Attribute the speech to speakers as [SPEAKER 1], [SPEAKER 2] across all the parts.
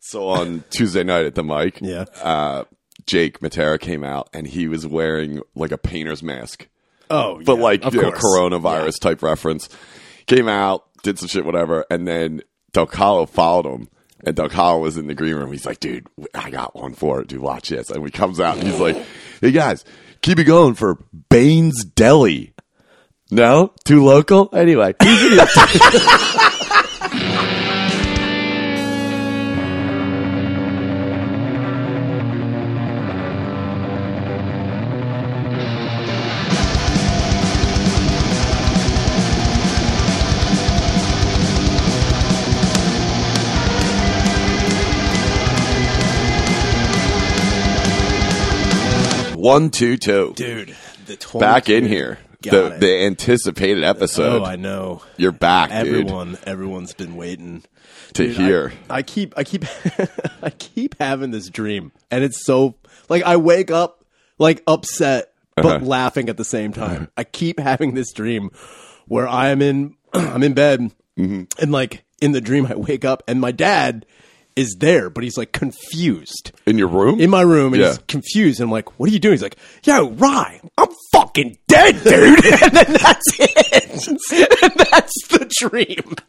[SPEAKER 1] So on Tuesday night at the mic,
[SPEAKER 2] Yeah.
[SPEAKER 1] uh, Jake Matera came out and he was wearing like a painter's mask,
[SPEAKER 2] Oh,
[SPEAKER 1] but
[SPEAKER 2] yeah,
[SPEAKER 1] like
[SPEAKER 2] of
[SPEAKER 1] you know,
[SPEAKER 2] course.
[SPEAKER 1] coronavirus type reference. Came out, did some shit, whatever, and then Del Calo followed him. And Del Calo was in the green room. He's like, "Dude, I got one for it. Dude, watch this." And he comes out and he's like, "Hey guys, keep it going for Baines Deli." No, too local. Anyway, he's an idiot. one, two, two.
[SPEAKER 2] dude, the 20
[SPEAKER 1] back in here.
[SPEAKER 2] Got
[SPEAKER 1] the
[SPEAKER 2] it.
[SPEAKER 1] the anticipated episode.
[SPEAKER 2] Oh, I know.
[SPEAKER 1] You're back, dude.
[SPEAKER 2] Everyone, everyone's been waiting
[SPEAKER 1] To
[SPEAKER 2] Dude,
[SPEAKER 1] hear.
[SPEAKER 2] I, I keep, I keep, I keep having this dream, and it's so like I wake up like upset but
[SPEAKER 1] Uh-huh.
[SPEAKER 2] laughing at the same time. I keep having this dream where I am in, I'm in bed,
[SPEAKER 1] Mm-hmm.
[SPEAKER 2] and like in the dream, I wake up and my dad is there, but he's like confused
[SPEAKER 1] in your room?
[SPEAKER 2] in my room and
[SPEAKER 1] Yeah.
[SPEAKER 2] he's confused. And I'm like, what are you doing? He's like, yo, Rye, I'm fucking dead, dude. and then that's it. and that's the dream.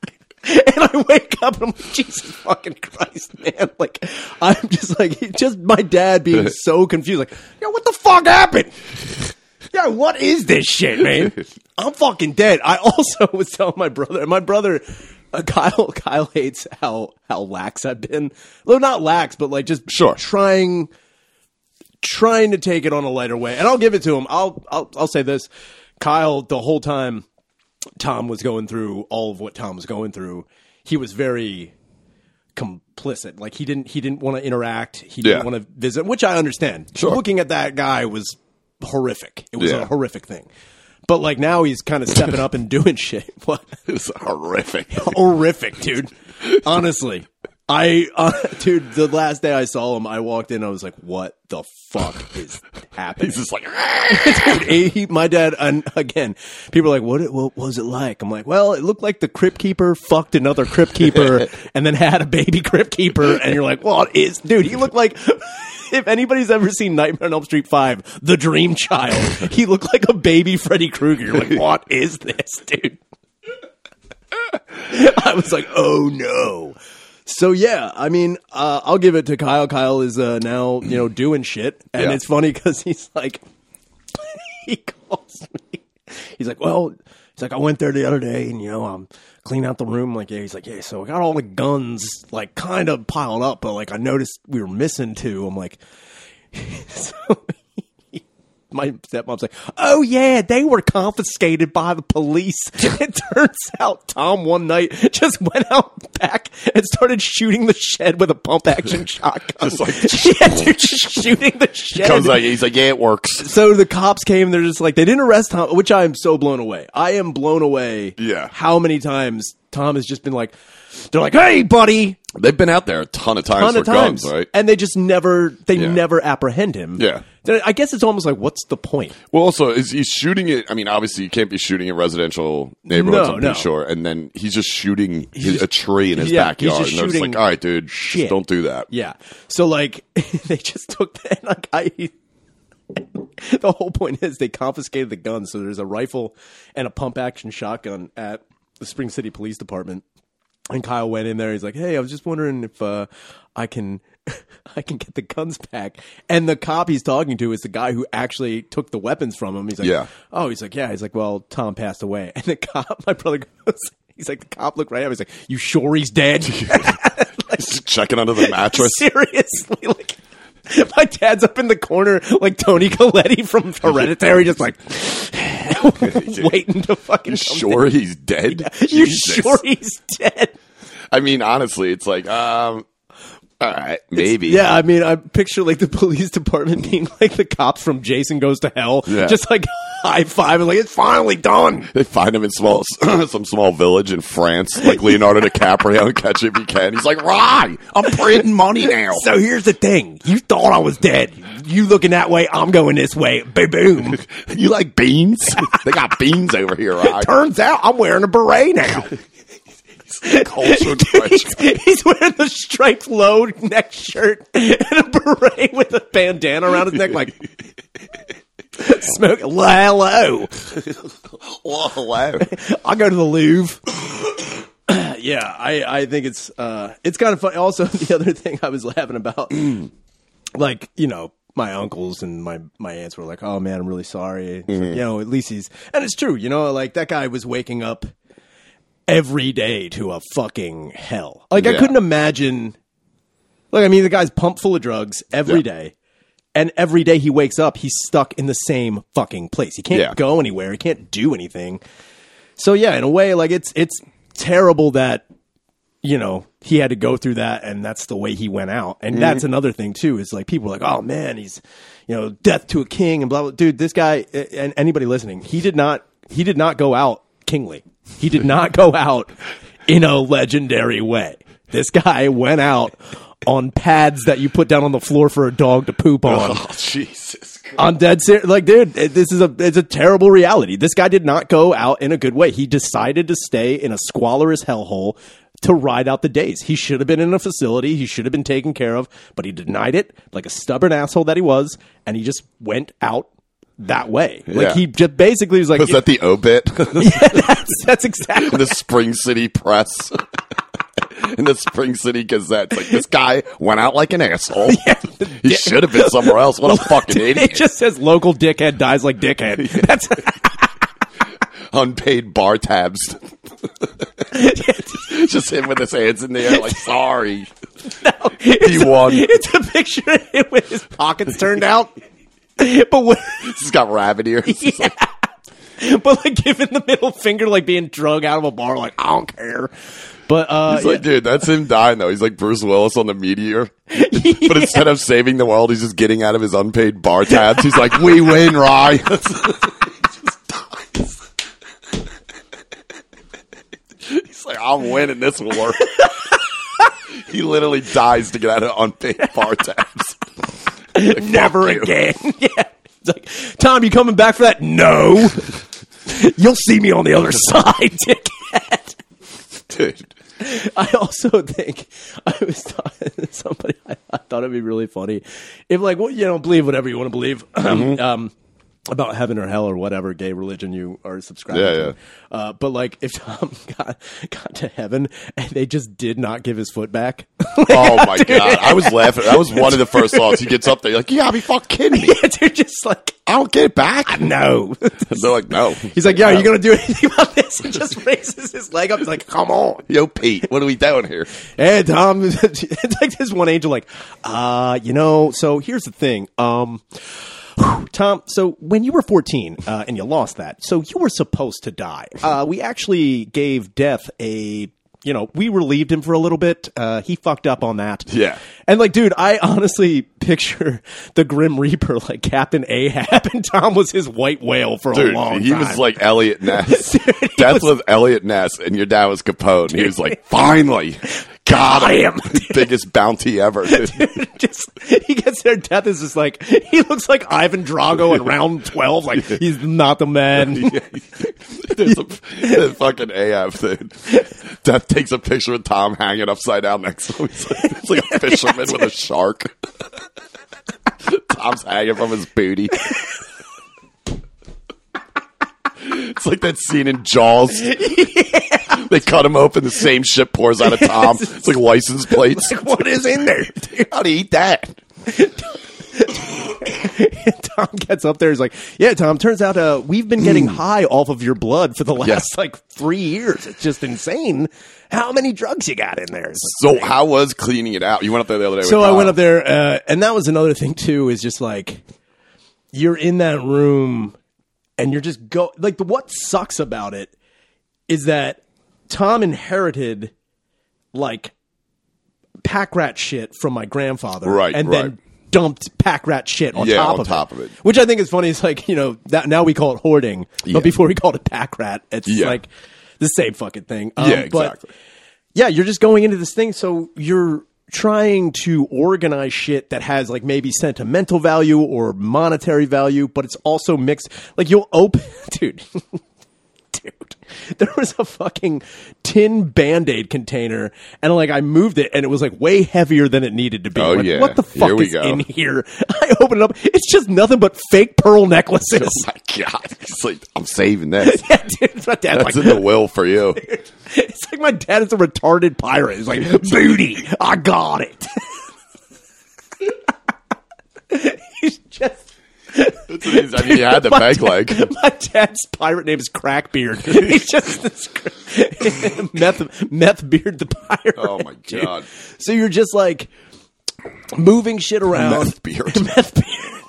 [SPEAKER 2] And I wake up and I'm like, Jesus fucking Christ, man. Like, I'm just like, just my dad being so confused. Like, yo, what the fuck happened? Yeah, what is this shit, man? I'm fucking dead. I also was telling my brother, my brother, uh, Kyle, Kyle hates how how lax I've been. Well, not lax, but like just
[SPEAKER 1] Sure.
[SPEAKER 2] trying, trying to take it on a lighter way. And I'll give it to him. I'll I'll I'll say this, Kyle, the whole time Tom was going through all of what Tom was going through, he was very complicit. Like he didn't he didn't want to interact. He didn't
[SPEAKER 1] Yeah.
[SPEAKER 2] want to visit, which I understand.
[SPEAKER 1] Sure.
[SPEAKER 2] Looking at that guy was horrific. It was
[SPEAKER 1] Yeah.
[SPEAKER 2] a horrific thing. But like now he's kind of stepping up and doing shit. What
[SPEAKER 1] It was horrific.
[SPEAKER 2] horrific, dude. Honestly. I uh, dude, the last day I saw him, I walked in. I was like, "What the fuck is happening?"
[SPEAKER 1] He's just like
[SPEAKER 2] Dude, he- he- my dad, and again, people are like, what, it- what was it like? I'm like, well, it looked like the Crypt Keeper fucked another Crypt Keeper and then had a baby Crypt Keeper. And you're like, what is, dude, he looked like, if anybody's ever seen Nightmare on Elm Street 5, The Dream Child, he looked like a baby Freddy Krueger. You're like, what is this, dude? I was like, oh no. So yeah, I mean, uh, I'll give it to Kyle. Kyle is uh, now you know doing shit, and
[SPEAKER 1] Yeah.
[SPEAKER 2] it's funny because he's like, he calls me. He's like, well, he's like, I went there the other day, and you know, I'm cleaning out the room. Like, yeah, he's like, yeah, so I got all the guns like kind of piled up, but like I noticed we were missing two. I'm like, so my stepmom's like, oh yeah, they were confiscated by the police. it turns out Tom one night just went out back and started shooting the shed with a pump action shotgun.
[SPEAKER 1] Just like-
[SPEAKER 2] yeah, dude, just shooting the shed.
[SPEAKER 1] comes like he's like, Yeah, it works.
[SPEAKER 2] so the cops came. They're just like they didn't arrest Tom, which I am so blown away. I am blown away.
[SPEAKER 1] Yeah.
[SPEAKER 2] how many times Tom has just been like, they're like, hey buddy,
[SPEAKER 1] They've been out there a ton of times
[SPEAKER 2] ton
[SPEAKER 1] for
[SPEAKER 2] of times,
[SPEAKER 1] guns, right?
[SPEAKER 2] and they just never they
[SPEAKER 1] Yeah.
[SPEAKER 2] never apprehend him.
[SPEAKER 1] Yeah.
[SPEAKER 2] Then I guess it's almost like what's the point?
[SPEAKER 1] Well also is he's shooting it I mean, obviously you can't be shooting in residential neighborhoods,
[SPEAKER 2] No,
[SPEAKER 1] I'm
[SPEAKER 2] no.
[SPEAKER 1] pretty sure. And then he's just shooting his,
[SPEAKER 2] just-
[SPEAKER 1] a tree in his
[SPEAKER 2] yeah, he's
[SPEAKER 1] backyard.
[SPEAKER 2] just
[SPEAKER 1] and they're just
[SPEAKER 2] shooting
[SPEAKER 1] like, All right, dude,
[SPEAKER 2] shit."
[SPEAKER 1] just don't do that.
[SPEAKER 2] Yeah. So like they just took that like I the whole point is they confiscated the guns. So there's a rifle and a pump action shotgun at the Spring City Police Department. And Kyle went in there. He's like, "Hey, I was just wondering if uh, I can, I can get the guns back." And the cop he's talking to is the guy who actually took the weapons from him. He's like,
[SPEAKER 1] Yeah.
[SPEAKER 2] oh, he's like, yeah." He's like, "Well, Tom passed away." And the cop, my brother goes, "He's like, the cop looked right at him. He's like, you sure he's dead?"
[SPEAKER 1] Just checking under the mattress.
[SPEAKER 2] Seriously, like my dad's up in the corner, like Tony Colletti from Hereditary, just like waiting to fucking.
[SPEAKER 1] You sure he's dead?
[SPEAKER 2] You
[SPEAKER 1] Jesus.
[SPEAKER 2] sure he's dead?
[SPEAKER 1] I mean, honestly, it's like, um, all right, maybe.
[SPEAKER 2] Yeah, I mean, I picture like the police department being like the cops from Jason Goes to Hell,
[SPEAKER 1] Yeah.
[SPEAKER 2] just like high five and like it's finally done.
[SPEAKER 1] They find him in small some small village in France, like Leonardo DiCaprio in Catch If You Can. He's like, Rye, I'm printing money now.
[SPEAKER 2] So here's the thing: you thought I was dead. You looking that way? I'm going this way. Boom, boom.
[SPEAKER 1] You like beans? they got beans over here, Rye.
[SPEAKER 2] Turns out I'm wearing a beret now.
[SPEAKER 1] Cultured
[SPEAKER 2] he's,
[SPEAKER 1] Frenchman.
[SPEAKER 2] he's wearing the striped low neck shirt and a beret with a bandana around his neck, like smoke. Hello,
[SPEAKER 1] Whoa, wow.
[SPEAKER 2] I'll go to the Louvre. yeah, I, I think it's uh, it's kind of funny. Also, the other thing I was laughing about, like you know, my uncles and my my aunts were like, "Oh man, I'm really sorry." You know, at least he's and it's true. You know, like that guy was waking up every day to a fucking hell. Like I
[SPEAKER 1] Yeah.
[SPEAKER 2] couldn't imagine. Like I mean, the guy's pumped full of drugs every
[SPEAKER 1] Yeah.
[SPEAKER 2] day, And every day he wakes up, he's stuck in the same fucking place. He can't
[SPEAKER 1] Yeah.
[SPEAKER 2] go anywhere. He can't do anything. So yeah, in a way, like it's it's terrible that you know he had to go through that, and that's the way he went out. And that's another thing too is like people are like, oh man, he's you know death to a king and blah blah. Dude, this guy and anybody listening, he did not he did not go out kingly. He did not go out in a legendary way. This guy went out on pads that you put down on the floor for a dog to poop on.
[SPEAKER 1] Oh, Jesus Christ.
[SPEAKER 2] I'm dead serious. Like, dude, it- this is a it's a terrible reality. This guy did not go out in a good way. He decided to stay in a squalorous hellhole to ride out the days. He should have been in a facility. He should have been taken care of, but he denied it like a stubborn asshole that he was, and he just went out that way. Like
[SPEAKER 1] Yeah.
[SPEAKER 2] he just basically was like,
[SPEAKER 1] Was that the obit?
[SPEAKER 2] yeah, that's, that's exactly.
[SPEAKER 1] the Spring City Press. In the Spring City Gazette, It's like this guy went out like an asshole. he should have been somewhere else. What a fucking
[SPEAKER 2] It
[SPEAKER 1] idiot!
[SPEAKER 2] just says local dickhead dies like dickhead. That's
[SPEAKER 1] Unpaid bar tabs. just him with his hands in the air, like sorry.
[SPEAKER 2] it's a-
[SPEAKER 1] won.
[SPEAKER 2] It's a picture of him with his pockets turned out. But when,
[SPEAKER 1] He's got rabbit ears. He's like,
[SPEAKER 2] but like giving the middle finger, like being drug out of a bar, like I don't care. But uh,
[SPEAKER 1] It's like, dude, that's him dying though. He's like Bruce Willis on the meteor. But instead of saving the world, he's just getting out of his unpaid bar tabs. He's like, we win, Rye. He just dies. he's like, I'm winning this war. he literally dies to get out of unpaid bar tabs. Like,
[SPEAKER 2] never
[SPEAKER 1] fuck you.
[SPEAKER 2] again. yeah, it's like Tom, you coming back for that? No, you'll see me on the other side, dickhead.
[SPEAKER 1] Dude.
[SPEAKER 2] I also think I was talking to somebody. I, I thought it'd be really funny if, like, well, you don't believe whatever you want to believe um, about heaven or hell or whatever gay religion you are subscribed
[SPEAKER 1] Yeah,
[SPEAKER 2] to.
[SPEAKER 1] yeah.
[SPEAKER 2] Uh, but like, if Tom got got to heaven and they just did not give his foot back,
[SPEAKER 1] Oh my god. I was laughing. That was one of the first thoughts. He gets up there, like, you gotta be fucking kidding me.
[SPEAKER 2] they're just like,
[SPEAKER 1] I don't get it back.
[SPEAKER 2] no.
[SPEAKER 1] They're like, no.
[SPEAKER 2] He's like, yeah, are you gonna do anything about this? And just raises his leg up. He's like, come on.
[SPEAKER 1] Yo, Pete, what are we doing here?
[SPEAKER 2] Hey Tom, it's like this one angel, like, uh, you know. So here's the thing, um, whew, Tom. So when you were 14 uh, and you lost that, so you were supposed to die. Uh, we actually gave death a, you know, we relieved him for a little bit. Uh, he fucked up on that.
[SPEAKER 1] Yeah.
[SPEAKER 2] And like, dude, I honestly picture the Grim Reaper, like Captain Ahab, and Tom was his white whale for
[SPEAKER 1] Dude,
[SPEAKER 2] a long
[SPEAKER 1] he
[SPEAKER 2] time.
[SPEAKER 1] was like Elliot Ness.
[SPEAKER 2] Dude, he
[SPEAKER 1] Death was Elliot Ness, and your dad was Capone. He was like, finally, got him.
[SPEAKER 2] Got him.
[SPEAKER 1] Biggest bounty ever. Dude.
[SPEAKER 2] just he gets there. Death is just like he looks like Ivan Drago in round twelve. Like he's not the man.
[SPEAKER 1] There's a there's fucking AF, dude. Death takes a picture of Tom hanging upside down next to him. He's like, it's like a fisherman with a shark. Tom's hanging from his booty. It's like that scene in Jaws. They cut him open, the same shit pours out of Tom. It's like license plates.
[SPEAKER 2] Like, what is in there?
[SPEAKER 1] How'd he eat that?
[SPEAKER 2] Tom gets up there. He's like, "Yeah, Tom. Turns out uh, we've been getting high off of your blood for the last
[SPEAKER 1] Yeah.
[SPEAKER 2] like three years. It's just insane how many drugs you got in there." It's like-
[SPEAKER 1] So, how was cleaning it out? You went up there the other day.
[SPEAKER 2] So I went up there, uh, and that was another thing too. Is just like you're in that room, and you're just go like the what sucks about it is that Tom inherited like pack rat shit from my grandfather,
[SPEAKER 1] Right,
[SPEAKER 2] And
[SPEAKER 1] right.
[SPEAKER 2] then dumped pack rat shit on
[SPEAKER 1] Yeah,
[SPEAKER 2] top
[SPEAKER 1] on
[SPEAKER 2] of
[SPEAKER 1] top
[SPEAKER 2] it,
[SPEAKER 1] of it.
[SPEAKER 2] which I think is funny. It's like you know that now we call it hoarding,
[SPEAKER 1] Yeah.
[SPEAKER 2] but before we called it pack rat, it's
[SPEAKER 1] Yeah.
[SPEAKER 2] like the same fucking thing. Um,
[SPEAKER 1] Yeah,
[SPEAKER 2] but-
[SPEAKER 1] exactly.
[SPEAKER 2] yeah, you're just going into this thing, so you're trying to organize shit that has like maybe sentimental value or monetary value, but it's also mixed. Like you'll open, dude. dude. There was a fucking tin band aid container, and like I moved it, and it was like way heavier than it needed to be.
[SPEAKER 1] Oh,
[SPEAKER 2] Like,
[SPEAKER 1] yeah.
[SPEAKER 2] What the
[SPEAKER 1] Here
[SPEAKER 2] fuck
[SPEAKER 1] we
[SPEAKER 2] is
[SPEAKER 1] go.
[SPEAKER 2] in here? I open it up. It's just nothing but fake pearl necklaces.
[SPEAKER 1] My God, it's like I'm saving this.
[SPEAKER 2] yeah, dude. it's My dad's
[SPEAKER 1] That's
[SPEAKER 2] like,
[SPEAKER 1] in the will for you.
[SPEAKER 2] it's like my dad is a retarded pirate. He's like, booty, I got it. He's just.
[SPEAKER 1] That's what it is. I mean, you had the
[SPEAKER 2] My
[SPEAKER 1] peg
[SPEAKER 2] dad-
[SPEAKER 1] leg.
[SPEAKER 2] My dad's pirate name is Crackbeard. He's just this cr- meth, meth beard the pirate.
[SPEAKER 1] Oh, my
[SPEAKER 2] dude.
[SPEAKER 1] God.
[SPEAKER 2] So you're just like moving shit around.
[SPEAKER 1] Meth beard.
[SPEAKER 2] Meth beard.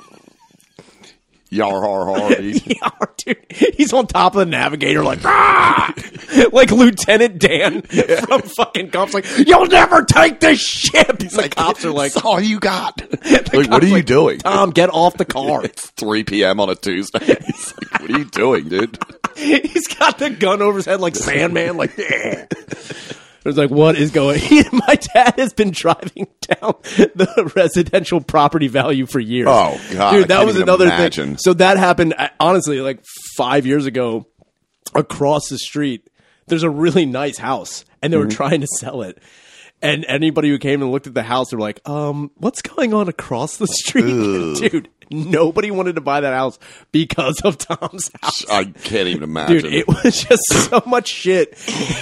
[SPEAKER 1] Yar har har. dude.
[SPEAKER 2] Yeah, dude. He's on top of the navigator, like, "Ah!" like Lieutenant Dan from fucking cops, like, you'll never take this ship. He's the like, cops are like,
[SPEAKER 1] "That's all you got."
[SPEAKER 2] the
[SPEAKER 1] Like, what
[SPEAKER 2] cops
[SPEAKER 1] are you doing?
[SPEAKER 2] Tom, get off the car.
[SPEAKER 1] It's 3 p.m. on a Tuesday. It's like, what are you doing, dude?
[SPEAKER 2] He's got the gun over his head like Sandman, like, yeah. It's like, what is going? He, my dad has been driving down the residential property value for years.
[SPEAKER 1] Oh, God, I
[SPEAKER 2] dude, that
[SPEAKER 1] can't
[SPEAKER 2] was
[SPEAKER 1] even
[SPEAKER 2] another
[SPEAKER 1] imagine.
[SPEAKER 2] thing. So that happened uh, honestly, like five years ago, across the street. There's a really nice house, and they
[SPEAKER 1] Mm-hmm.
[SPEAKER 2] were trying to sell it. And anybody who came and looked at the house, they were like, "Um, what's going on across the street, dude?" Nobody wanted to buy that house because of Tom's house.
[SPEAKER 1] I can't even imagine.
[SPEAKER 2] Dude, it was just so much shit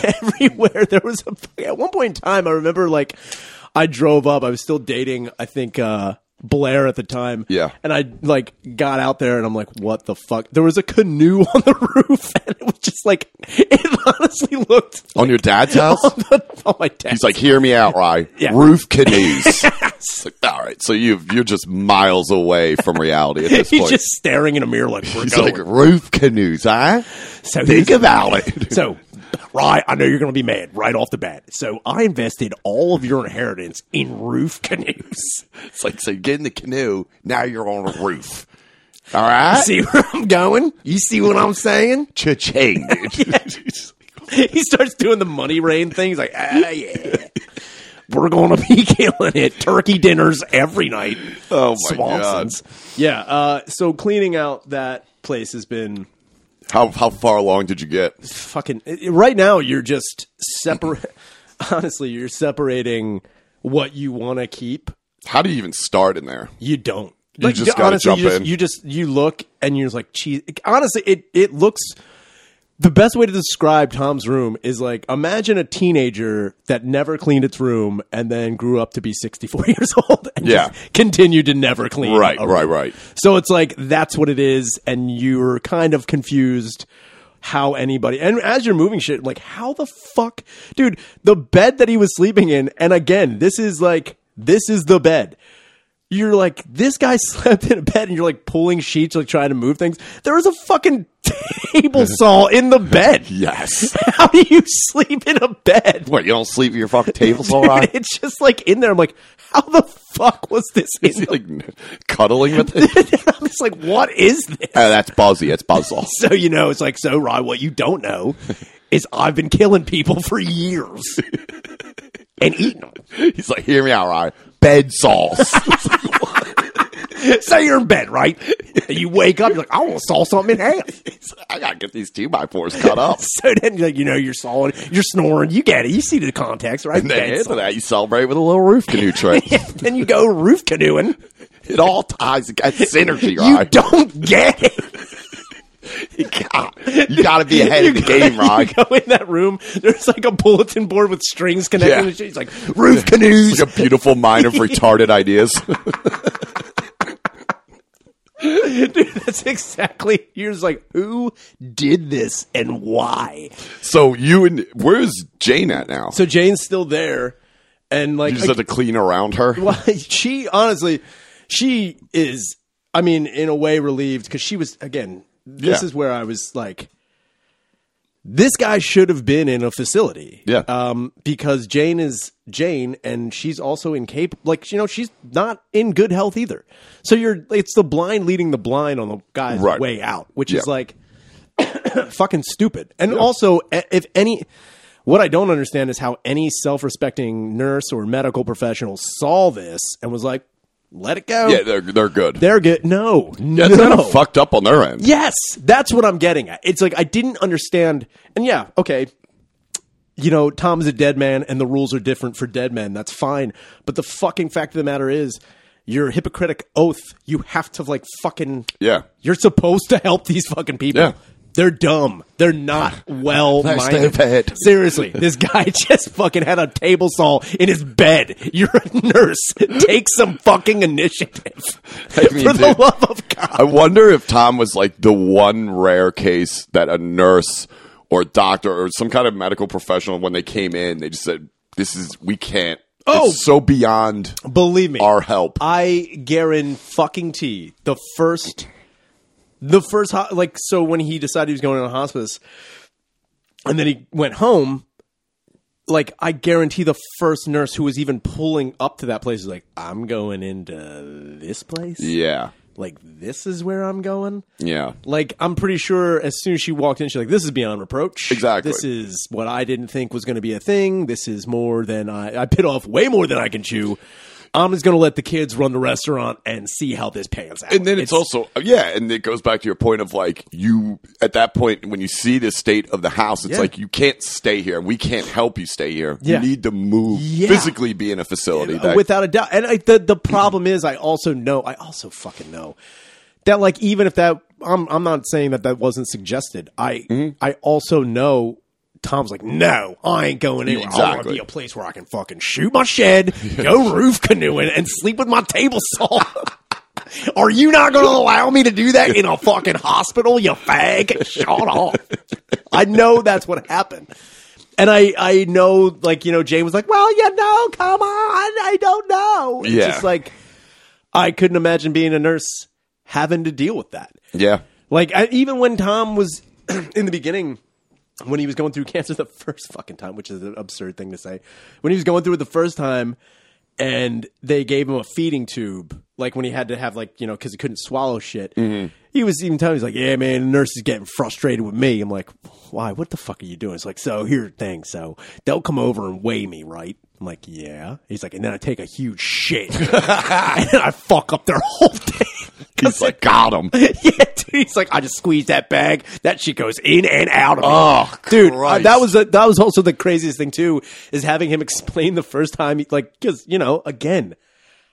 [SPEAKER 2] everywhere. There was a at one point in time I remember like I drove up. I was still dating, I think uh Blair at the time.
[SPEAKER 1] Yeah.
[SPEAKER 2] And I like got out there and I'm like, what the fuck? There was a canoe on the roof and it was just like it honestly looked
[SPEAKER 1] on your dad's house?
[SPEAKER 2] on my dad.
[SPEAKER 1] He's like, hear me out, Rye.
[SPEAKER 2] Yeah.
[SPEAKER 1] Roof canoes. It's like, all right, so you you're just miles away from reality at this
[SPEAKER 2] He's
[SPEAKER 1] point.
[SPEAKER 2] just staring in a mirror like we're
[SPEAKER 1] He's
[SPEAKER 2] going.
[SPEAKER 1] like, roof canoes, huh?
[SPEAKER 2] So
[SPEAKER 1] Think
[SPEAKER 2] he's-
[SPEAKER 1] about it.
[SPEAKER 2] So, right, I know you're going to be mad right off the bat. So, I invested all of your inheritance in roof canoes.
[SPEAKER 1] It's like, so get in the canoe. Now you're on a roof. All right?
[SPEAKER 2] See where I'm going? You see what I'm saying?
[SPEAKER 1] Cha-ching, dude.
[SPEAKER 2] He starts doing the money rain thing. He's like, ah, yeah. We're going to be killing it. Turkey dinners every night.
[SPEAKER 1] Oh, my God.
[SPEAKER 2] Yeah. Uh, so cleaning out that place has been
[SPEAKER 1] How, how far along did you get?
[SPEAKER 2] fucking. it- it- Right now, you're just separate. Honestly, you're separating what you want to keep.
[SPEAKER 1] How do you even start in there?
[SPEAKER 2] You don't.
[SPEAKER 1] You just gotta jump
[SPEAKER 2] you just,
[SPEAKER 1] in.
[SPEAKER 2] You just you look and you're just like, cheese. Honestly, it it looks. The best way to describe Tom's room is like imagine a teenager that never cleaned its room and then grew up to be 64 years old and
[SPEAKER 1] Yeah.
[SPEAKER 2] just continued to never clean.
[SPEAKER 1] Right,
[SPEAKER 2] a room.
[SPEAKER 1] right, right.
[SPEAKER 2] So it's like that's what it is, and you're kind of confused how anybody and as you're moving shit, like how the fuck dude, the bed that he was sleeping in, and again, this is like this is the bed. You're like, this guy slept in a bed and you're like pulling sheets, like trying to move things. There was a fucking table saw in the bed.
[SPEAKER 1] Yes.
[SPEAKER 2] How do you sleep in a bed?
[SPEAKER 1] what, you don't sleep at your fucking tables all right?
[SPEAKER 2] It's just like in there. I'm like, how the fuck was this in
[SPEAKER 1] Is he like n- cuddling with it?
[SPEAKER 2] I'm just like, what is this?
[SPEAKER 1] Oh, that's Buzzy. It's Buzzle.
[SPEAKER 2] So you know, it's like so, Rye. What you don't know is I've been killing people for years and eating them.
[SPEAKER 1] He's like, hear me out, right? Bed sauce.
[SPEAKER 2] So you're in bed, right? And you wake up, you're like, I want to saw something in half.
[SPEAKER 1] He's like, I gotta get these two by fours cut up.
[SPEAKER 2] So then, you're like, you know, you're sawing, you're snoring. You get it. You see the context, right?
[SPEAKER 1] And then
[SPEAKER 2] Bed
[SPEAKER 1] after
[SPEAKER 2] saw.
[SPEAKER 1] that, you celebrate with a little roof canoe trick.
[SPEAKER 2] then you go roof canoeing.
[SPEAKER 1] It all ties. That's synergy,
[SPEAKER 2] You
[SPEAKER 1] right?
[SPEAKER 2] don't get it.
[SPEAKER 1] You, got, you gotta be ahead of the game, right?
[SPEAKER 2] You go in that room. There's like a bulletin board with strings connecting.
[SPEAKER 1] Yeah.
[SPEAKER 2] to shit. It's like roof canoes.
[SPEAKER 1] It's like a beautiful mind of retarded ideas.
[SPEAKER 2] Dude, that's exactly. You're just like, who did this and why?
[SPEAKER 1] So you and where's Jane at now?
[SPEAKER 2] So Jane's still there, and like,
[SPEAKER 1] you just have to clean around her.
[SPEAKER 2] well, she honestly, she is. I mean, in a way, relieved because she was again. This
[SPEAKER 1] Yeah.
[SPEAKER 2] is where I was like, this guy should have been in a facility.
[SPEAKER 1] Yeah.
[SPEAKER 2] Um, because Jane is Jane, and she's also incapable. Like you know, she's not in good health either. So you're, it's the blind leading the blind on the guy's
[SPEAKER 1] Right.
[SPEAKER 2] way out, which
[SPEAKER 1] Yeah.
[SPEAKER 2] is like fucking stupid. And also, a- if any, what I don't understand is how any self respecting nurse or medical professional saw this and was like, let it go.
[SPEAKER 1] Yeah, they're they're good.
[SPEAKER 2] They're good. No,
[SPEAKER 1] yeah, it's
[SPEAKER 2] no.
[SPEAKER 1] kind of fucked up on their end.
[SPEAKER 2] Yes, that's what I'm getting at. It's like I didn't understand. And yeah, okay. You know, Tom's a dead man and the rules are different for dead men. That's fine. But the fucking fact of the matter is, your hypocritic oath, you have to like fucking
[SPEAKER 1] Yeah.
[SPEAKER 2] You're supposed to help these fucking people.
[SPEAKER 1] Yeah.
[SPEAKER 2] They're dumb. They're not well
[SPEAKER 1] Nice
[SPEAKER 2] minded.
[SPEAKER 1] day, Pat.
[SPEAKER 2] Seriously, this guy just fucking had a table saw in his bed. You're a nurse. Take some fucking initiative.
[SPEAKER 1] I mean,
[SPEAKER 2] for the
[SPEAKER 1] dude.
[SPEAKER 2] love of God.
[SPEAKER 1] I wonder if Tom was like the one rare case that a nurse or doctor or some kind of medical professional, when they came in, they just said, "This is we can't."
[SPEAKER 2] Oh.
[SPEAKER 1] it's so beyond
[SPEAKER 2] Believe me.
[SPEAKER 1] our help.
[SPEAKER 2] I guarantee fucking T the first the first ho- like so when he decided he was going in a hospice and then he went home like I guarantee the first nurse who was even pulling up to that place was like I'm going into this place
[SPEAKER 1] yeah,
[SPEAKER 2] like this is where I'm going
[SPEAKER 1] yeah.
[SPEAKER 2] like I'm pretty sure as soon as she walked in, she's like, "This is beyond reproach.
[SPEAKER 1] Exactly.
[SPEAKER 2] This is what I didn't think was going to be a thing. This is more than I I bit off way more than I can chew. I'm just going to let the kids run the restaurant and see how this pans out."
[SPEAKER 1] And then it's, also uh, yeah, and it goes back to your point of like you at that point when you see the state of the house, it's
[SPEAKER 2] Yeah.
[SPEAKER 1] like you can't stay here. We can't help you stay here.
[SPEAKER 2] Yeah.
[SPEAKER 1] You need to move
[SPEAKER 2] Yeah.
[SPEAKER 1] physically, be in a facility that
[SPEAKER 2] without a doubt. And I, the the problem is, I also know, I also fucking know that like even if that I'm I'm not saying that that wasn't suggested. I
[SPEAKER 1] Mm-hmm.
[SPEAKER 2] I also know. Tom's like, no, I ain't going anywhere. I want to
[SPEAKER 1] Exactly.
[SPEAKER 2] be a place where I can fucking shoot my shed, go roof canoeing, and sleep with my table saw. Are you not going to allow me to do that in a fucking hospital, you fag? Shut up. I know that's what happened. And I, I know, like, you know, Jane was like, well, you know, come on. I don't know. It's
[SPEAKER 1] Yeah.
[SPEAKER 2] just like, I couldn't imagine being a nurse having to deal with that.
[SPEAKER 1] yeah.
[SPEAKER 2] Like, I, even when Tom was in the beginning, when he was going through cancer the first fucking time, which is an absurd thing to say, when he was going through it the first time and they gave him a feeding tube, like when he had to have, like, you know, because he couldn't swallow shit, he was even telling me, he's like, yeah, man, the nurse is getting frustrated with me. I'm like, why? What the fuck are you doing? It's like, so here's the thing. So they'll come over and weigh me, right? I'm like, yeah. He's like, and then I take a huge shit and I fuck up their whole thing.
[SPEAKER 1] He's like got him.
[SPEAKER 2] yeah, dude, he's like, I just squeezed that bag. That shit goes in and out of me.
[SPEAKER 1] Oh,
[SPEAKER 2] dude,
[SPEAKER 1] Christ.
[SPEAKER 2] uh, that was a, that was also the craziest thing too is having him explain the first time, he- like, because you know, again,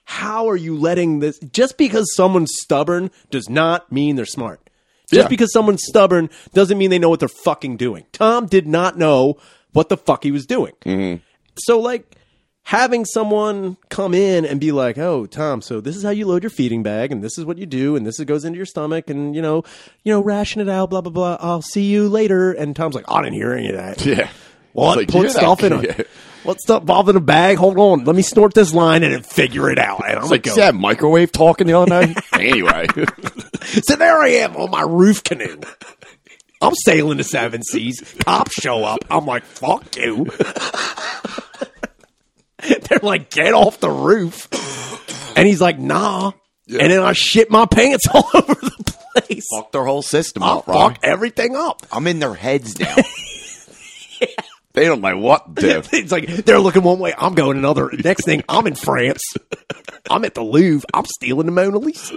[SPEAKER 2] how are you letting this? Just because someone's stubborn does not mean they're smart. Just
[SPEAKER 1] Yeah.
[SPEAKER 2] because someone's stubborn doesn't mean they know what they're fucking doing. Tom did not know what the fuck he was
[SPEAKER 1] Mm.
[SPEAKER 2] doing. So like having someone come in and be like, "Oh, Tom, so this is how you load your feeding bag and this is what you do and this is, goes into your stomach and you know, you know, ration it out, blah blah blah. I'll see you later." And Tom's like, "I didn't hear any of that."
[SPEAKER 1] Yeah.
[SPEAKER 2] What?
[SPEAKER 1] It's like,
[SPEAKER 2] Put
[SPEAKER 1] yeah,
[SPEAKER 2] stuff in
[SPEAKER 1] yeah.
[SPEAKER 2] it. What stuff involved in a bag? Hold on. Let me snort this line and then figure it out. And I'm
[SPEAKER 1] It's like,
[SPEAKER 2] like, go.
[SPEAKER 1] yeah, microwave talking the other night. anyway,
[SPEAKER 2] So there I am on my roof canoe. I'm sailing the seven seas. Cops show up. I'm like, fuck you. They're like, get off the roof. And he's like, nah. And then I shit my pants all over the place.
[SPEAKER 1] fuck their whole system
[SPEAKER 2] I
[SPEAKER 1] up, Ron.
[SPEAKER 2] fuck everything up.
[SPEAKER 1] I'm in their heads now. They don't know what to do.
[SPEAKER 2] It's like they're looking one way, I'm going another. Next thing, I'm in France. I'm at the Louvre. I'm stealing the Mona Lisa.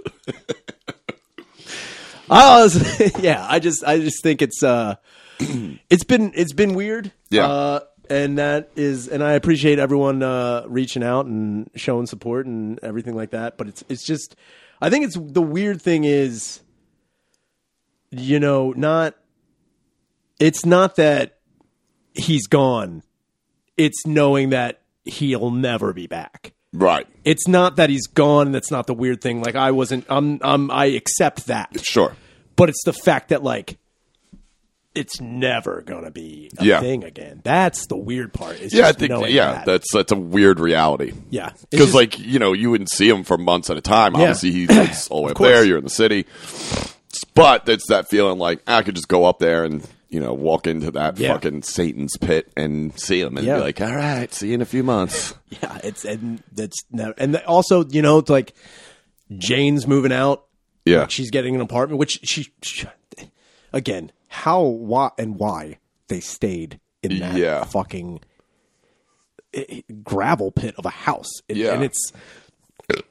[SPEAKER 2] I was, yeah, I just, I just think it's, uh, it's been, it's been weird.
[SPEAKER 1] Yeah.
[SPEAKER 2] Uh, and that is, and I appreciate everyone uh, reaching out and showing support and everything like that. But it's, it's just, I think it's the weird thing is, you know, not, it's not that he's gone. It's knowing that he'll never be back.
[SPEAKER 1] Right.
[SPEAKER 2] It's not that he's gone. That's not the weird thing. Like I wasn't. I'm. I'm. I accept that.
[SPEAKER 1] Sure.
[SPEAKER 2] But it's the fact that like, it's never gonna be a
[SPEAKER 1] Yeah.
[SPEAKER 2] thing again. That's the weird part. Is
[SPEAKER 1] Yeah, I
[SPEAKER 2] just
[SPEAKER 1] think.
[SPEAKER 2] knowing
[SPEAKER 1] Yeah,
[SPEAKER 2] that.
[SPEAKER 1] that's that's a weird reality.
[SPEAKER 2] yeah. It's
[SPEAKER 1] Because
[SPEAKER 2] just-
[SPEAKER 1] like you know, you wouldn't see him for months at a time. Obviously, he's he's all the way up
[SPEAKER 2] course.
[SPEAKER 1] there. You're in the city, but it's that feeling like I could just go up there and you know walk into that
[SPEAKER 2] Yeah.
[SPEAKER 1] fucking Satan's pit and see him and
[SPEAKER 2] Yeah.
[SPEAKER 1] be like, all right, see you in a few months.
[SPEAKER 2] yeah, it's and that's never, and also you know it's like Jane's moving out.
[SPEAKER 1] Yeah.
[SPEAKER 2] she's getting an apartment, which she, she again, how, why, and why they stayed in that
[SPEAKER 1] Yeah.
[SPEAKER 2] fucking eh, gravel pit of a house, It-
[SPEAKER 1] Yeah.
[SPEAKER 2] and it's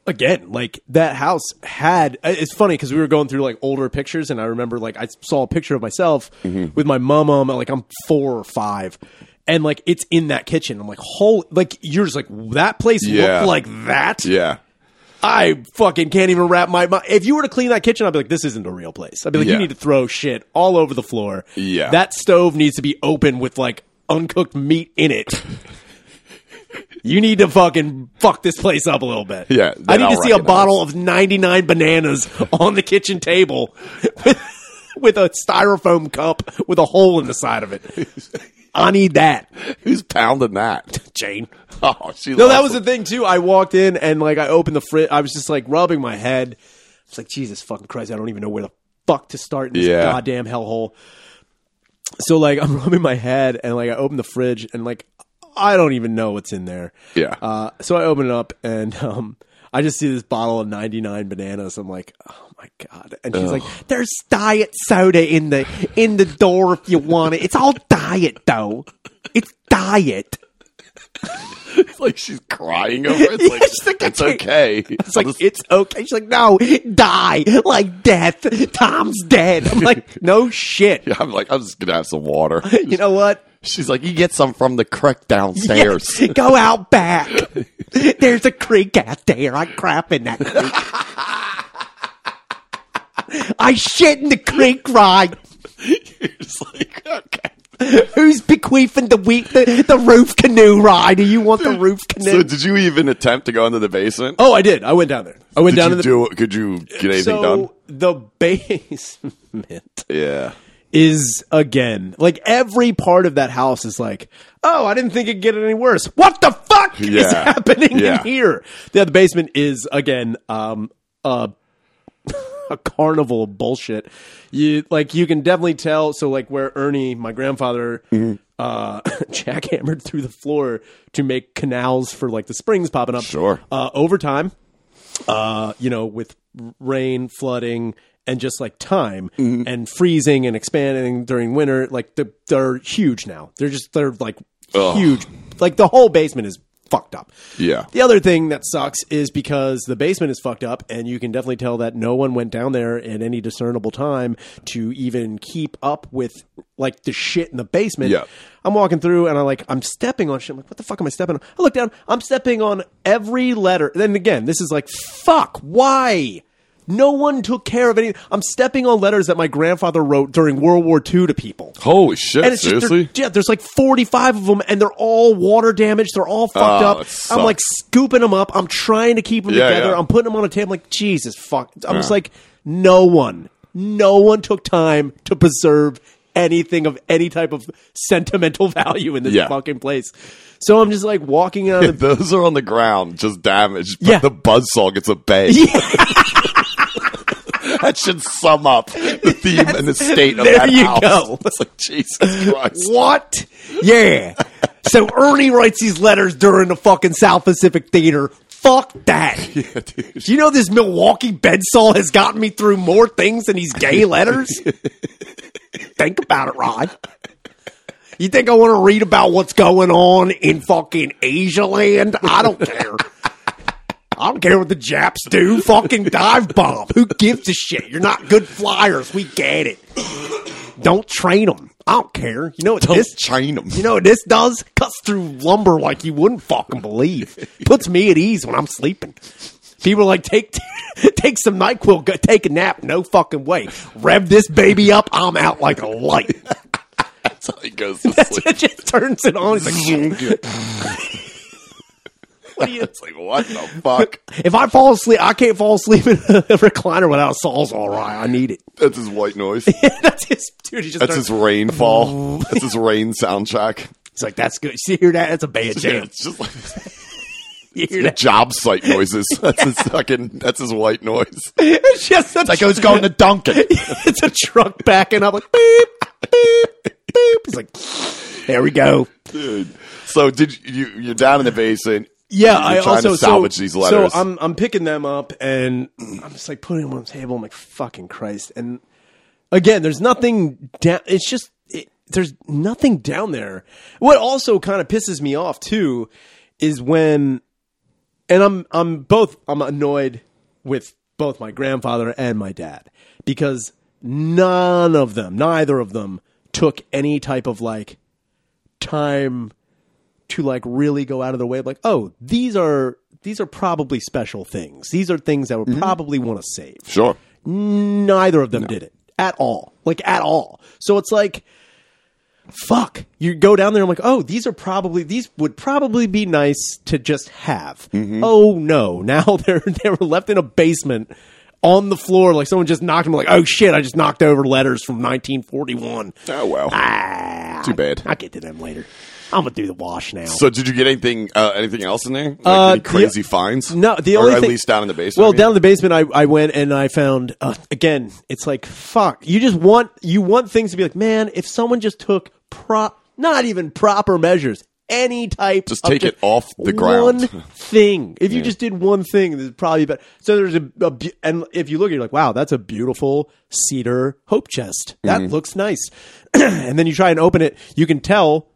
[SPEAKER 2] again, like that house had. eh, It's funny because we were going through like older pictures, and I remember like I saw a picture of myself
[SPEAKER 1] Mm-hmm.
[SPEAKER 2] with my mom. Um, like I'm four or five, and like it's in that kitchen. I'm like, whole like yours, like that place
[SPEAKER 1] Yeah.
[SPEAKER 2] looked like that.
[SPEAKER 1] Yeah.
[SPEAKER 2] I fucking can't even wrap my mind. If you were to clean that kitchen, I'd be like, this isn't a real place. I'd be like,
[SPEAKER 1] Yeah.
[SPEAKER 2] you need to throw shit all over the floor.
[SPEAKER 1] Yeah.
[SPEAKER 2] That stove needs to be open with like uncooked meat in it. you need to fucking fuck this place up a little bit.
[SPEAKER 1] Yeah,
[SPEAKER 2] I
[SPEAKER 1] then
[SPEAKER 2] need to
[SPEAKER 1] I'll
[SPEAKER 2] see a
[SPEAKER 1] recognize.
[SPEAKER 2] bottle of 99 bananas on the kitchen table with, with a styrofoam cup with a hole in the side of it. I need that,
[SPEAKER 1] Who's pounding that?
[SPEAKER 2] Jane.
[SPEAKER 1] Oh, she
[SPEAKER 2] No, that was the thing too. I walked in and like I opened the fridge. I was just like rubbing my head. I was like, Jesus fucking Christ! I don't even know where the fuck to start in this
[SPEAKER 1] Yeah.
[SPEAKER 2] goddamn hellhole. So like I'm rubbing my head and like I open the fridge and like I don't even know what's in there.
[SPEAKER 1] Yeah.
[SPEAKER 2] Uh, so I open it up and um, I just see this bottle of 99 bananas. I'm like, oh my god! And she's like, there's diet soda in the in the door if you want it. It's all diet though. It's diet.
[SPEAKER 1] It's like she's crying over it. It's,
[SPEAKER 2] Yeah,
[SPEAKER 1] like,
[SPEAKER 2] she's like, I
[SPEAKER 1] it's
[SPEAKER 2] can't-
[SPEAKER 1] okay.
[SPEAKER 2] It's like it's okay. She's like, no, die like death. Tom's dead. I'm like, no shit.
[SPEAKER 1] I'm like, I'm just gonna have some water.
[SPEAKER 2] You know what?
[SPEAKER 1] She's like, you get some from the creek downstairs.
[SPEAKER 2] Yes, go out back. There's a creek out there. I crap in that creek. I shit in the creek right.
[SPEAKER 1] It's like, okay.
[SPEAKER 2] Who's bequeathing the wheat the, the roof canoe ride? Do you want the roof canoe?
[SPEAKER 1] So, did you even attempt to go into the basement?
[SPEAKER 2] oh, I did. I went down there. I went
[SPEAKER 1] did
[SPEAKER 2] down
[SPEAKER 1] you
[SPEAKER 2] to the
[SPEAKER 1] do? Could you get anything done?
[SPEAKER 2] so the basement.
[SPEAKER 1] Yeah.
[SPEAKER 2] is again like every part of that house is like oh i didn't think it'd get any worse what the fuck is
[SPEAKER 1] Yeah.
[SPEAKER 2] happening
[SPEAKER 1] Yeah.
[SPEAKER 2] in here yeah the basement is again um a a carnival of bullshit you like you can definitely tell so like where ernie my grandfather
[SPEAKER 1] Mm-hmm.
[SPEAKER 2] uh jackhammered through the floor to make canals for like the springs popping up
[SPEAKER 1] Sure.
[SPEAKER 2] uh over time uh, you know, with rain, flooding, and just like time
[SPEAKER 1] Mm-hmm.
[SPEAKER 2] and freezing and expanding during winter, like the, they're huge now. They're just they're like
[SPEAKER 1] Ugh.
[SPEAKER 2] huge. Like the whole basement is fucked up.
[SPEAKER 1] Yeah.
[SPEAKER 2] The other thing that sucks is because the basement is fucked up, and you can definitely tell that no one went down there in any discernible time to even keep up with like the shit in the basement.
[SPEAKER 1] Yeah.
[SPEAKER 2] I'm walking through and I like I'm stepping on shit. I'm like, what the fuck am I stepping on? I look down. I'm stepping on every letter. Then again, this is like, fuck. Why? No one took care of any. I'm stepping on letters that my grandfather wrote during World War II to people.
[SPEAKER 1] Holy shit!
[SPEAKER 2] And it's just,
[SPEAKER 1] seriously?
[SPEAKER 2] there- yeah, there's like 45 of them, and they're all water damaged. They're all fucked
[SPEAKER 1] Oh,
[SPEAKER 2] up.
[SPEAKER 1] it
[SPEAKER 2] I'm like scooping them up. I'm trying to keep them
[SPEAKER 1] Yeah,
[SPEAKER 2] together.
[SPEAKER 1] yeah.
[SPEAKER 2] I'm putting them on a table. Like Jesus fuck. I'm just like, no one, no one took time to preserve anything of any type of sentimental value in this
[SPEAKER 1] Yeah.
[SPEAKER 2] fucking place. So I'm just like walking out. Of the-
[SPEAKER 1] Those are on the ground, just damaged. But
[SPEAKER 2] Yeah.
[SPEAKER 1] the buzzsaw gets a bang. that should sum up the theme and the state of
[SPEAKER 2] There
[SPEAKER 1] that
[SPEAKER 2] you
[SPEAKER 1] house.
[SPEAKER 2] go.
[SPEAKER 1] It's like Jesus Christ.
[SPEAKER 2] what? Yeah. so Ernie writes these letters during the fucking South Pacific Theater. Fuck that.
[SPEAKER 1] Yeah, dude.
[SPEAKER 2] Do you know this Milwaukee bed saw has gotten me through more things than these gay letters? think about it, Rod. You think I want to read about what's going on in fucking Asia land? I don't care. I don't care what the Japs do. Fucking dive bomb. Who gives a shit? You're not good flyers. We get it. Don't train them. I don't care. You know what
[SPEAKER 1] Don't
[SPEAKER 2] this
[SPEAKER 1] chain 'em.
[SPEAKER 2] You know what this does? Cuts through lumber like you wouldn't fucking believe. Puts me at ease when I'm sleeping. People are like, take take some Nyquil, go, take a nap. No fucking way. Rev this baby up. I'm out like a light.
[SPEAKER 1] That's how he goes to sleep.
[SPEAKER 2] it just turns it on. It's like, what do you?
[SPEAKER 1] It's like what the fuck?
[SPEAKER 2] If I fall asleep, I can't fall asleep in a recliner without a All right, I need it.
[SPEAKER 1] That's his white noise.
[SPEAKER 2] that's his dude. He just
[SPEAKER 1] That's
[SPEAKER 2] starts-
[SPEAKER 1] his rainfall. That's his rain soundtrack.
[SPEAKER 2] It's like that's good. You hear that? That's a bad
[SPEAKER 1] Yeah,
[SPEAKER 2] jam.
[SPEAKER 1] it's just like
[SPEAKER 2] You hear that?
[SPEAKER 1] job site noises. That's his fucking. That's his white noise.
[SPEAKER 2] It's just a,
[SPEAKER 1] Like who's going to Dunkin'?
[SPEAKER 2] it's a truck backing up like beep beep beep. It's like there we go.
[SPEAKER 1] Dude. So did you? You're down in the basement.
[SPEAKER 2] Yeah,
[SPEAKER 1] You're
[SPEAKER 2] I
[SPEAKER 1] trying
[SPEAKER 2] also
[SPEAKER 1] to salvage
[SPEAKER 2] so,
[SPEAKER 1] these letters.
[SPEAKER 2] So I'm I'm picking them up and I'm just like putting them on the table. I'm like fucking Christ. And again, there's nothing down. It's just it, there's nothing down there. What also kind of pisses me off too is when and I'm I'm both I'm annoyed with both my grandfather and my dad because none of them, neither of them took any type of like time to like really go out of their way of like, oh, these are these are probably special things. These are things that would probably want to save
[SPEAKER 1] Sure.
[SPEAKER 2] neither of them did it at all like at all so it's like fuck you go down there and i'm like oh these are probably these would probably be nice to just have oh no now they're they were left in a basement on the floor like someone just knocked them like oh shit i just knocked over letters from 1941
[SPEAKER 1] Oh well.
[SPEAKER 2] ah,
[SPEAKER 1] Too bad.
[SPEAKER 2] i'll get to them later i'm gonna do the wash now
[SPEAKER 1] So did you get anything uh, anything else in there? Like
[SPEAKER 2] Uh,
[SPEAKER 1] any
[SPEAKER 2] the-
[SPEAKER 1] crazy finds?
[SPEAKER 2] No, the
[SPEAKER 1] or
[SPEAKER 2] only
[SPEAKER 1] at
[SPEAKER 2] thing-
[SPEAKER 1] least down in the basement.
[SPEAKER 2] Well,
[SPEAKER 1] I mean?
[SPEAKER 2] down in the basement, I, I went and I found uh, again. It's like fuck. You just want you want things to be like, man. If someone just took prop, not even proper measures, any type,
[SPEAKER 1] Just
[SPEAKER 2] of
[SPEAKER 1] take it off the
[SPEAKER 2] one
[SPEAKER 1] ground.
[SPEAKER 2] thing. If you just did one thing, there's probably better. So there's a, a bu- and if you look, you're like, wow, that's a beautiful cedar hope chest. That
[SPEAKER 1] Mm-hmm.
[SPEAKER 2] looks nice. and then you try and open it. You can tell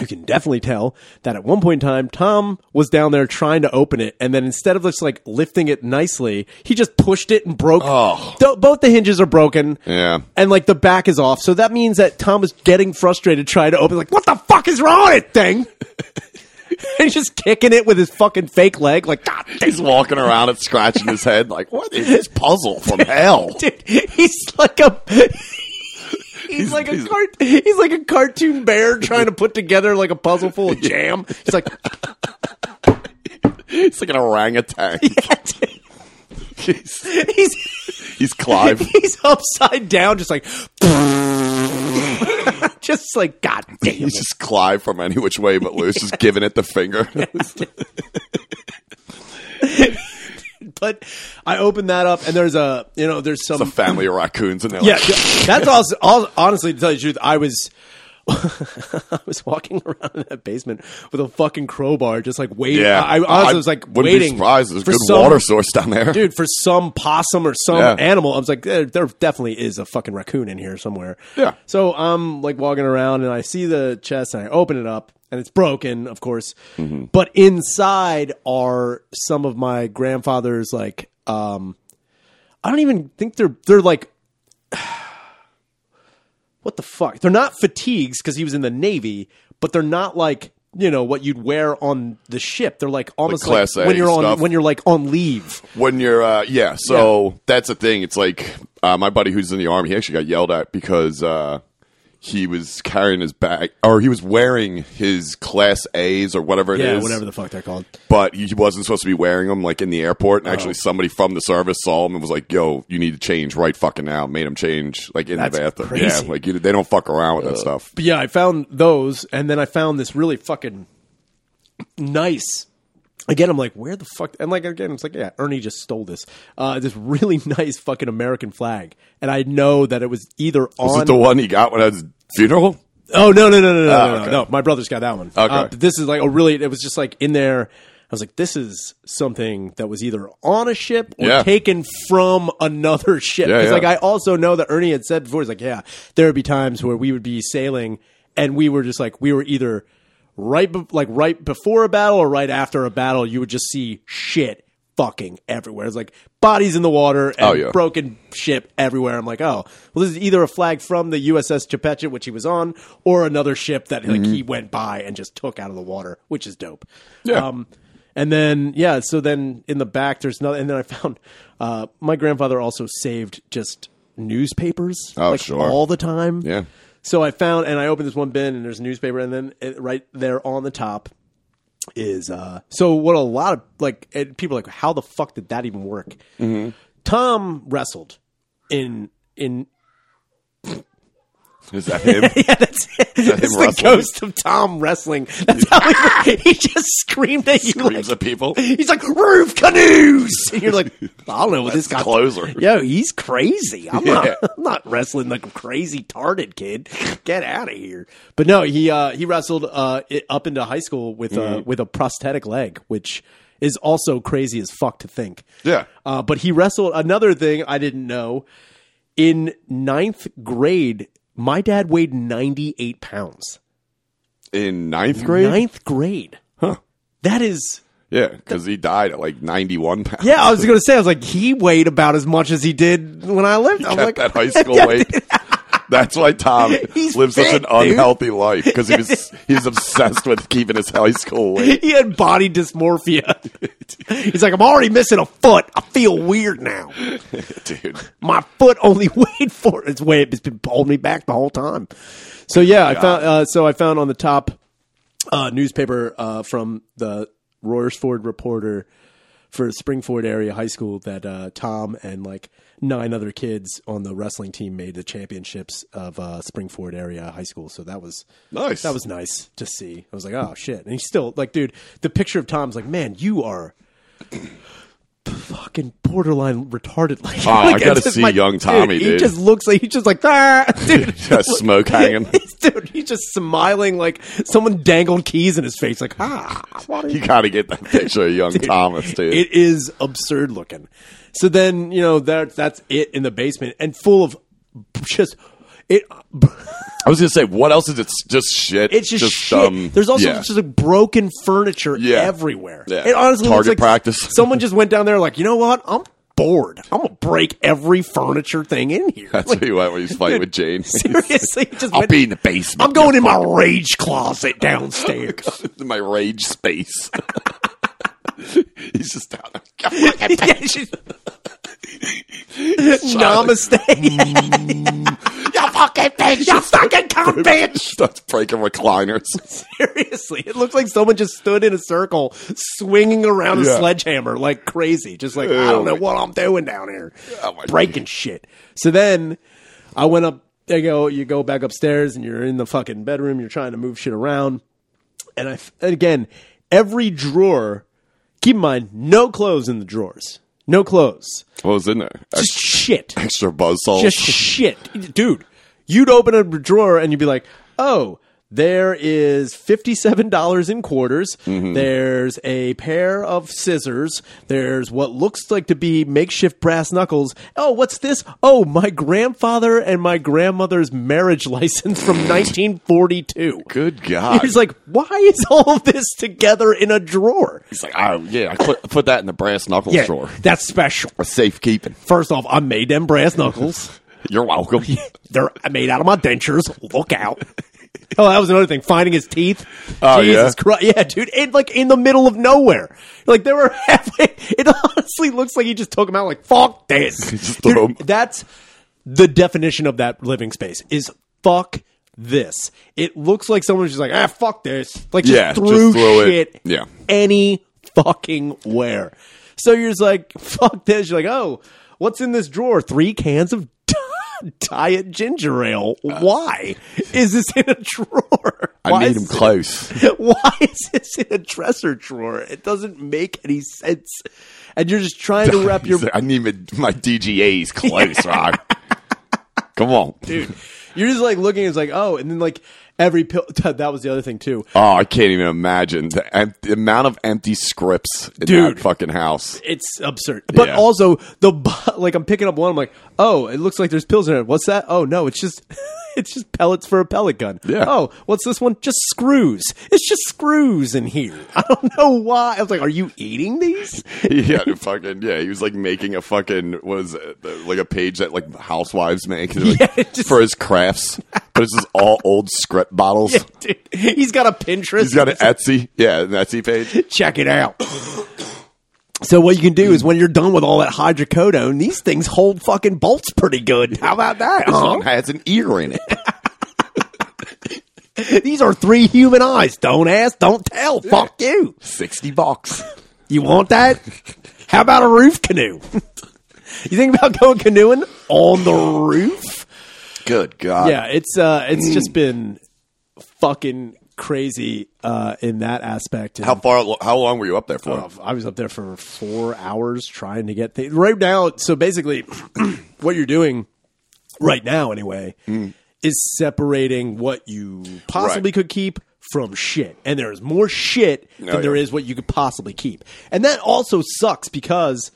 [SPEAKER 2] you can definitely tell that at one point in time, Tom was down there trying to open it, and then instead of just like lifting it nicely, he just pushed it and broke.
[SPEAKER 1] Oh.
[SPEAKER 2] Th- both the hinges are broken.
[SPEAKER 1] Yeah.
[SPEAKER 2] And like the back is off. So that means that Tom is getting frustrated trying to open like, what the fuck is wrong with it thing? and just kicking it with his fucking fake leg, like, God damn.
[SPEAKER 1] He's walking around and scratching his head like, what is this puzzle from hell?
[SPEAKER 2] Dude, he's like a he's, like a
[SPEAKER 1] he's-
[SPEAKER 2] cart, he's like a cartoon bear trying to put together like a puzzle full of jam. He's like,
[SPEAKER 1] It's like an orangutan. He's,
[SPEAKER 2] he's
[SPEAKER 1] he's Clive.
[SPEAKER 2] he's upside down, just like, just like, god damn
[SPEAKER 1] He's
[SPEAKER 2] it.
[SPEAKER 1] just Clive from any which way but loose, just giving it the finger.
[SPEAKER 2] But I opened that up, and there's a, you know, there's some
[SPEAKER 1] the family of raccoons and they're
[SPEAKER 2] Yeah,
[SPEAKER 1] like,
[SPEAKER 2] yeah. that's also, all. Honestly, to tell you the truth, I was. I was walking around in that basement with a fucking crowbar, just like waiting.
[SPEAKER 1] yeah.
[SPEAKER 2] I, I honestly was like
[SPEAKER 1] wouldn't
[SPEAKER 2] waiting.
[SPEAKER 1] be surprised. There's a
[SPEAKER 2] for
[SPEAKER 1] good
[SPEAKER 2] some-
[SPEAKER 1] water source down there.
[SPEAKER 2] dude, for some possum or some
[SPEAKER 1] Yeah.
[SPEAKER 2] animal. I was like, there, there definitely is a fucking raccoon in here somewhere.
[SPEAKER 1] Yeah.
[SPEAKER 2] So I'm like walking around and I see the chest and I open it up and it's broken, of course.
[SPEAKER 1] Mm-hmm.
[SPEAKER 2] But inside are some of my grandfather's like, um, I don't even think they're they're like. What the fuck? They're not fatigues because he was in the navy, but they're not like you know what you'd wear on the ship. They're like almost like
[SPEAKER 1] Class A
[SPEAKER 2] when you're on
[SPEAKER 1] stuff.
[SPEAKER 2] when you're like on leave.
[SPEAKER 1] when you're uh yeah so that's the thing it's like uh, my buddy who's in the army he actually got yelled at because uh he was carrying his bag or he was wearing his class a's or whatever it is,
[SPEAKER 2] Yeah, whatever the fuck they're called.
[SPEAKER 1] but he wasn't supposed to be wearing them like in the airport and
[SPEAKER 2] Oh.
[SPEAKER 1] actually somebody from the service saw him and was like yo you need to change right fucking now made him change like in
[SPEAKER 2] That's
[SPEAKER 1] the bathroom
[SPEAKER 2] crazy.
[SPEAKER 1] yeah like you, they don't fuck around with that stuff
[SPEAKER 2] But yeah, I found those, and then I found this really fucking nice. Again, I'm like, where the fuck? And like again, it's like, yeah, Ernie just stole this. Uh, this really nice fucking American flag, and I know that it was either
[SPEAKER 1] is
[SPEAKER 2] on.
[SPEAKER 1] it the one he got when at his funeral
[SPEAKER 2] oh no no no no no
[SPEAKER 1] Ah,
[SPEAKER 2] no, no
[SPEAKER 1] okay.
[SPEAKER 2] no! My brother's got that one.
[SPEAKER 1] Okay.
[SPEAKER 2] Uh, but this is like, oh really? It was just like in there. I was like, this is something that was either on a ship or
[SPEAKER 1] Yeah.
[SPEAKER 2] taken from another ship.
[SPEAKER 1] Yeah,
[SPEAKER 2] It's
[SPEAKER 1] yeah.
[SPEAKER 2] like I also know that Ernie had said before, he's like, yeah, there would be times where we would be sailing and we were just like, we were either right, be- like right before a battle or right after a battle, you would just see shit fucking everywhere. It's like bodies in the water and
[SPEAKER 1] Oh, yeah.
[SPEAKER 2] broken ship everywhere. I'm like, oh, well, this is either a flag from the USS Chepachet, which he was on, or another ship that like he went by and just took out of the water, which is dope.
[SPEAKER 1] Mm-hmm. Yeah.
[SPEAKER 2] Um, and then yeah, so then in the back there's nothing. And then I found uh, my grandfather also saved just newspapers,
[SPEAKER 1] Oh,
[SPEAKER 2] like,
[SPEAKER 1] sure.
[SPEAKER 2] all the time.
[SPEAKER 1] Yeah.
[SPEAKER 2] So I found and I opened this one bin and there's a newspaper, and then it, right there on the top is uh so what a lot of like and people are like how the fuck did that even work
[SPEAKER 1] Mm-hmm.
[SPEAKER 2] tom wrestled in in
[SPEAKER 1] is that him
[SPEAKER 2] yeah that's it it's the
[SPEAKER 1] wrestling?
[SPEAKER 2] ghost of tom wrestling that's how he, he just screamed at you
[SPEAKER 1] screams
[SPEAKER 2] like,
[SPEAKER 1] at people
[SPEAKER 2] he's like roof canoes and you're like i don't know what this guy
[SPEAKER 1] closer
[SPEAKER 2] Yo, he's crazy. I'm,
[SPEAKER 1] Yeah.
[SPEAKER 2] not, I'm not wrestling like a crazy tarted kid. Get out of here. But no, he uh, he wrestled uh, it up into high school with
[SPEAKER 1] Mm-hmm.
[SPEAKER 2] uh, with a prosthetic leg, which is also crazy as fuck to think.
[SPEAKER 1] yeah
[SPEAKER 2] Uh, but he wrestled another thing I didn't know. In ninth grade, my dad weighed 98 pounds.
[SPEAKER 1] in ninth grade
[SPEAKER 2] Ninth grade. Huh. That is
[SPEAKER 1] Yeah, because he died at like 91 pounds.
[SPEAKER 2] Yeah, I was gonna say, I was like, he weighed about as much as he did when I lived. I'm
[SPEAKER 1] At
[SPEAKER 2] like,
[SPEAKER 1] that high school weight. That's why Tom
[SPEAKER 2] He's
[SPEAKER 1] lives such an
[SPEAKER 2] fit, dude.
[SPEAKER 1] unhealthy life because he was he was obsessed with keeping his high school weight.
[SPEAKER 2] he had body dysmorphia. He's like, I'm already missing a foot. I feel weird now.
[SPEAKER 1] Dude,
[SPEAKER 2] My foot only weighed for its way. It's been holding me back the whole time. So yeah, I found. Uh, so I found on the top uh, newspaper uh, from the Royersford Reporter for Springford area high school that uh, Tom and like nine other kids on the wrestling team made the championships of uh, Springford area high school. So that was
[SPEAKER 1] nice.
[SPEAKER 2] that was nice to see. I was like, oh shit. And he's still like, dude, the picture of Tom's like, man, you are fucking borderline retarded. Like,
[SPEAKER 1] Oh, I
[SPEAKER 2] like,
[SPEAKER 1] gotta
[SPEAKER 2] it's just
[SPEAKER 1] see young Tommy,
[SPEAKER 2] He
[SPEAKER 1] dude.
[SPEAKER 2] just looks like he's just like, ah, dude.
[SPEAKER 1] Just smoke hanging.
[SPEAKER 2] dude, he's just smiling like someone dangled keys in his face. Like, ah, what are
[SPEAKER 1] You got to get that picture of young Thomas, dude.
[SPEAKER 2] it is absurd looking. So then you know that that's it in the basement and full of just it.
[SPEAKER 1] I was gonna say, what else is it? S- Just shit.
[SPEAKER 2] It's just, shit. There's also
[SPEAKER 1] yeah.
[SPEAKER 2] just like broken furniture
[SPEAKER 1] Yeah.
[SPEAKER 2] everywhere.
[SPEAKER 1] Yeah.
[SPEAKER 2] It honestly looks
[SPEAKER 1] Target
[SPEAKER 2] like
[SPEAKER 1] practice.
[SPEAKER 2] someone just went down there like, you know what? I'm bored. I'm gonna break every furniture thing in here.
[SPEAKER 1] that's
[SPEAKER 2] Like,
[SPEAKER 1] what he went when he's fighting with Jane.
[SPEAKER 2] seriously, just
[SPEAKER 1] I'll
[SPEAKER 2] went-
[SPEAKER 1] be in the basement.
[SPEAKER 2] I'm going in my rage closet downstairs.
[SPEAKER 1] in my rage space. he's just down there.
[SPEAKER 2] Yeah, she's- Namaste.
[SPEAKER 1] You fucking bitch.
[SPEAKER 2] you fucking cunt, bitch.
[SPEAKER 1] Starts breaking recliners.
[SPEAKER 2] Seriously, it looks like someone just stood in a circle, swinging around a
[SPEAKER 1] Yeah.
[SPEAKER 2] sledgehammer like crazy. Just like I don't know what I'm doing down here,
[SPEAKER 1] Oh, my
[SPEAKER 2] breaking shit. So then I went up. I go, you go back upstairs, and you're in the fucking bedroom. You're trying to move shit around, and I f- and again every drawer. Keep in mind, no clothes in the drawers. No clothes.
[SPEAKER 1] What was in there?
[SPEAKER 2] Just shit
[SPEAKER 1] Extra buzzsaw.
[SPEAKER 2] just shit, dude. You'd open a drawer and you'd be like, "Oh, there is fifty-seven dollars in quarters. There's a pair of scissors. There's what looks like to be makeshift brass knuckles. Oh, what's this? Oh, my grandfather and my grandmother's marriage license from 1942."
[SPEAKER 1] Good God.
[SPEAKER 2] He's like, "Why is all of this together in a drawer?"
[SPEAKER 1] He's like, oh, yeah, I put, put that in the brass knuckles drawer.
[SPEAKER 2] that's special.
[SPEAKER 1] For safekeeping.
[SPEAKER 2] First off, I made them brass knuckles.
[SPEAKER 1] You're welcome.
[SPEAKER 2] They're made out of my dentures. Look out. Oh, that was another thing. Finding his teeth.
[SPEAKER 1] Oh,
[SPEAKER 2] Jesus
[SPEAKER 1] yeah?
[SPEAKER 2] Christ. Yeah, dude. It, like in the middle of nowhere. Like they were halfway. It honestly looks like he just took him out like, fuck this.
[SPEAKER 1] Just
[SPEAKER 2] Dude,
[SPEAKER 1] throw 'em.
[SPEAKER 2] That's the definition of that living space is fuck this. It looks like someone's just like, ah, fuck this. Like just
[SPEAKER 1] Yeah, just
[SPEAKER 2] threw
[SPEAKER 1] throw it.
[SPEAKER 2] shit
[SPEAKER 1] Yeah.
[SPEAKER 2] any fucking where. So you're just like, fuck this. You're like, oh, what's in this drawer? Three cans of diet ginger ale. Why is this in a drawer?
[SPEAKER 1] I
[SPEAKER 2] Why
[SPEAKER 1] need
[SPEAKER 2] is
[SPEAKER 1] him
[SPEAKER 2] this-
[SPEAKER 1] close.
[SPEAKER 2] Why is this in a dresser drawer? It doesn't make any sense. And you're just trying to wrap your
[SPEAKER 1] He's like, I need my, my DGAs close, Rob. Come on.
[SPEAKER 2] dude. You're just like looking. It's like, oh, and then like every pill. That was the other thing too.
[SPEAKER 1] Oh, I can't even imagine the, em- the amount of empty scripts in
[SPEAKER 2] Dude.
[SPEAKER 1] that fucking house.
[SPEAKER 2] It's absurd. But
[SPEAKER 1] Yeah.
[SPEAKER 2] also the bu- like I'm picking up one. I'm like, oh, it looks like there's pills in it. What's that? Oh no, it's just it's just pellets for a pellet gun.
[SPEAKER 1] Yeah.
[SPEAKER 2] Oh, what's this one? Just screws. It's just screws in here. I don't know why. I was like, are you eating these?
[SPEAKER 1] He had a fucking yeah. He was like making a fucking what was it, the- like a page that like housewives make like,
[SPEAKER 2] Yeah, just-
[SPEAKER 1] for his crafts, but it's just all old script bottles.
[SPEAKER 2] Dude, he's got a Pinterest.
[SPEAKER 1] He's got an Etsy, yeah, an Etsy page.
[SPEAKER 2] check it out. So what you can do is when you're done with all that hydrocodone, these things hold fucking bolts pretty good. How about that?
[SPEAKER 1] This
[SPEAKER 2] huh?
[SPEAKER 1] one has an ear in it.
[SPEAKER 2] These are three human eyes. Don't ask, don't tell. Fuck you.
[SPEAKER 1] Sixty bucks.
[SPEAKER 2] You want that? How about a roof canoe? you think about going canoeing on the roof?
[SPEAKER 1] Good God.
[SPEAKER 2] Yeah, it's uh, it's just been fucking crazy uh, in that aspect. And
[SPEAKER 1] How far? How long were you up there for?
[SPEAKER 2] I was up there for four hours trying to get things right now. So basically, what you're doing right now, anyway, is separating what you possibly
[SPEAKER 1] Right.
[SPEAKER 2] could keep from shit, and there is more shit than
[SPEAKER 1] yeah.
[SPEAKER 2] there is what you could possibly keep, and that also sucks because.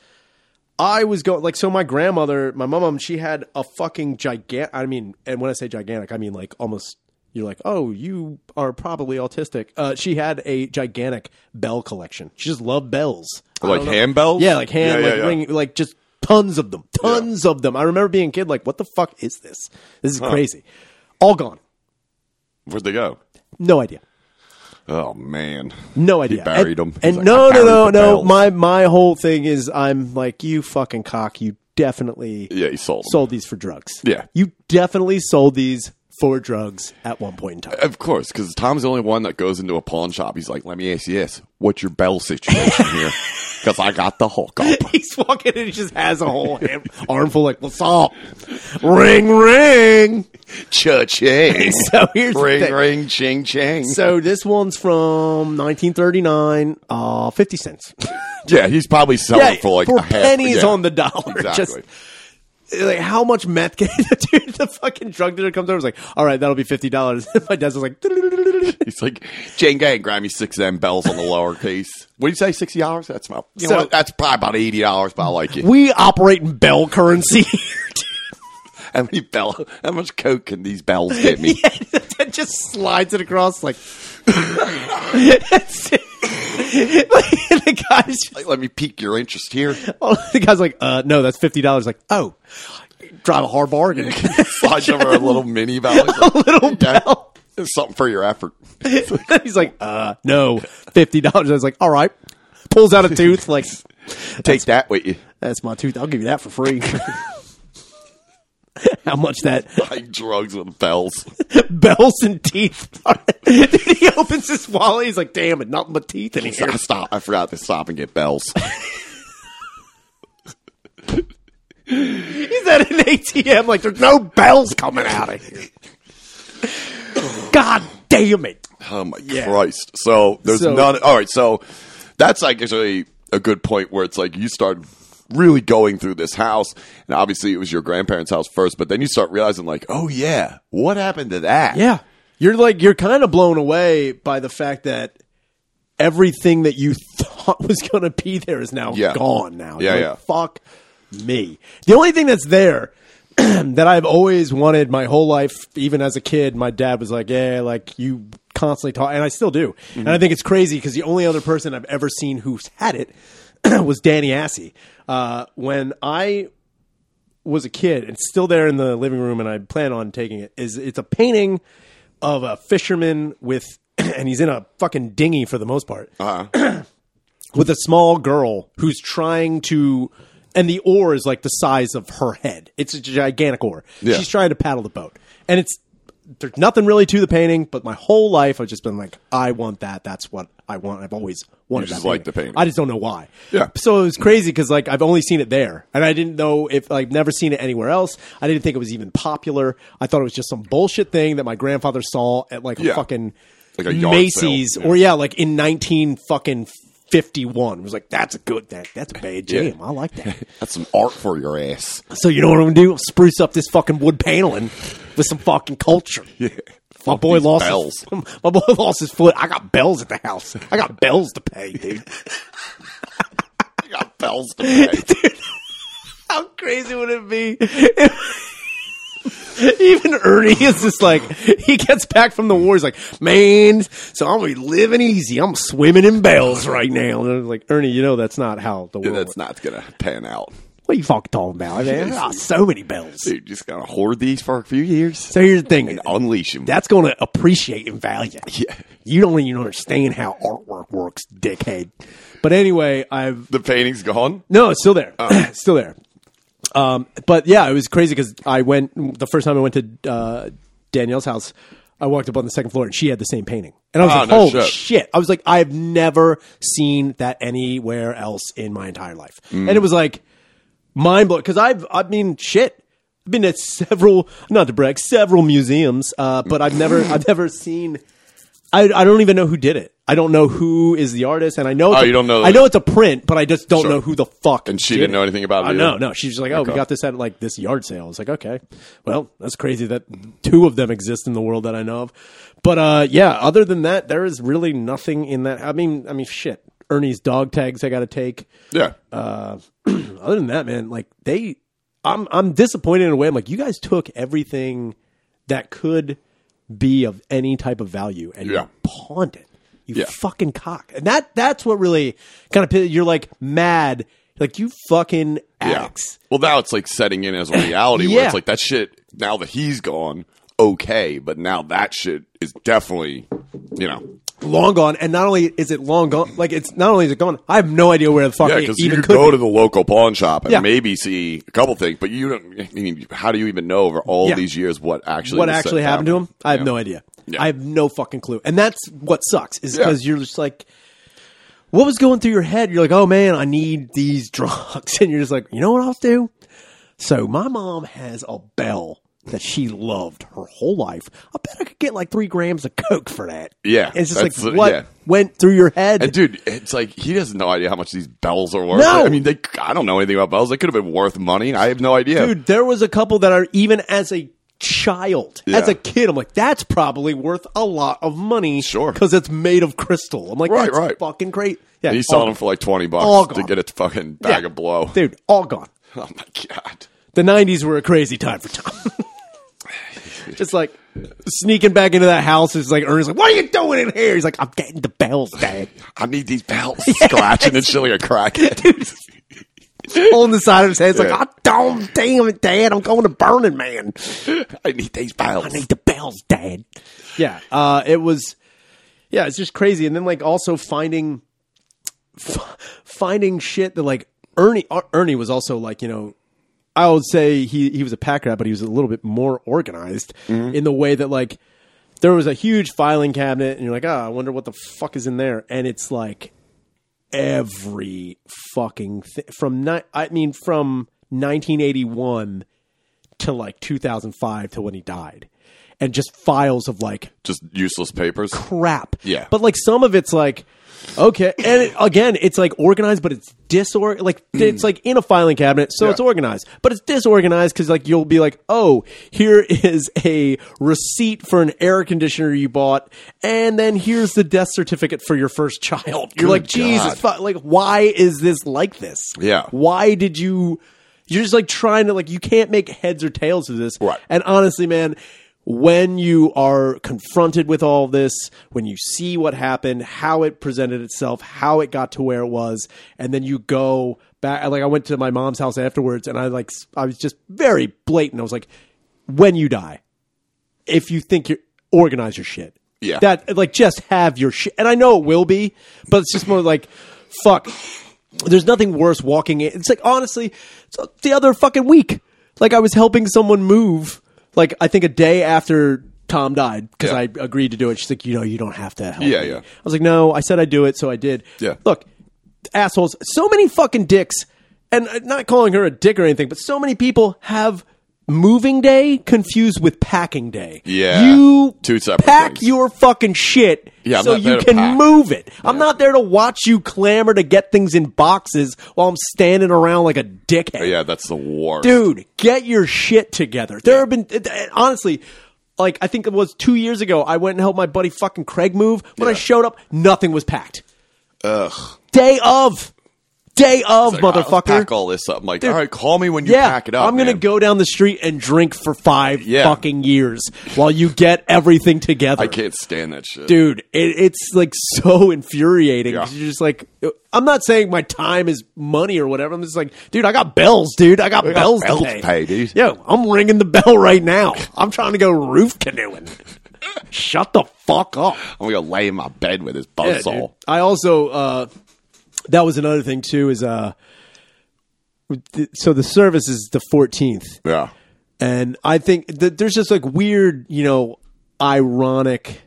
[SPEAKER 2] I was going like so. My grandmother, my mom, she had a fucking gigantic. I mean, and when I say gigantic, I mean like almost You're like, oh, you are probably autistic. Uh, she had a gigantic bell collection. She just loved bells. I
[SPEAKER 1] Like
[SPEAKER 2] don't know.
[SPEAKER 1] handbells?
[SPEAKER 2] Yeah, like
[SPEAKER 1] Yeah,
[SPEAKER 2] hand,
[SPEAKER 1] yeah,
[SPEAKER 2] like
[SPEAKER 1] yeah.
[SPEAKER 2] ring, like just tons of them, tons of them. I remember being a kid, like, what the fuck is this? This is crazy. All gone.
[SPEAKER 1] Where'd they go?
[SPEAKER 2] No idea.
[SPEAKER 1] Oh man,
[SPEAKER 2] No idea.
[SPEAKER 1] buried
[SPEAKER 2] and,
[SPEAKER 1] 'em. He's
[SPEAKER 2] And
[SPEAKER 1] like, "I
[SPEAKER 2] no, no, no,
[SPEAKER 1] buried the
[SPEAKER 2] no.
[SPEAKER 1] bells."
[SPEAKER 2] My my whole thing is I'm like you fucking cock. You definitely
[SPEAKER 1] yeah, he sold. 'em.
[SPEAKER 2] sold these for drugs.
[SPEAKER 1] Yeah.
[SPEAKER 2] you definitely sold these for drugs at one point in time.
[SPEAKER 1] Of course, because Tom's the only one that goes into a pawn shop. He's like, "Let me ask you this: What's your bell situation here? Because I got the hook up."
[SPEAKER 2] He's walking and he just has a whole ham- armful like what's up? Ring, ring.
[SPEAKER 1] Cha-ching.
[SPEAKER 2] So here's
[SPEAKER 1] ring,
[SPEAKER 2] the thing.
[SPEAKER 1] ring, ching, ching.
[SPEAKER 2] So this one's from 1939, uh, 50 cents.
[SPEAKER 1] Yeah, he's probably selling for like a half-
[SPEAKER 2] pennies
[SPEAKER 1] yeah,
[SPEAKER 2] on the dollar.
[SPEAKER 1] Exactly.
[SPEAKER 2] Just like how much meth can dude, the fucking drug dealer comes over and is like, all right, that'll be fifty dollars. My dad's was like,
[SPEAKER 1] He's like, Jane Gang, grab me six M bells on the lowercase. What do you say, sixty dollars? That's about you
[SPEAKER 2] So-
[SPEAKER 1] know what? That's probably about eighty dollars, but I like it.
[SPEAKER 2] we operate in bell currency.
[SPEAKER 1] How many bell how much coke can these bells get me?
[SPEAKER 2] that just slides it across like. That's it. like the guy's just-
[SPEAKER 1] Like, let me pique your interest here.
[SPEAKER 2] the guy's like, uh, no, that's fifty dollars. Like, oh, drive a hard bargain.
[SPEAKER 1] Slides over a little mini bell. He's like,
[SPEAKER 2] Little
[SPEAKER 1] "Yeah,
[SPEAKER 2] bell.
[SPEAKER 1] there's something for your effort.
[SPEAKER 2] He's like, uh, no, fifty dollars. I was like, all right. Pulls out a tooth, like
[SPEAKER 1] Take that with you.
[SPEAKER 2] that's my tooth. I'll give you that for free. How much that
[SPEAKER 1] Like drugs with bells.
[SPEAKER 2] bells and teeth? Are. Dude, he opens his wallet. He's like, damn it, nothing but teeth in here.
[SPEAKER 1] Stop, stop. I forgot to stop and get bells.
[SPEAKER 2] He's at an ATM. Like, there's no bells coming out of here. God damn it.
[SPEAKER 1] Oh my Christ! So there's
[SPEAKER 2] So-
[SPEAKER 1] none. All right, so that's like actually a good point where it's like you start really going through this house, and obviously it was your grandparents' house first, but then you start realizing like, oh yeah, what happened to that?
[SPEAKER 2] Yeah. You're like you're kind of blown away by the fact that everything that you thought was going to be there is now
[SPEAKER 1] Yeah.
[SPEAKER 2] gone now.
[SPEAKER 1] Yeah,
[SPEAKER 2] You're
[SPEAKER 1] yeah.
[SPEAKER 2] like, Fuck me. The only thing that's there that I've always wanted my whole life, even as a kid, my dad was like, "Yeah, like you constantly talk," and I still do. And
[SPEAKER 1] Mm-hmm.
[SPEAKER 2] I think it's crazy because the only other person I've ever seen who's had it was Danny Assey. Uh, when I was a kid and still there in the living room and I plan on taking it is it's a painting of a fisherman with and he's in a fucking dinghy for the most part
[SPEAKER 1] Uh-huh.
[SPEAKER 2] with a small girl who's trying to and the oar is like the size of her head. It's a gigantic oar.
[SPEAKER 1] Yeah.
[SPEAKER 2] She's trying to paddle the boat. And it's there's nothing really to the painting, but my whole life I've just been like, I want that. That's what I want. I've always wanted
[SPEAKER 1] You just
[SPEAKER 2] that.
[SPEAKER 1] like the painting.
[SPEAKER 2] I just don't know why.
[SPEAKER 1] Yeah.
[SPEAKER 2] So it was crazy because like I've only seen it there, and I didn't know if I've never seen it anywhere else. I didn't think it was even popular. I thought it was just some bullshit thing that my grandfather saw at like a
[SPEAKER 1] Yeah.
[SPEAKER 2] fucking
[SPEAKER 1] Like a yard sale.
[SPEAKER 2] Macy's
[SPEAKER 1] Yeah.
[SPEAKER 2] or or yeah, like in nineteen fucking fifty one. It was like that's a good that that's a bad
[SPEAKER 1] Yeah.
[SPEAKER 2] jam. I like that.
[SPEAKER 1] that's some art for your ass.
[SPEAKER 2] so you know what I'm gonna do? Spruce up this fucking wood paneling with some fucking culture. Yeah. My
[SPEAKER 1] Fuck
[SPEAKER 2] boy
[SPEAKER 1] these
[SPEAKER 2] lost
[SPEAKER 1] bells.
[SPEAKER 2] His, my boy lost his foot. I got bells at the house. I got bells to pay, dude.
[SPEAKER 1] I got bells to pay.
[SPEAKER 2] How crazy would it be? Even Ernie is just like he gets back from the war. He's like, man, so I'm gonna be living easy. I'm swimming in bells right now. And I'm like, Ernie, you know that's not how the world. works.
[SPEAKER 1] That's not gonna pan out.
[SPEAKER 2] What are you fucking talking about? I mean, there are so many bells.
[SPEAKER 1] Dude, just gotta hoard these for a few years
[SPEAKER 2] So here's the thing.
[SPEAKER 1] and unleash them.
[SPEAKER 2] That's going to appreciate in value. You don't even understand how artwork works, dickhead. But anyway, I've
[SPEAKER 1] the painting's gone.
[SPEAKER 2] no, it's still there,
[SPEAKER 1] Oh.
[SPEAKER 2] still there. Um, but yeah, it was crazy because I went the first time I went to uh, Danielle's house. I walked up on the second floor and she had the same painting, and I was
[SPEAKER 1] Oh,
[SPEAKER 2] like,
[SPEAKER 1] no
[SPEAKER 2] "Holy
[SPEAKER 1] shit.
[SPEAKER 2] shit!" I was like, "I've never seen that anywhere else in my entire life,"
[SPEAKER 1] Mm.
[SPEAKER 2] and it was like mind blowing because I've I mean shit. I've been at several, not to brag, several museums, uh, but I've never, I've never seen. I, I don't even know who did it. I don't know who is the artist, and I know. it's
[SPEAKER 1] Oh,
[SPEAKER 2] a-
[SPEAKER 1] you don't know
[SPEAKER 2] I
[SPEAKER 1] the-
[SPEAKER 2] know it's a print, but I just don't
[SPEAKER 1] Sure.
[SPEAKER 2] know who the fuck.
[SPEAKER 1] And she didn't know anything about it
[SPEAKER 2] I
[SPEAKER 1] either?
[SPEAKER 2] know, no. She's just like, oh, we got this at like this yard sale. It's like, okay, well, that's crazy that two of them exist in the world that I know of. But uh, yeah, other than that, there is really nothing in that. I mean, I mean, shit. Ernie's dog tags I got to take
[SPEAKER 1] Yeah.
[SPEAKER 2] other than that, man, like they, I'm I'm disappointed in a way. I'm like, you guys took everything that could be of any type of value, and
[SPEAKER 1] Yeah.
[SPEAKER 2] you pawned it. You
[SPEAKER 1] Yeah.
[SPEAKER 2] fucking cock, and that that's what really kind of you're like mad, like you fucking
[SPEAKER 1] Yeah.
[SPEAKER 2] axe.
[SPEAKER 1] Well, now it's like setting in as a reality where
[SPEAKER 2] Yeah.
[SPEAKER 1] it's like that shit. Now that he's gone, okay, but now that shit is definitely, you know,
[SPEAKER 2] long gone, and not only is it long gone, like it's not only is it gone, I have no idea where the fuck
[SPEAKER 1] yeah.
[SPEAKER 2] it
[SPEAKER 1] Because you
[SPEAKER 2] even
[SPEAKER 1] could
[SPEAKER 2] could
[SPEAKER 1] go
[SPEAKER 2] be.
[SPEAKER 1] to the local pawn shop and
[SPEAKER 2] Yeah.
[SPEAKER 1] maybe see a couple things, but you don't. I mean, how do you even know over all
[SPEAKER 2] Yeah.
[SPEAKER 1] these years what actually
[SPEAKER 2] what
[SPEAKER 1] was set
[SPEAKER 2] actually
[SPEAKER 1] down?
[SPEAKER 2] happened to him? I have
[SPEAKER 1] Yeah.
[SPEAKER 2] no idea.
[SPEAKER 1] Yeah.
[SPEAKER 2] I have no fucking clue. And that's what sucks is
[SPEAKER 1] Yeah.
[SPEAKER 2] because you're just like, what was going through your head? You're like, oh man, I need these drugs, and you're just like, you know what I'll do? So my mom has a bell that she loved her whole life. I bet I could get like three grams of coke for that.
[SPEAKER 1] Yeah,
[SPEAKER 2] it's just like
[SPEAKER 1] that's- uh,
[SPEAKER 2] what
[SPEAKER 1] yeah.
[SPEAKER 2] went through your head.
[SPEAKER 1] And dude, it's like he has no idea how much these bells are worth.
[SPEAKER 2] No!
[SPEAKER 1] I mean, they I don't know anything about bells. They could have been worth money. I have no idea.
[SPEAKER 2] dude there was a couple that are even as a child as
[SPEAKER 1] Yeah.
[SPEAKER 2] a kid i'm like that's probably worth a lot of money
[SPEAKER 1] Sure.
[SPEAKER 2] because it's made of crystal i'm like
[SPEAKER 1] Right,
[SPEAKER 2] that's
[SPEAKER 1] right.
[SPEAKER 2] fucking great yeah
[SPEAKER 1] and he
[SPEAKER 2] all
[SPEAKER 1] sold them for like twenty
[SPEAKER 2] All
[SPEAKER 1] bucks to
[SPEAKER 2] gone.
[SPEAKER 1] get a fucking
[SPEAKER 2] gone.
[SPEAKER 1] bag
[SPEAKER 2] Yeah.
[SPEAKER 1] of blow.
[SPEAKER 2] dude all gone
[SPEAKER 1] Oh my god.
[SPEAKER 2] the 90s were a crazy time for tom just like sneaking back into that house is like Ernest like what are you doing in here he's like I'm getting the bells dad
[SPEAKER 1] I need these bells scratching and chilling a crack.
[SPEAKER 2] on the side of his head it's
[SPEAKER 1] Yeah.
[SPEAKER 2] like oh damn, damn it dad I'm going to Burning Man
[SPEAKER 1] I need these bells.
[SPEAKER 2] I need the bells, Dad. Yeah, uh, it was. Yeah, it's just crazy. And then like also finding, f- finding shit that like Ernie Er- Ernie was also like you know. I would say he, he was a pack rat, but he was a little bit more organized in the way that like there was a huge filing cabinet, and you're like, oh, I wonder what the fuck is in there, and it's like every fucking thing from ni- I mean from 1981 to like 2005 to when he died and just files of like
[SPEAKER 1] Just useless papers.
[SPEAKER 2] crap
[SPEAKER 1] Yeah.
[SPEAKER 2] but like some of it's like okay and it, again it's like organized but it's disorganized like it's like in a filing cabinet so
[SPEAKER 1] Hmm. Yeah.
[SPEAKER 2] it's organized but it's disorganized because like you'll be like oh here is a receipt for an air conditioner you bought and then here's the death certificate for your first child you're like jesus fu- like why is this like this
[SPEAKER 1] Yeah.
[SPEAKER 2] why did you you're just like trying to like you can't make heads or tails of this
[SPEAKER 1] Right.
[SPEAKER 2] and honestly man when you are confronted with all this when you see what happened how it presented itself how it got to where it was and then you go back like i went to my mom's house afterwards and i like s- i was just very blatant i was like when you die if you think you're organize your shit.
[SPEAKER 1] Yeah.
[SPEAKER 2] That like just have your shit. And I know it will be, but it's just more like fuck. There's nothing worse walking in. It's like honestly, it's the other fucking week. Like I was helping someone move like I think a day after Tom died because
[SPEAKER 1] Yeah.
[SPEAKER 2] I agreed to do it. She's like, you know, you don't have to help.
[SPEAKER 1] Yeah,
[SPEAKER 2] me."
[SPEAKER 1] yeah.
[SPEAKER 2] I was like, no, I said I would do it, so I did.
[SPEAKER 1] Yeah.
[SPEAKER 2] Look, assholes. So many fucking dicks, and uh, not calling her a dick or anything, but so many people have moving day confused with packing day.
[SPEAKER 1] Yeah.
[SPEAKER 2] You
[SPEAKER 1] Two separate
[SPEAKER 2] pack
[SPEAKER 1] things.
[SPEAKER 2] your fucking shit
[SPEAKER 1] Yeah, I'm
[SPEAKER 2] so
[SPEAKER 1] not there
[SPEAKER 2] you
[SPEAKER 1] to
[SPEAKER 2] can
[SPEAKER 1] pack.
[SPEAKER 2] move it. I'm not there to watch you clamor to get things in boxes while I'm standing around like a dickhead.
[SPEAKER 1] Yeah, that's the worst.
[SPEAKER 2] Dude, get your shit together. There have been and honestly like I think it was 2 years ago I went and helped my buddy fucking Craig move. When I
[SPEAKER 1] Yeah.
[SPEAKER 2] showed up, nothing was packed.
[SPEAKER 1] Ugh.
[SPEAKER 2] Day of Day of
[SPEAKER 1] Like, I'll
[SPEAKER 2] motherfucker.
[SPEAKER 1] pack all this up. I'm like, all right, call me when you
[SPEAKER 2] Yeah,
[SPEAKER 1] pack it up.
[SPEAKER 2] I'm gonna
[SPEAKER 1] man.
[SPEAKER 2] go down the street and drink for five
[SPEAKER 1] Yeah.
[SPEAKER 2] fucking years while you get everything together.
[SPEAKER 1] I can't stand that shit.
[SPEAKER 2] Dude, it, it's like so infuriating. 'cause
[SPEAKER 1] Yeah.
[SPEAKER 2] You're just like, uh, I'm not saying my time is money or whatever. I'm just like, dude, I got bells, dude. I got bells,
[SPEAKER 1] bells
[SPEAKER 2] to pay.
[SPEAKER 1] to pay, dude.
[SPEAKER 2] Yo, I'm ringing the bell right now. I'm trying to go roof canoeing. Shut the fuck up.
[SPEAKER 1] I'm gonna lay in my bed with his
[SPEAKER 2] Yeah,
[SPEAKER 1] buzzsaw.
[SPEAKER 2] dude. I also uh, that was another thing too is uh, th- so the service is the 14th.
[SPEAKER 1] yeah.
[SPEAKER 2] And I think that there's just like weird, you know, ironic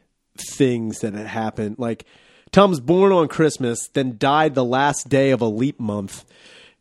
[SPEAKER 2] things that had happened. Like Tom's born on Christmas, then died the last day of a leap month.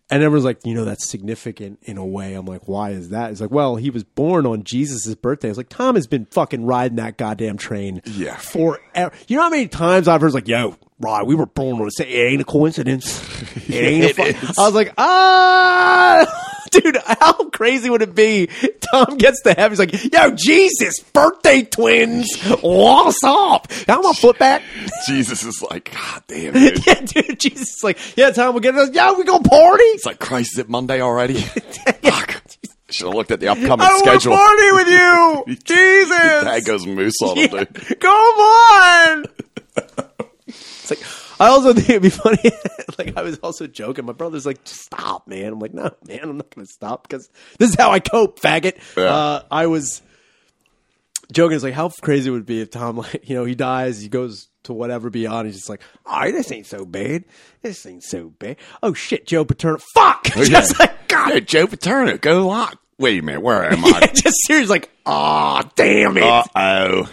[SPEAKER 2] And everyone's like, you know, that's significant in a way. I'm like, why is that? It's like, well, he was born on Jesus' birthday. It's like, Tom has been fucking riding that goddamn train
[SPEAKER 1] Yeah.
[SPEAKER 2] forever. You know how many times I've heard, it's like, yo, Rod, we were born on the same. It ain't a coincidence. It ain't a
[SPEAKER 1] It
[SPEAKER 2] fu-
[SPEAKER 1] is.
[SPEAKER 2] I was like, ah, dude, how crazy would it be? Tom gets to heaven. He's like, yo, Jesus, birthday twins. What's up? I'm on footback.
[SPEAKER 1] Jesus is like, God damn, dude.
[SPEAKER 2] yeah, dude, Jesus is like, yeah, Tom, we'll get it. Yeah, we going to party.
[SPEAKER 1] It's like, Christ, is it Monday already? Fuck. Should have looked at the upcoming
[SPEAKER 2] I want to
[SPEAKER 1] schedule.
[SPEAKER 2] party with you.
[SPEAKER 1] That
[SPEAKER 2] Jesus.
[SPEAKER 1] goes moose on him, dude.
[SPEAKER 2] Yeah, Come on. It's like, I also think it'd be funny. like, I was also joking. My brother's like, "Just stop, man. I'm like, no, man, I'm not going to stop because this is how I cope, faggot.
[SPEAKER 1] Yeah.
[SPEAKER 2] Uh, I was joking. It's like, how crazy it would be if Tom, like, you know, he dies, he goes to whatever beyond. He's just like, all right, this ain't so bad. This ain't so bad. Oh, shit, Joe Paterno. Fuck! just like, God
[SPEAKER 1] Hey, Joe Paterno, go lock. Wait a minute, where am I?
[SPEAKER 2] yeah, just serious, like, ah, damn it.
[SPEAKER 1] Uh oh.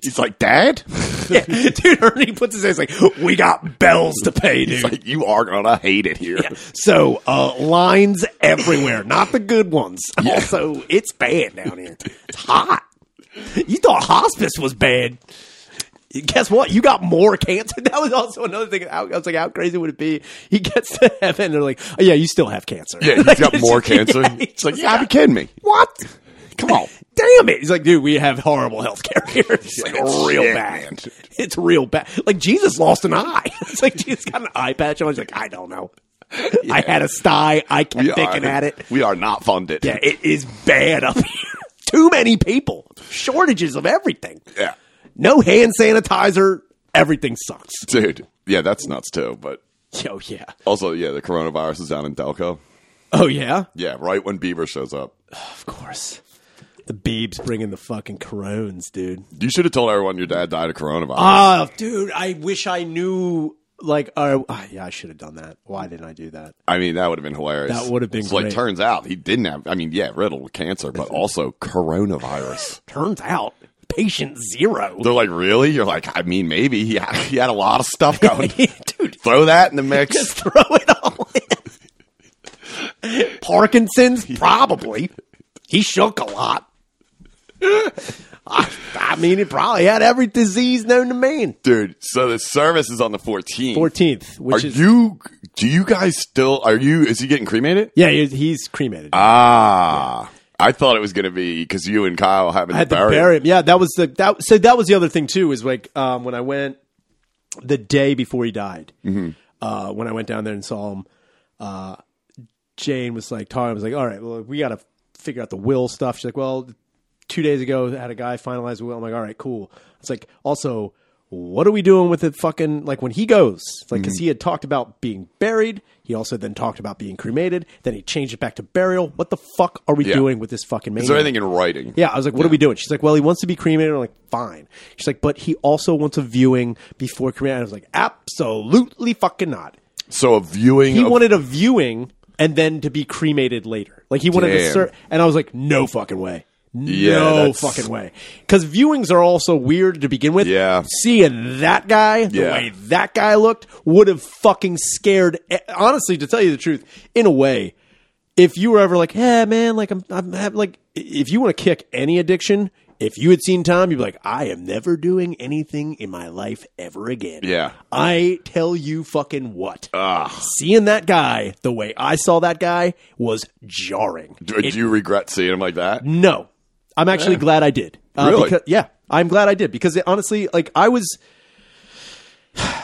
[SPEAKER 1] He's like, Dad?
[SPEAKER 2] Yeah. Dude, Ernie puts his hands like, we got bells to pay, dude.
[SPEAKER 1] He's like, you are gonna hate it here.
[SPEAKER 2] Yeah. So, uh, lines everywhere, not the good ones. Also, it's bad down here. It's hot. You thought hospice was bad. Guess what? You got more cancer. That was also another thing. I was like, how crazy would it be? He gets to heaven, and they're like, oh, yeah, you still have cancer.
[SPEAKER 1] Yeah, he's
[SPEAKER 2] Like,
[SPEAKER 1] got
[SPEAKER 2] it's
[SPEAKER 1] more
[SPEAKER 2] just-
[SPEAKER 1] cancer.
[SPEAKER 2] yeah, he's
[SPEAKER 1] it's like,
[SPEAKER 2] just
[SPEAKER 1] you gotta be kidding me.
[SPEAKER 2] What?
[SPEAKER 1] Come on.
[SPEAKER 2] Damn it. He's like, dude, we have horrible health care here. It's like real
[SPEAKER 1] Shit,
[SPEAKER 2] bad.
[SPEAKER 1] man.
[SPEAKER 2] It's real bad. Like Jesus lost an eye. It's like Jesus got an eye patch on. He's like, I don't know. I had a sty. I kept
[SPEAKER 1] We
[SPEAKER 2] picking
[SPEAKER 1] are,
[SPEAKER 2] at it.
[SPEAKER 1] We are not funded.
[SPEAKER 2] Yeah, it is bad up here. Too many people. Shortages of everything.
[SPEAKER 1] Yeah.
[SPEAKER 2] No hand sanitizer. Everything sucks.
[SPEAKER 1] Dude. Yeah, that's nuts too. But
[SPEAKER 2] Oh yeah.
[SPEAKER 1] also, yeah, the coronavirus is down in Delco.
[SPEAKER 2] Oh yeah.
[SPEAKER 1] Yeah, right when Bieber shows up.
[SPEAKER 2] Of course. The Beebs bringing the fucking corones, dude.
[SPEAKER 1] You should have told everyone your dad died of coronavirus.
[SPEAKER 2] Ah, dude, I wish I knew. Like, uh, ah, yeah, I should have done that. Why didn't I do that?
[SPEAKER 1] I mean, that would have been hilarious.
[SPEAKER 2] That would have been
[SPEAKER 1] So, like,
[SPEAKER 2] great.
[SPEAKER 1] turns out he didn't have. I mean, yeah, riddled with cancer, but also coronavirus.
[SPEAKER 2] Turns out, patient zero.
[SPEAKER 1] They're like, really? You're like, I mean, maybe he had, he had a lot of stuff going.
[SPEAKER 2] dude,
[SPEAKER 1] Throw that in the mix.
[SPEAKER 2] just throw it all in. Parkinson's? Probably. He shook a lot. I, I mean, he probably had every disease known to man.
[SPEAKER 1] Dude, so the service is on the 14th.
[SPEAKER 2] 14th,
[SPEAKER 1] Are
[SPEAKER 2] which is.
[SPEAKER 1] you? Do you guys still? Are you? Is he getting cremated?
[SPEAKER 2] yeah, he- he's cremated.
[SPEAKER 1] Ah, I thought it was going to be because you and Kyle having
[SPEAKER 2] I had
[SPEAKER 1] to
[SPEAKER 2] to
[SPEAKER 1] bury.
[SPEAKER 2] bury him. Yeah, that was the that. So that was the other thing too. Is like um, when I went the day before he died.
[SPEAKER 1] Mm-hmm.
[SPEAKER 2] Uh, when I went down there and saw him, uh, Jane was like, Tara was like, all right, well, we got to figure out the will stuff. She's like, well, two days ago, I had a guy finalize the will. I'm like, all right, cool. It's like, also, what are we doing with the fucking, like, when he goes? It's like, because
[SPEAKER 1] Mm-hmm.
[SPEAKER 2] he had talked about being buried. He also then talked about being cremated. Then he changed it back to burial. What the fuck are we
[SPEAKER 1] Yeah.
[SPEAKER 2] doing with this fucking man?
[SPEAKER 1] Is there anything in writing?
[SPEAKER 2] Yeah, I was like, what are we doing? She's like, well, he wants to be cremated. I'm like, fine. She's like, but he also wants a viewing before cremated. I was like, absolutely fucking not.
[SPEAKER 1] So a viewing.
[SPEAKER 2] He
[SPEAKER 1] of,
[SPEAKER 2] wanted a viewing and then to be cremated later. Like he wanted to
[SPEAKER 1] Damn.
[SPEAKER 2] serve, and I was like, no fucking way.
[SPEAKER 1] Yeah,
[SPEAKER 2] no
[SPEAKER 1] that's-
[SPEAKER 2] fucking way. Because viewings are also weird to begin with.
[SPEAKER 1] Yeah.
[SPEAKER 2] Seeing that guy, the
[SPEAKER 1] Yeah.
[SPEAKER 2] way that guy looked, would have fucking scared. eh, Honestly, to tell you the truth, in a way, if you were ever like, hey, man, like, I'm, I'm hav- like, if you want to kick any addiction, if you had seen Tom, you'd be like, I am never doing anything in my life ever again.
[SPEAKER 1] Yeah. Uh,
[SPEAKER 2] I tell you fucking what. Seeing that guy the way I saw that guy was jarring.
[SPEAKER 1] do, do you regret seeing him like that?
[SPEAKER 2] No, I'm actually glad I did. Uh,
[SPEAKER 1] Really?
[SPEAKER 2] Because, yeah, I'm glad I did because it, honestly, like I was,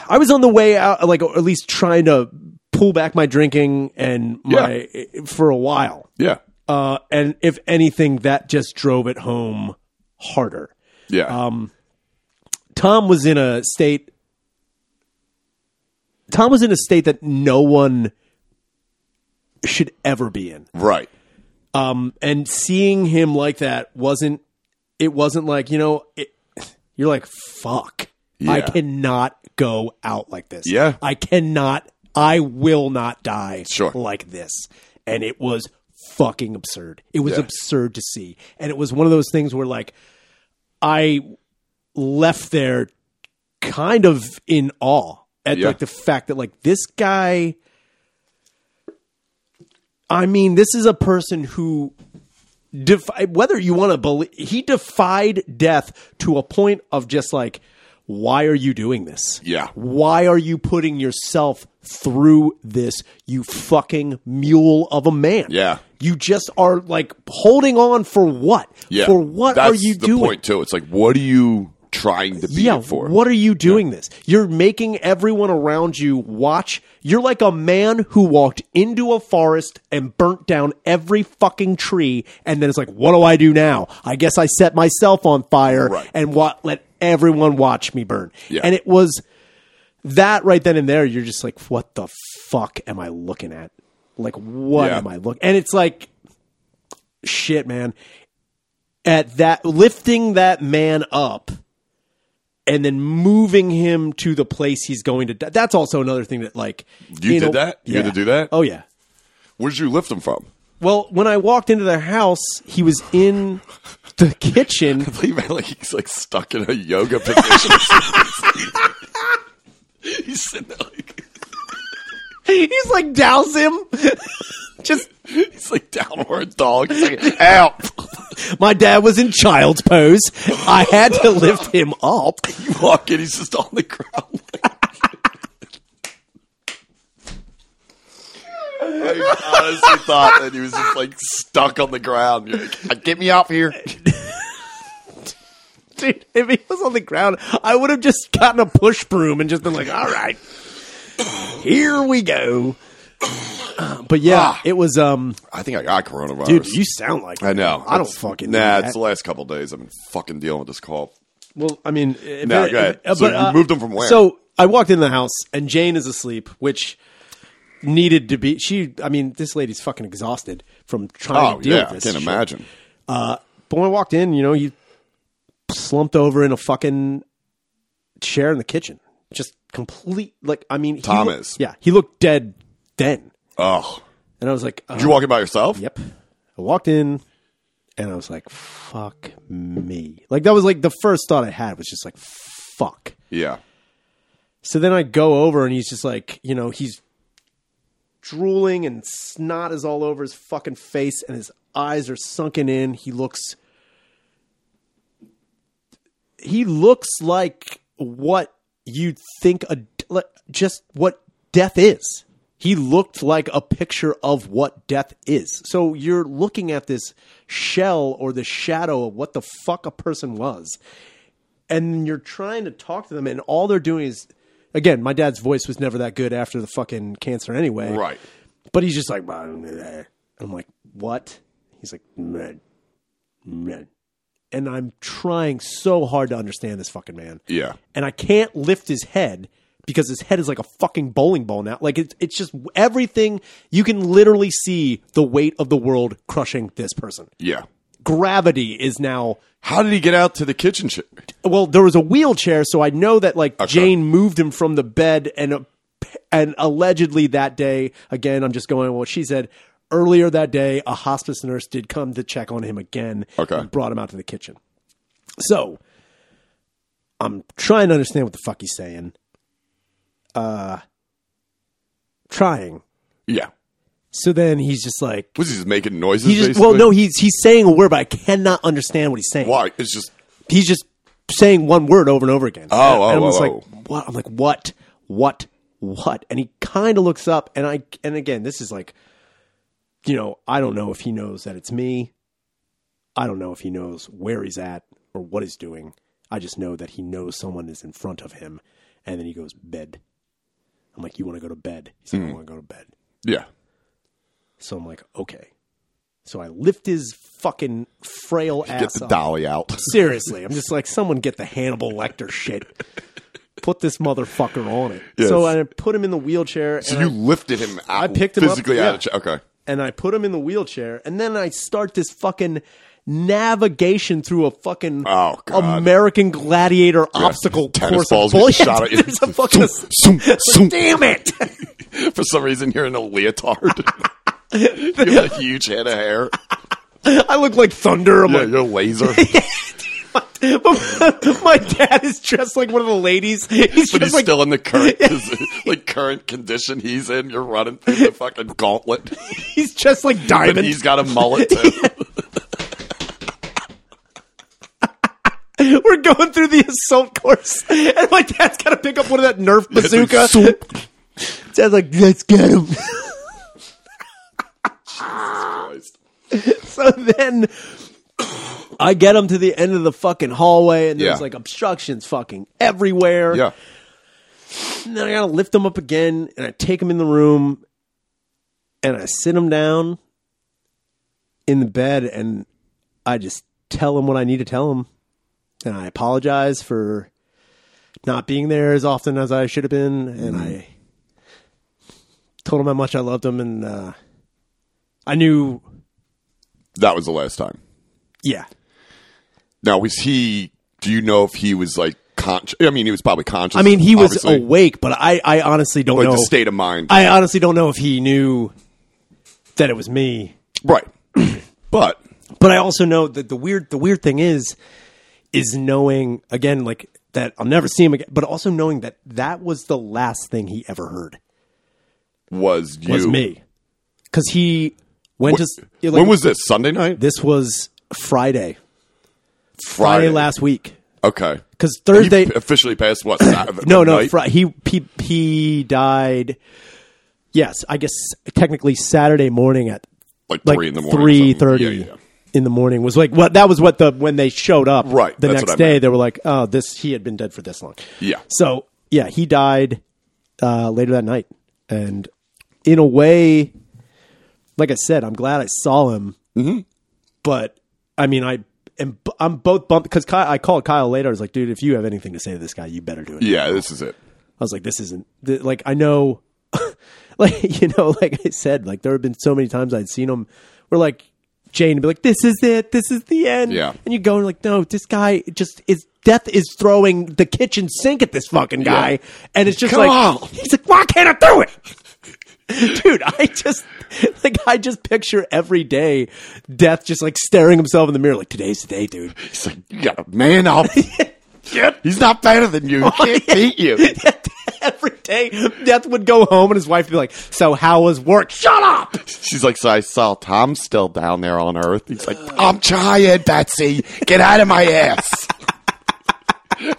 [SPEAKER 2] I was on the way out, like or at least trying to pull back my drinking and my for a while.
[SPEAKER 1] Yeah.
[SPEAKER 2] Uh, and if anything, that just drove it home harder. Um,
[SPEAKER 1] Yeah.
[SPEAKER 2] Tom was in a state. Tom was in a state that no one should ever be in.
[SPEAKER 1] right.
[SPEAKER 2] Um, and seeing him like that wasn't. It wasn't like you know. It, you're like fuck. I
[SPEAKER 1] Yeah.
[SPEAKER 2] cannot go out like this.
[SPEAKER 1] Yeah.
[SPEAKER 2] I cannot. I will not die
[SPEAKER 1] Sure.
[SPEAKER 2] like this. And it was fucking absurd. It was
[SPEAKER 1] Yeah.
[SPEAKER 2] absurd to see. And it was one of those things where like I left there kind of in awe at
[SPEAKER 1] Yeah.
[SPEAKER 2] like the fact that like this guy I mean, this is a person who defi- whether you want to believe he defied death to a point of just like why are you doing this?
[SPEAKER 1] Yeah.
[SPEAKER 2] Why are you putting yourself through this, you fucking mule of a man?
[SPEAKER 1] Yeah.
[SPEAKER 2] You just are like holding on for what?
[SPEAKER 1] Yeah.
[SPEAKER 2] For what
[SPEAKER 1] That's
[SPEAKER 2] are you
[SPEAKER 1] the
[SPEAKER 2] doing?
[SPEAKER 1] point too. It's like, what are you trying to be
[SPEAKER 2] yeah,
[SPEAKER 1] it for.
[SPEAKER 2] what are you doing this? You're making everyone around you watch. You're like a man who walked into a forest and burnt down every fucking tree and then it's like, what do I do now? I guess I set myself on fire
[SPEAKER 1] Right.
[SPEAKER 2] and wa- let everyone watch me burn.
[SPEAKER 1] Yeah.
[SPEAKER 2] And it was that right then and there, you're just like, what the fuck am I looking at? Like, what
[SPEAKER 1] Yeah.
[SPEAKER 2] am I looking? And it's like, shit, man. At that, lifting that man up and then moving him to the place he's going to. Die. That's also another thing that, like,
[SPEAKER 1] You
[SPEAKER 2] in
[SPEAKER 1] did
[SPEAKER 2] a-
[SPEAKER 1] that? You had to do that?
[SPEAKER 2] Oh yeah.
[SPEAKER 1] Where'd you lift them from?
[SPEAKER 2] Well, when I walked into their house, he was in the kitchen.
[SPEAKER 1] Like, man, like he's like stuck in a yoga position. he's sitting there like
[SPEAKER 2] he's like, douse him. Just
[SPEAKER 1] he's like downward dog. He's like, Ow!
[SPEAKER 2] my dad was in child's pose. I had to lift him up.
[SPEAKER 1] You walk in, he's just on the ground. I honestly thought that he was just like stuck on the ground. You're like, get me off here.
[SPEAKER 2] Dude, if he was on the ground, I would have just gotten a push broom and just been like, "All right, here we go." Uh, But yeah,
[SPEAKER 1] Ah.
[SPEAKER 2] it was. Um,
[SPEAKER 1] I think I got coronavirus.
[SPEAKER 2] dude, you sound like
[SPEAKER 1] I know.
[SPEAKER 2] I don't
[SPEAKER 1] It's-
[SPEAKER 2] fucking know
[SPEAKER 1] Nah,
[SPEAKER 2] that.
[SPEAKER 1] it's the last couple of days. I've been fucking dealing with this cough.
[SPEAKER 2] Well, I mean, if
[SPEAKER 1] No,
[SPEAKER 2] it-
[SPEAKER 1] go ahead.
[SPEAKER 2] if- uh,
[SPEAKER 1] So
[SPEAKER 2] but,
[SPEAKER 1] you
[SPEAKER 2] uh,
[SPEAKER 1] moved them from where?
[SPEAKER 2] So I walked in the house and Jane is asleep, which needed to be. She, I mean, this lady's fucking exhausted from trying
[SPEAKER 1] Oh
[SPEAKER 2] to deal
[SPEAKER 1] yeah, I
[SPEAKER 2] with
[SPEAKER 1] can't
[SPEAKER 2] this. shit.
[SPEAKER 1] imagine.
[SPEAKER 2] But when I walked in, you know, he slumped over in a fucking chair in the kitchen, just complete. Like, I mean, he
[SPEAKER 1] Thomas.
[SPEAKER 2] looked- yeah, he looked dead then,
[SPEAKER 1] Oh,
[SPEAKER 2] and I was like, uh,
[SPEAKER 1] you walking by yourself?
[SPEAKER 2] Yep. I walked in and I was like, fuck me. Like that was like the first thought I had was just like, fuck.
[SPEAKER 1] Yeah.
[SPEAKER 2] So then I go over and he's just like, you know, he's drooling and snot is all over his fucking face and his eyes are sunken in. He looks he looks like what you'd think a like, just what death is. He looked like a picture of what death is. So you're looking at this shell or the shadow of what the fuck a person was. And you're trying to talk to them and all they're doing is again, my dad's voice was never that good after the fucking cancer anyway.
[SPEAKER 1] Right.
[SPEAKER 2] But he's just like, "Bah, meh." I'm like, what? He's like, meh, meh. and I'm trying so hard to understand this fucking man.
[SPEAKER 1] Yeah.
[SPEAKER 2] And I can't lift his head because his head is like a fucking bowling ball now. Like it's it's just everything you can literally see the weight of the world crushing this person.
[SPEAKER 1] Yeah.
[SPEAKER 2] Gravity is now
[SPEAKER 1] How did he get out to the kitchen? Sh-
[SPEAKER 2] well, there was a wheelchair, so I know that like Jane moved him from the bed, and uh, and allegedly that day, again, I'm just going with what she said. Earlier that day, a hospice nurse did come to check on him again.
[SPEAKER 1] Okay.
[SPEAKER 2] and brought him out to the kitchen. So I'm trying to understand what the fuck he's saying. Uh, trying.
[SPEAKER 1] yeah.
[SPEAKER 2] So then he's just like,
[SPEAKER 1] Was he just making noises?
[SPEAKER 2] he just
[SPEAKER 1] basically?
[SPEAKER 2] well, no, he's he's saying a word, but I cannot understand what he's saying
[SPEAKER 1] Why? It's just
[SPEAKER 2] he's just saying one word over and over again.
[SPEAKER 1] Oh, oh,
[SPEAKER 2] and I'm just
[SPEAKER 1] oh,
[SPEAKER 2] like,
[SPEAKER 1] oh.
[SPEAKER 2] what? I'm like, what? What? What? And he kind of looks up, and I, and again, this is like, you know, I don't know if he knows that it's me. I don't know if he knows where he's at or what he's doing. I just know that he knows someone is in front of him, and then he goes bed. I'm like, you want to go to bed? He's
[SPEAKER 1] Hmm.
[SPEAKER 2] like, I want to go to bed.
[SPEAKER 1] yeah.
[SPEAKER 2] So I'm like, okay. So I lift his fucking frail ass
[SPEAKER 1] Get the
[SPEAKER 2] up.
[SPEAKER 1] dolly out.
[SPEAKER 2] Seriously, I'm just like, someone get the Hannibal Lecter shit. Put this motherfucker on it.
[SPEAKER 1] Yes.
[SPEAKER 2] So I put him in the wheelchair,
[SPEAKER 1] So
[SPEAKER 2] and,
[SPEAKER 1] you lifted him out.
[SPEAKER 2] I picked him up,
[SPEAKER 1] physically
[SPEAKER 2] yeah.
[SPEAKER 1] out of ch- Okay.
[SPEAKER 2] I, and I put him in the wheelchair, and then I start this fucking navigation through a fucking
[SPEAKER 1] Oh, God.
[SPEAKER 2] American Gladiator obstacle
[SPEAKER 1] tennis
[SPEAKER 2] course
[SPEAKER 1] balls
[SPEAKER 2] of bull-
[SPEAKER 1] get shot at you.
[SPEAKER 2] There's a fucking
[SPEAKER 1] Zoom, zoom, zoom.
[SPEAKER 2] damn it.
[SPEAKER 1] For some reason, you're in a leotard. you have a huge head of hair.
[SPEAKER 2] I look like thunder. I'm
[SPEAKER 1] Yeah,
[SPEAKER 2] like,
[SPEAKER 1] you're laser.
[SPEAKER 2] but my dad is dressed like one of the ladies. He's
[SPEAKER 1] But
[SPEAKER 2] just
[SPEAKER 1] he's
[SPEAKER 2] like
[SPEAKER 1] still in the current, like current condition he's in. You're running through the fucking gauntlet,
[SPEAKER 2] he's just like
[SPEAKER 1] and
[SPEAKER 2] diamond.
[SPEAKER 1] he's got a mullet too.
[SPEAKER 2] We're going through the assault course, and my dad's got to pick up one of that Nerf bazooka.
[SPEAKER 1] Zoop.
[SPEAKER 2] Dad's like, let's get him.
[SPEAKER 1] Christ.
[SPEAKER 2] so then I get them to the end of the fucking hallway, and there's
[SPEAKER 1] Yeah.
[SPEAKER 2] like obstructions fucking everywhere.
[SPEAKER 1] Yeah.
[SPEAKER 2] And then I gotta lift them up again, and I take them in the room, and I sit them down in the bed, and I just tell them what I need to tell them, and I apologize for not being there as often as I should have been, and I told them how much I loved them, and uh, I knew,
[SPEAKER 1] That was the last time.
[SPEAKER 2] yeah,
[SPEAKER 1] Now, was he? Do you know if he was like conscious? I mean, he was probably conscious.
[SPEAKER 2] I mean, he was
[SPEAKER 1] obviously.
[SPEAKER 2] awake, but I, I honestly don't
[SPEAKER 1] Like
[SPEAKER 2] know.
[SPEAKER 1] the state of mind,
[SPEAKER 2] I honestly don't know if he knew that it was me.
[SPEAKER 1] right? but
[SPEAKER 2] But I also know that the weird, the weird thing is, is knowing again, like that I'll never see him again, but also knowing that that was the last thing he ever heard
[SPEAKER 1] was you?
[SPEAKER 2] was me, because he went to like,
[SPEAKER 1] when was this? Sunday night?
[SPEAKER 2] this was Friday,
[SPEAKER 1] Friday.
[SPEAKER 2] last week,
[SPEAKER 1] Okay.
[SPEAKER 2] because
[SPEAKER 1] He
[SPEAKER 2] Thursday,
[SPEAKER 1] p- officially passed what? Saturday
[SPEAKER 2] no, no,
[SPEAKER 1] night?
[SPEAKER 2] Fri- he, he he died. Yes, I guess technically Saturday morning at
[SPEAKER 1] like,
[SPEAKER 2] like
[SPEAKER 1] three in the morning. or
[SPEAKER 2] three
[SPEAKER 1] something.
[SPEAKER 2] thirty
[SPEAKER 1] Yeah, yeah, yeah.
[SPEAKER 2] in the morning was like what that was what the when they showed up
[SPEAKER 1] Right,
[SPEAKER 2] the
[SPEAKER 1] that's
[SPEAKER 2] next
[SPEAKER 1] what I
[SPEAKER 2] day
[SPEAKER 1] meant.
[SPEAKER 2] they were like oh this he had been dead for this long
[SPEAKER 1] Yeah.
[SPEAKER 2] so yeah he died uh, later that night and in a way like I said I'm glad I saw him
[SPEAKER 1] Mm-hmm.
[SPEAKER 2] but I mean I am I'm both bumped because Kyle, I called Kyle later I was like dude if you have anything to say to this guy you better do it
[SPEAKER 1] Yeah, this is it.
[SPEAKER 2] I was like, this isn't th- like I know, like you know, like I said, like there have been so many times I'd seen him where like Jane would be like, this is it, this is the end,
[SPEAKER 1] Yeah.
[SPEAKER 2] and you go and like, no, this guy just is death is throwing the kitchen sink at this fucking guy,
[SPEAKER 1] Yeah.
[SPEAKER 2] and it's just
[SPEAKER 1] Come
[SPEAKER 2] like
[SPEAKER 1] on.
[SPEAKER 2] he's like, why can't I do it? Dude, I just like I just picture every day death just like staring himself in the mirror like today's the day, dude.
[SPEAKER 1] He's like, you got a man up. He's not better than you. He
[SPEAKER 2] Oh,
[SPEAKER 1] can't beat you.
[SPEAKER 2] Every day, Death would go home and his wife would be like, So, how was work? Shut up!
[SPEAKER 1] She's like, so I saw Tom's still down there on Earth. He's like, I'm trying, Betsy. Get out of my ass.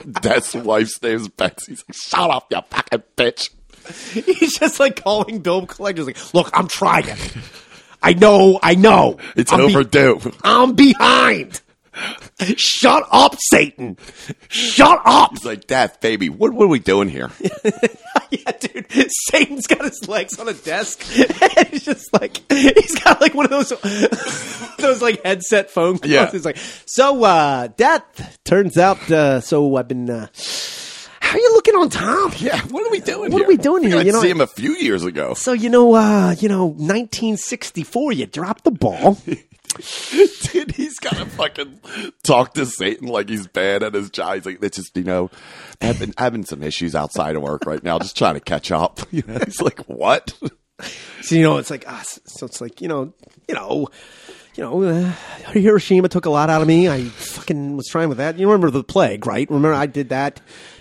[SPEAKER 1] That's wife's name is Betsy. He's like, shut up, you fucking bitch.
[SPEAKER 2] He's just like calling bill collectors, like, Look, I'm trying. I know, I know.
[SPEAKER 1] It's
[SPEAKER 2] I'm be-
[SPEAKER 1] overdue.
[SPEAKER 2] I'm behind. Shut up, Satan. Shut up.
[SPEAKER 1] He's like, Dad, baby, what, what are we doing here?
[SPEAKER 2] yeah, dude. Satan's got his legs on a desk. And he's just like, he's got like one of those, those like headset phone calls.
[SPEAKER 1] Yeah.
[SPEAKER 2] He's like, so, uh, death turns out, uh, so I've been, uh, how you looking on Tom?
[SPEAKER 1] Yeah, what are we doing
[SPEAKER 2] What are
[SPEAKER 1] here?
[SPEAKER 2] we doing here?
[SPEAKER 1] I
[SPEAKER 2] You know-
[SPEAKER 1] see him a few years ago.
[SPEAKER 2] So, you know, uh, you know, 1964, you dropped the ball.
[SPEAKER 1] Dude, he's got to fucking talk to Satan like he's bad at his job. He's like, it's just, you know, I've been having some issues outside of work right now, just trying to catch up. You know, he's like, what?
[SPEAKER 2] So, you know, it's like, ah, s- so it's like, you know, you know, you know, uh, Hiroshima took a lot out of me. I fucking was trying with that. You remember the plague, right? Remember I did that.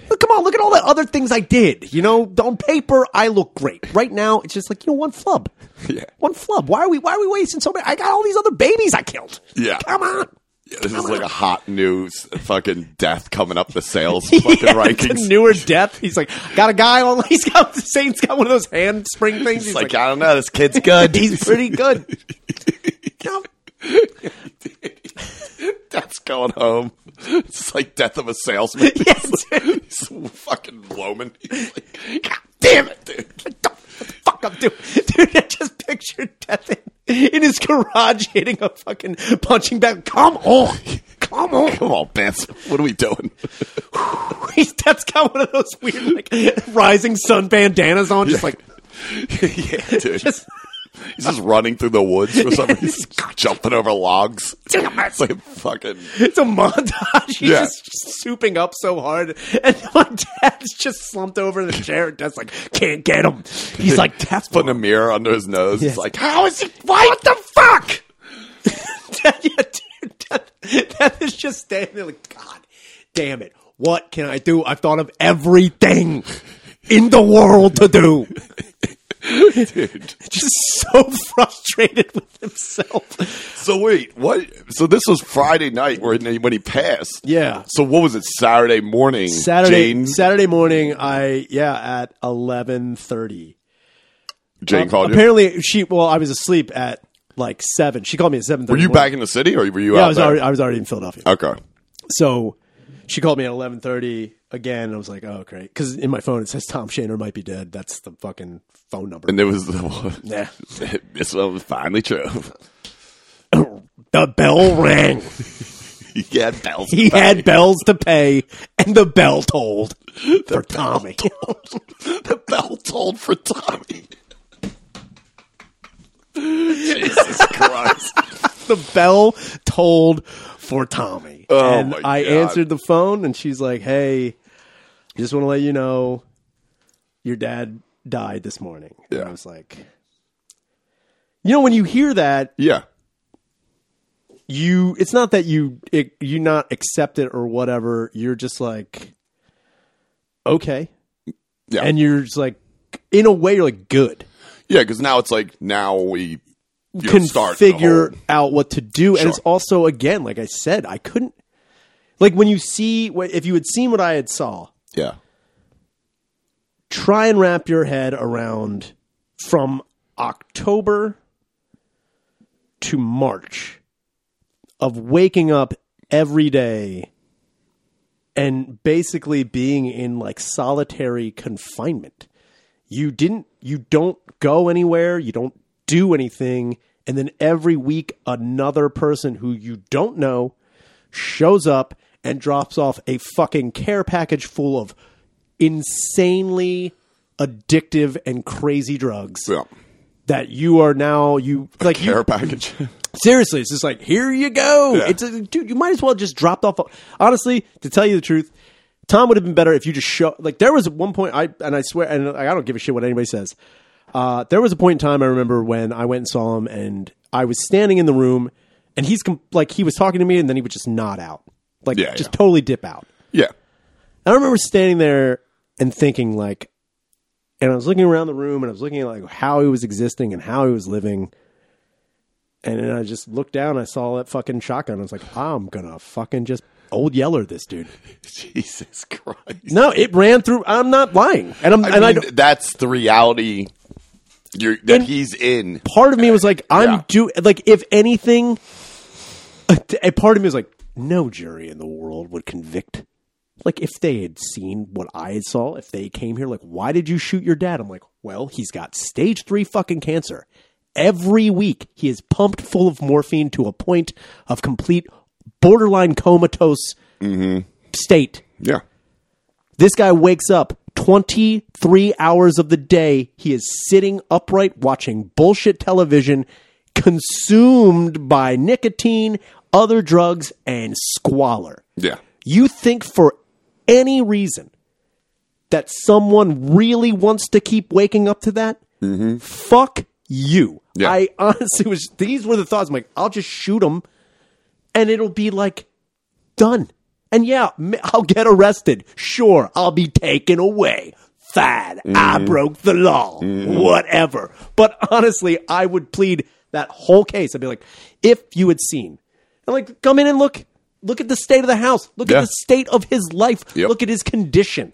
[SPEAKER 2] Look, come on, look at all the other things I did. You know, on paper, I look great. Right now, it's just like, you know, one flub.
[SPEAKER 1] Yeah.
[SPEAKER 2] One flub. Why are we, why are we wasting so many? I got all these other babies I killed.
[SPEAKER 1] Yeah.
[SPEAKER 2] Come on.
[SPEAKER 1] Yeah, this is like a hot new s- fucking death coming up the sales fucking
[SPEAKER 2] Yeah,
[SPEAKER 1] rankings.
[SPEAKER 2] it's a newer death. He's like, got a guy on. He's got Saint's got one of those handspring things.
[SPEAKER 1] It's like, I don't know, this kid's good.
[SPEAKER 2] He's pretty good. No.
[SPEAKER 1] That's going home. It's like death of a salesman.
[SPEAKER 2] Yes, dude.
[SPEAKER 1] He's a fucking Loman. He's like, God damn it, dude.
[SPEAKER 2] What the fuck I'm doing? Dude, I just pictured Death in, in his garage hitting a fucking punching bag. Come on. Come on.
[SPEAKER 1] Come on, Beth. What are we doing?
[SPEAKER 2] He's, Death's got one of those weird, like, rising sun bandanas on. Just like,
[SPEAKER 1] yeah, dude.
[SPEAKER 2] just,
[SPEAKER 1] He's just running through the woods for some reason, Just jumping over logs. It's like fucking.
[SPEAKER 2] it's a montage. He's
[SPEAKER 1] Yeah.
[SPEAKER 2] just, souping up so hard. And my dad's just slumped over in the chair. And Death's like, can't get him. He's like, Death,
[SPEAKER 1] Putting a mirror under his nose.
[SPEAKER 2] Yes.
[SPEAKER 1] He's like, how is he? What the fuck?
[SPEAKER 2] Death, yeah, dude, Death, Death is just standing there like, God damn it. What can I do? I've thought of everything in the world to do.
[SPEAKER 1] Dude.
[SPEAKER 2] Just so frustrated with himself.
[SPEAKER 1] So wait, what? So this was Friday night where he- when he passed.
[SPEAKER 2] Yeah.
[SPEAKER 1] So what was it? Saturday morning.
[SPEAKER 2] Saturday
[SPEAKER 1] Jane,
[SPEAKER 2] Saturday morning, I yeah, at eleven thirty.
[SPEAKER 1] Jane called you.
[SPEAKER 2] uh, Apparently she well, I was asleep at like seven. She called me at seven.
[SPEAKER 1] Were you back in the city or were you
[SPEAKER 2] Yeah,
[SPEAKER 1] out
[SPEAKER 2] I was
[SPEAKER 1] there?
[SPEAKER 2] already I was already in Philadelphia.
[SPEAKER 1] Okay.
[SPEAKER 2] So she called me at eleven thirty again, and I was like, oh great, because in my phone it says Tom Shaner might be dead. That's the fucking phone number.
[SPEAKER 1] And there was the
[SPEAKER 2] Yeah.
[SPEAKER 1] this one was finally true.
[SPEAKER 2] the bell rang.
[SPEAKER 1] yeah, bells.
[SPEAKER 2] He had bells to pay, and the bell tolled for Tommy.
[SPEAKER 1] the bell tolled for Tommy. Jesus Christ.
[SPEAKER 2] the bell tolled for Tommy.
[SPEAKER 1] Oh,
[SPEAKER 2] and
[SPEAKER 1] my
[SPEAKER 2] I
[SPEAKER 1] God.
[SPEAKER 2] answered the phone, and she's like, "Hey, just want to let you know, your dad died this morning." And
[SPEAKER 1] Yeah.
[SPEAKER 2] I was like, you know, when you hear that,
[SPEAKER 1] Yeah.
[SPEAKER 2] you it's not that you it, you not accept it or whatever you're just like okay
[SPEAKER 1] Yeah.
[SPEAKER 2] and you're just like in a way you're like good
[SPEAKER 1] Yeah, because now it's like now we you know,
[SPEAKER 2] can
[SPEAKER 1] start the
[SPEAKER 2] figure
[SPEAKER 1] whole-
[SPEAKER 2] out what to do and it's
[SPEAKER 1] Sure.
[SPEAKER 2] also again like i said i couldn't like when you see wh- if you had seen what i had saw
[SPEAKER 1] yeah.
[SPEAKER 2] try and wrap your head around from october to march of waking up every day and basically being in like solitary confinement. You didn't you don't go anywhere, you don't do anything, and then every week another person who you don't know shows up and drops off a fucking care package full of insanely addictive and crazy drugs
[SPEAKER 1] Yeah.
[SPEAKER 2] that you are now you like you
[SPEAKER 1] Care package.
[SPEAKER 2] Seriously, it's just like here you go.
[SPEAKER 1] Yeah.
[SPEAKER 2] It's a, dude, you might as well just dropped off. Honestly, to tell you the truth, Tom would have been better if you just show. Like there was one point I and I swear and I don't give a shit what anybody says. Uh, there was a point in time I remember when I went and saw him, and I was standing in the room, and he's com- like he was talking to me, and then he would just nod out, like
[SPEAKER 1] Yeah,
[SPEAKER 2] just
[SPEAKER 1] yeah.
[SPEAKER 2] totally dip out.
[SPEAKER 1] yeah.
[SPEAKER 2] I remember standing there and thinking like, and I was looking around the room and I was looking at like how he was existing and how he was living. And then I just looked down. And I saw that fucking shotgun. I was like, I'm gonna fucking just old yeller this dude.
[SPEAKER 1] Jesus Christ.
[SPEAKER 2] No, it ran through. I'm not lying. And I'm
[SPEAKER 1] I
[SPEAKER 2] and I
[SPEAKER 1] mean,
[SPEAKER 2] don't-
[SPEAKER 1] that's the reality you're, that
[SPEAKER 2] In-
[SPEAKER 1] he's in.
[SPEAKER 2] part of me was like, I'm
[SPEAKER 1] Yeah.
[SPEAKER 2] do like if anything, a, a part of me was like, no jury in the world would convict. Like if they had seen what I had saw, if they came here, like why did you shoot your dad? I'm like, well, he's got stage three fucking cancer. Every week he is pumped full of morphine to a point of complete borderline comatose state.
[SPEAKER 1] Yeah.
[SPEAKER 2] This guy wakes up 23 hours of the day. He is sitting upright watching bullshit television, consumed by nicotine, other drugs, and squalor.
[SPEAKER 1] Yeah.
[SPEAKER 2] You think for any reason that someone really wants to keep waking up to that? Fuck you.
[SPEAKER 1] Yeah.
[SPEAKER 2] I honestly was, these were the thoughts. I'm like, I'll just shoot him and it'll be like done. And yeah, m- I'll get arrested. Sure, I'll be taken away. Fine, I
[SPEAKER 1] Mm-hmm.
[SPEAKER 2] broke the law. Whatever. But honestly, I would plead that whole case. I'd be like, if you had seen, and like, come in and look, look at the state of the house. Look
[SPEAKER 1] Yeah.
[SPEAKER 2] at the state of his life.
[SPEAKER 1] Yep.
[SPEAKER 2] Look at his condition.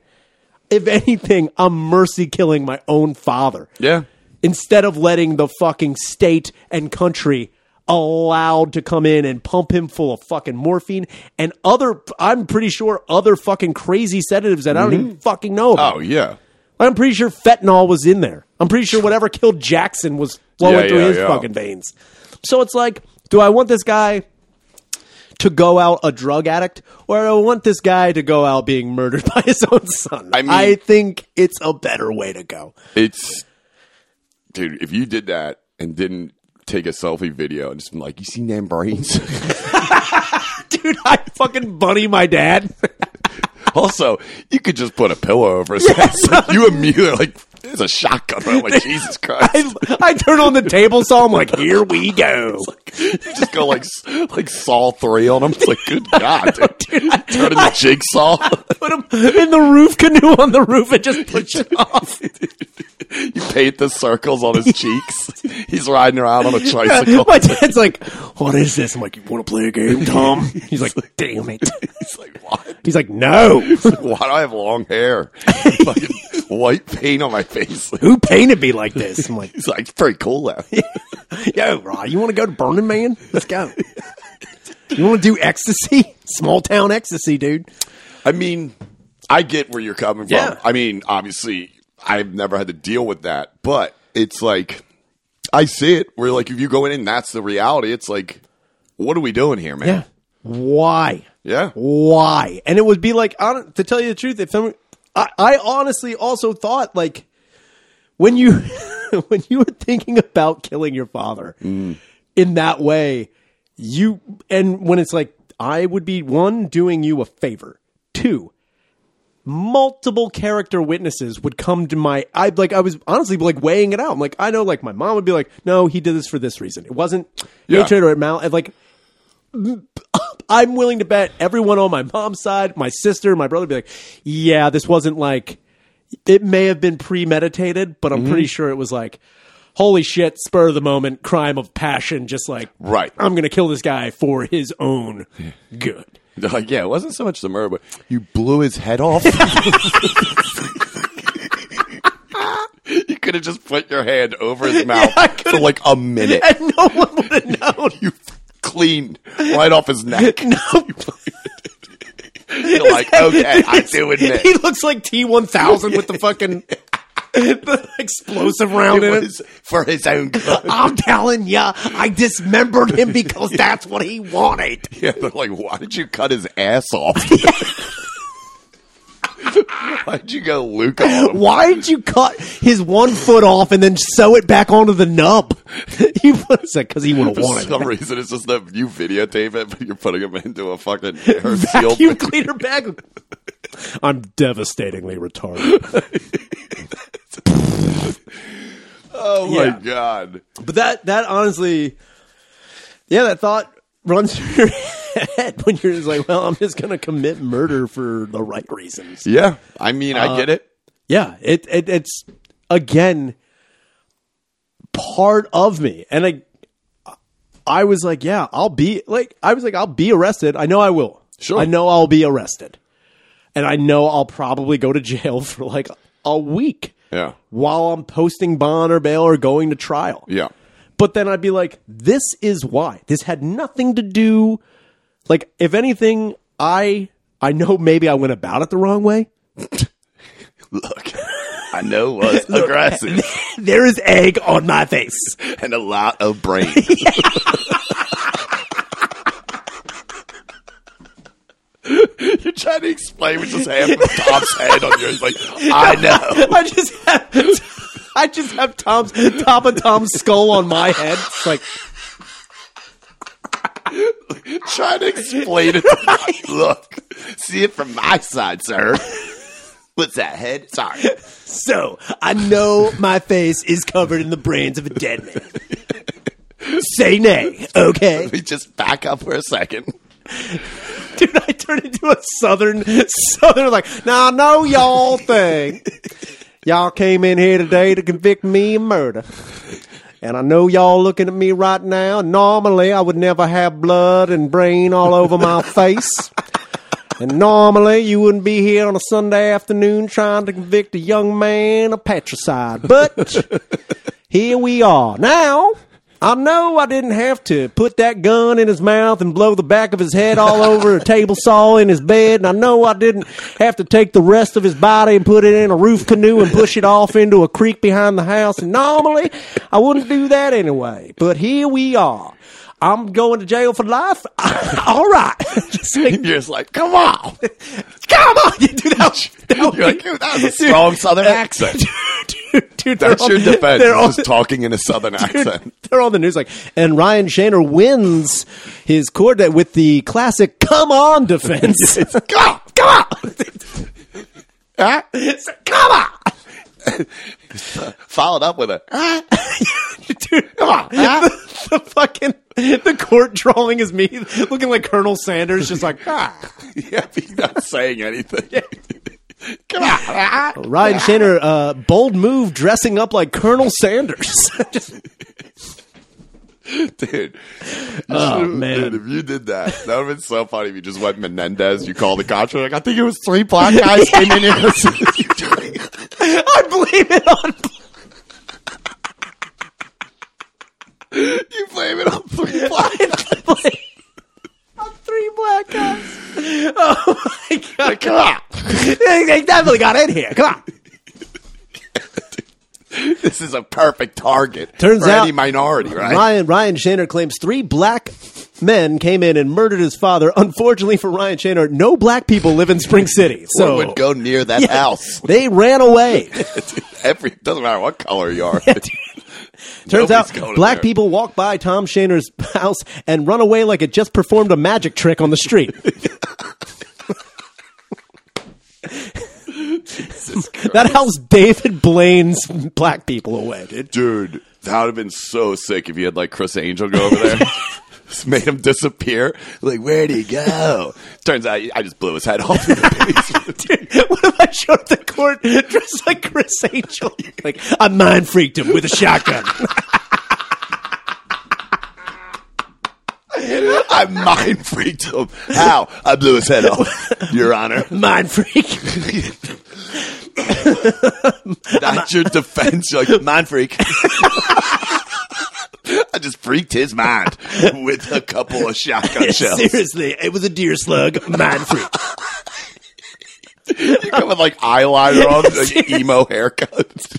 [SPEAKER 2] If anything, I'm mercy killing my own father
[SPEAKER 1] Yeah.
[SPEAKER 2] instead of letting the fucking state and country allowed to come in and pump him full of fucking morphine and other I'm pretty sure other fucking crazy sedatives that I don't even fucking know about.
[SPEAKER 1] Oh, yeah.
[SPEAKER 2] I'm pretty sure fentanyl was in there. I'm pretty sure whatever killed Jackson was flowing
[SPEAKER 1] Yeah,
[SPEAKER 2] through
[SPEAKER 1] yeah,
[SPEAKER 2] his
[SPEAKER 1] yeah.
[SPEAKER 2] fucking veins. So it's like, do I want this guy to go out a drug addict or do I want this guy to go out being murdered by his own son?
[SPEAKER 1] I mean-
[SPEAKER 2] I think it's a better way to go.
[SPEAKER 1] It's, dude, if you did that and didn't take a selfie video and just been like, you seen them brains?
[SPEAKER 2] dude, I fucking bunny my dad.
[SPEAKER 1] also, you could just put a pillow over his head. you immediately, like, there's a shotgun. I'm like, Jesus Christ.
[SPEAKER 2] I, I turn on the table saw. I'm like, here we go.
[SPEAKER 1] you just go like, s- like Saw 3 on him. It's like, good God, dude. Turn into Jigsaw.
[SPEAKER 2] Put him in the roof canoe on the roof and just push it off.
[SPEAKER 1] You paint the circles on his cheeks. He's riding around on a tricycle.
[SPEAKER 2] my dad's like, what is this? I'm like, you want to play a game, Tom? He's like, damn it.
[SPEAKER 1] He's like, what?
[SPEAKER 2] He's like, no.
[SPEAKER 1] Why do I have long hair? Fucking white paint on my face.
[SPEAKER 2] Who painted me like this? I'm like,
[SPEAKER 1] He's like, it's pretty cool though.
[SPEAKER 2] Yo, Rod, you want to go to Burning Man? Let's go. You want to do ecstasy? Small town ecstasy, dude.
[SPEAKER 1] I mean, I get where you're coming from.
[SPEAKER 2] Yeah.
[SPEAKER 1] I mean, obviously, I've never had to deal with that, but it's like I see it. Where like if you go in and that's the reality, it's like, what are we doing here, man?
[SPEAKER 2] Yeah. Why?
[SPEAKER 1] Yeah.
[SPEAKER 2] Why? And it would be like, I don't, to tell you the truth, if someone, I, I honestly also thought like when you when you were thinking about killing your father in that way, you and when it's like I would be one doing you a favor, two multiple character witnesses would come to my I like I was honestly like weighing it out. I'm like I know like my mom would be like, "No, he did this for this reason. It wasn't
[SPEAKER 1] Yeah.
[SPEAKER 2] hatred or mal." and, Like I'm willing to bet everyone on my mom's side, my sister, my brother would be like, "Yeah, this wasn't like it may have been premeditated, but I'm
[SPEAKER 1] Mm-hmm.
[SPEAKER 2] pretty sure it was like Holy shit, spur of the moment, crime of passion, just like,
[SPEAKER 1] Right.
[SPEAKER 2] I'm going to kill this guy for his own good.
[SPEAKER 1] They're like, yeah, it wasn't so much the murder, but you blew his head off. you could have just put your hand over his mouth
[SPEAKER 2] I
[SPEAKER 1] for like a minute.
[SPEAKER 2] And no one would have known.
[SPEAKER 1] You clean right off his neck.
[SPEAKER 2] No,
[SPEAKER 1] You're like, okay, I do admit.
[SPEAKER 2] He looks like T one thousand with the fucking the explosive round in
[SPEAKER 1] It
[SPEAKER 2] it.
[SPEAKER 1] was for his own good.
[SPEAKER 2] I'm telling ya, I dismembered him because that's what he wanted.
[SPEAKER 1] Yeah, they're like, why did you cut his ass off? Why'd you go Luke on him?
[SPEAKER 2] Why did you cut his one foot off and then sew it back onto the nub? You put it because he would have
[SPEAKER 1] For
[SPEAKER 2] wanted
[SPEAKER 1] some
[SPEAKER 2] it.
[SPEAKER 1] reason, it's just that you videotape it, but you're putting him into a fucking air seal.
[SPEAKER 2] Vacuum cleaner bag. I'm devastatingly retarded.
[SPEAKER 1] Oh my
[SPEAKER 2] Yeah.
[SPEAKER 1] god!
[SPEAKER 2] But that that honestly, yeah, that thought runs through your head when you're just like, well, I'm just gonna commit murder for the right reasons.
[SPEAKER 1] Yeah, I mean,
[SPEAKER 2] Uh,
[SPEAKER 1] I get it.
[SPEAKER 2] Yeah, it, it it's again part of me, and I I was like, yeah, I'll be like, I was like, I'll be arrested. I know I will.
[SPEAKER 1] Sure.
[SPEAKER 2] I know I'll be arrested, and I know I'll probably go to jail for like a week
[SPEAKER 1] Yeah,
[SPEAKER 2] while I'm posting bond or bail or going to trial.
[SPEAKER 1] yeah,
[SPEAKER 2] But then I'd be like, this is why. This had nothing to do. Like, if anything, I I know maybe I went about it the wrong way.
[SPEAKER 1] look, I know it was aggressive
[SPEAKER 2] there is egg on my face.
[SPEAKER 1] and a lot of brain. You're trying to explain what just happened. to Top's head on yours, like I know.
[SPEAKER 2] I just have I just have Tom's top of Tom's skull on my head. It's like
[SPEAKER 1] Try to explain it. to my- Look, see it from my side, sir. What's that head? Sorry.
[SPEAKER 2] so I know my face is covered in the brains of a dead man. Say nay, okay?
[SPEAKER 1] Let me just back up for a second.
[SPEAKER 2] Dude, I turned into a southern southern like, now I know y'all thing. Y'all came in here today to convict me of murder. And I know y'all looking at me right now. Normally I would never have blood and brain all over my face. And normally you wouldn't be here on a Sunday afternoon trying to convict a young man of patricide. But here we are. Now, I know I didn't have to put that gun in his mouth and blow the back of his head all over a table saw in his bed. And I know I didn't have to take the rest of his body and put it in a roof canoe and push it off into a creek behind the house. And normally I wouldn't do that anyway. But here we are. I'm going to jail for life. all right. Just like,
[SPEAKER 1] You're just like, come on.
[SPEAKER 2] Come on, you do that.
[SPEAKER 1] You're like, "Dude, that was a strong southern accent.
[SPEAKER 2] Dude, dude, they're
[SPEAKER 1] That's your
[SPEAKER 2] on-
[SPEAKER 1] defense.
[SPEAKER 2] They're
[SPEAKER 1] They're
[SPEAKER 2] on,
[SPEAKER 1] just talking in a southern accent.
[SPEAKER 2] they're on the news like, and Ryan Shaner wins his court date with the classic "Come on" defense.
[SPEAKER 1] Come on, come on. Huh?
[SPEAKER 2] Come on,
[SPEAKER 1] Followed up with a, "Huh?
[SPEAKER 2] dude.
[SPEAKER 1] come on. huh?"
[SPEAKER 2] The fucking the court drawing is me looking like Colonel Sanders, just like ah.
[SPEAKER 1] Yeah, he's not saying anything. Come on. huh?
[SPEAKER 2] Ryan Shaner, uh, bold move, dressing up like Colonel Sanders. Just-
[SPEAKER 1] dude. You
[SPEAKER 2] Oh,
[SPEAKER 1] should've-
[SPEAKER 2] man.
[SPEAKER 1] dude, if you did that, that would have been so funny. If you just went Menendez, you called the contract. Like, I think it was three black guys came in here.
[SPEAKER 2] I blame it on
[SPEAKER 1] You blame it on three black
[SPEAKER 3] I'm three black guys. Oh my god!
[SPEAKER 1] Come on.
[SPEAKER 3] They they definitely got in here. Come on.
[SPEAKER 1] This is a perfect target
[SPEAKER 2] Turns
[SPEAKER 1] for any
[SPEAKER 2] out-
[SPEAKER 1] minority, right?
[SPEAKER 2] Ryan Ryan Shaner claims three black men came in and murdered his father. Unfortunately for Ryan Shaner, no black people live in Spring City,
[SPEAKER 1] One
[SPEAKER 2] so
[SPEAKER 1] would go near that
[SPEAKER 2] Yeah.
[SPEAKER 1] house.
[SPEAKER 2] They ran away.
[SPEAKER 1] Every doesn't matter what color you are.
[SPEAKER 2] Turns
[SPEAKER 1] Nobody's
[SPEAKER 2] out,
[SPEAKER 1] going
[SPEAKER 2] black
[SPEAKER 1] there.
[SPEAKER 2] people walk by Tom Shaner's house and run away like it just performed a magic trick on the street. that helps David Blaine's black people away, dude.
[SPEAKER 1] Dude, that would have been so sick if you had like Chris Angel go over there. just made him disappear. Like, where'd he go? Turns out I just blew his head off. in the basement.
[SPEAKER 2] What if I showed up to court dressed like Chris Angel? Like, I mind freaked him with a shotgun.
[SPEAKER 1] I mind freaked him. How? I blew his head off, Your Honor.
[SPEAKER 2] mind freak.
[SPEAKER 1] That's your defense. You're like, mind freak. I just freaked his mind with a couple of shotgun shells.
[SPEAKER 2] Seriously, it was a deer slug. Mind freak.
[SPEAKER 1] You come with like eyeliner on, like emo haircuts.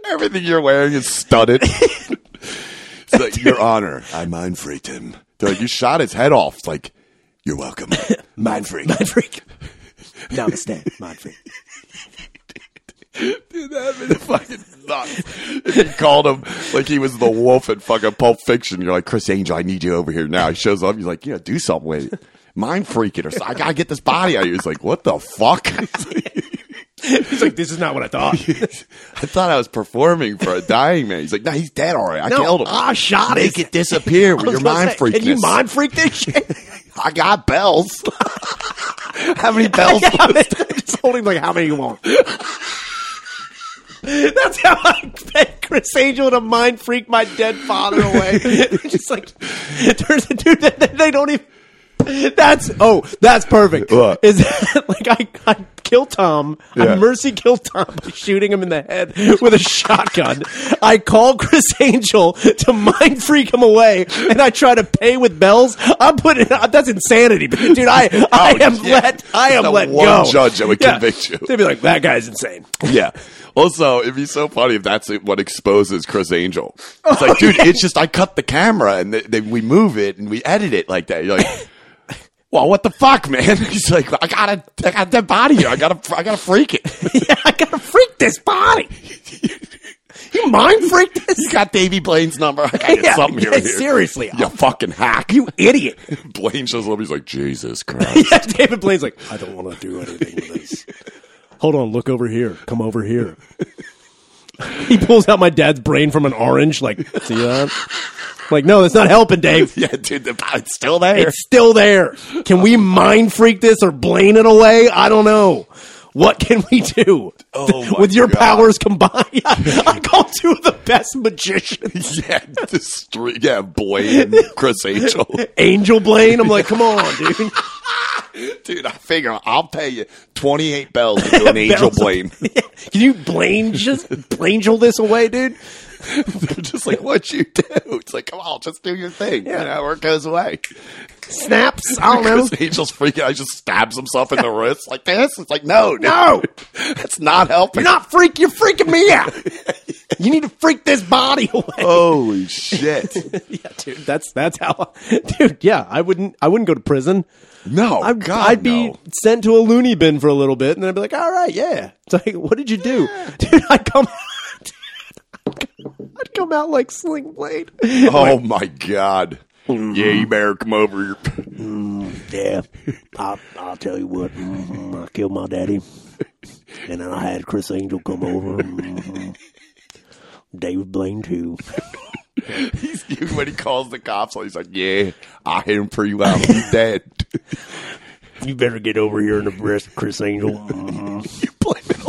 [SPEAKER 1] Everything you're wearing is studded. It's like, Your Honor, I mind freaked him. They're like, you shot his head off. It's like, you're welcome. Mind freak.
[SPEAKER 2] Mind freak. Namaste. Mind freak.
[SPEAKER 1] That'd been fucking nuts. If you called him like he was the wolf in fucking Pulp Fiction, you're like, Chris Angel, I need you over here now. He shows up, he's like, you know, do something with it. Mind freaking or something. I gotta get this body out of here. He's like, what the fuck? He's like,
[SPEAKER 2] He's like, this is not what I thought.
[SPEAKER 1] I thought I was performing for a dying man. He's like, no, he's dead already. I killed him.
[SPEAKER 2] I ah, shot
[SPEAKER 1] Make it disappear with your mind freakness.
[SPEAKER 2] Can you mind freak this shit?
[SPEAKER 1] I got bells. How many bells?
[SPEAKER 2] Just holding like how many you want. That's how I bet Chris Angel to mind freak my dead father away. Just like turns the dude that that they don't even. That's oh, that's perfect.
[SPEAKER 1] What?
[SPEAKER 2] Is that like I, I kill Tom?
[SPEAKER 1] Yeah.
[SPEAKER 2] I mercy kill Tom by shooting him in the head with a shotgun. I call Chris Angel to mind freak him away, and I try to pay with bells. I'm putting that's insanity, dude. I I
[SPEAKER 1] Oh,
[SPEAKER 2] am
[SPEAKER 1] yeah.
[SPEAKER 2] let I am
[SPEAKER 1] The
[SPEAKER 2] let
[SPEAKER 1] one
[SPEAKER 2] go.
[SPEAKER 1] judge that would convict you.
[SPEAKER 2] They'd be like, that guy's insane.
[SPEAKER 1] Yeah. Also, it'd be so funny if that's what exposes Chris Angel. It's like, dude, it's just I cut the camera and th- then we move it and we edit it like that. You're like, well, what the fuck, man? He's like, I gotta, I got that body here. I gotta, I gotta freak it.
[SPEAKER 2] yeah, I gotta freak this body. you mind freak this?
[SPEAKER 1] You got Davy Blaine's number. I gotta get
[SPEAKER 2] Yeah,
[SPEAKER 1] something here.
[SPEAKER 2] yeah,
[SPEAKER 1] here.
[SPEAKER 2] seriously. Oh,
[SPEAKER 1] you fucking hack.
[SPEAKER 2] You idiot.
[SPEAKER 1] Blaine shows up. He's like, Jesus Christ.
[SPEAKER 2] Yeah, David Blaine's like, I don't want to do anything with this. Hold on, look over here. Come over here. he pulls out my dad's brain from an orange, like, see that? Like, no, that's not helping, Dave.
[SPEAKER 1] yeah, dude, the, it's still there.
[SPEAKER 2] It's still there. Can we mind freak this or Blaine it away? I don't know. What can we do
[SPEAKER 1] Oh, my
[SPEAKER 2] with your
[SPEAKER 1] God.
[SPEAKER 2] powers combined? I call two of the best magicians,
[SPEAKER 1] yeah, the street. Yeah, Blaine, and Chris Angel.
[SPEAKER 2] Angel Blaine. I'm like, come on, dude.
[SPEAKER 1] Dude, I figure I'll pay you 28 bells to do an angel
[SPEAKER 2] Bells.
[SPEAKER 1] blame.
[SPEAKER 2] Can you Blaine just Blangel this away, dude?
[SPEAKER 1] They're just like, what you do? It's like, come on, just do your thing. You know, or it goes away.
[SPEAKER 2] Snaps. I don't know.
[SPEAKER 1] Chris Angel's freaking out. He just stabs himself in the wrist like this. It's like, no, no.
[SPEAKER 2] No,
[SPEAKER 1] That's not helping.
[SPEAKER 2] you're not freak. You're freaking me out. You need to freak this body away.
[SPEAKER 1] Holy shit.
[SPEAKER 2] Yeah, dude. That's that's how. Dude, yeah. I wouldn't. I wouldn't go to prison.
[SPEAKER 1] No,
[SPEAKER 2] I'd,
[SPEAKER 1] God,
[SPEAKER 2] I'd be
[SPEAKER 1] no.
[SPEAKER 2] sent to a loony bin for a little bit, and then I'd be like, "All right, yeah." It's like, what did you do, dude? I come, I'd come out like Sling Blade.
[SPEAKER 1] Oh, my God. Yeah, you better come over here.
[SPEAKER 4] Yeah, I, I'll tell you what. mhm, I killed my daddy, and then I had Chris Angel come over. mhm. David Blaine too.
[SPEAKER 1] He's, when he calls the cops, he's like, yeah, I hit him pretty well. He's dead.
[SPEAKER 4] You better get over here and arrest Chris Angel. mhm.
[SPEAKER 1] you blame it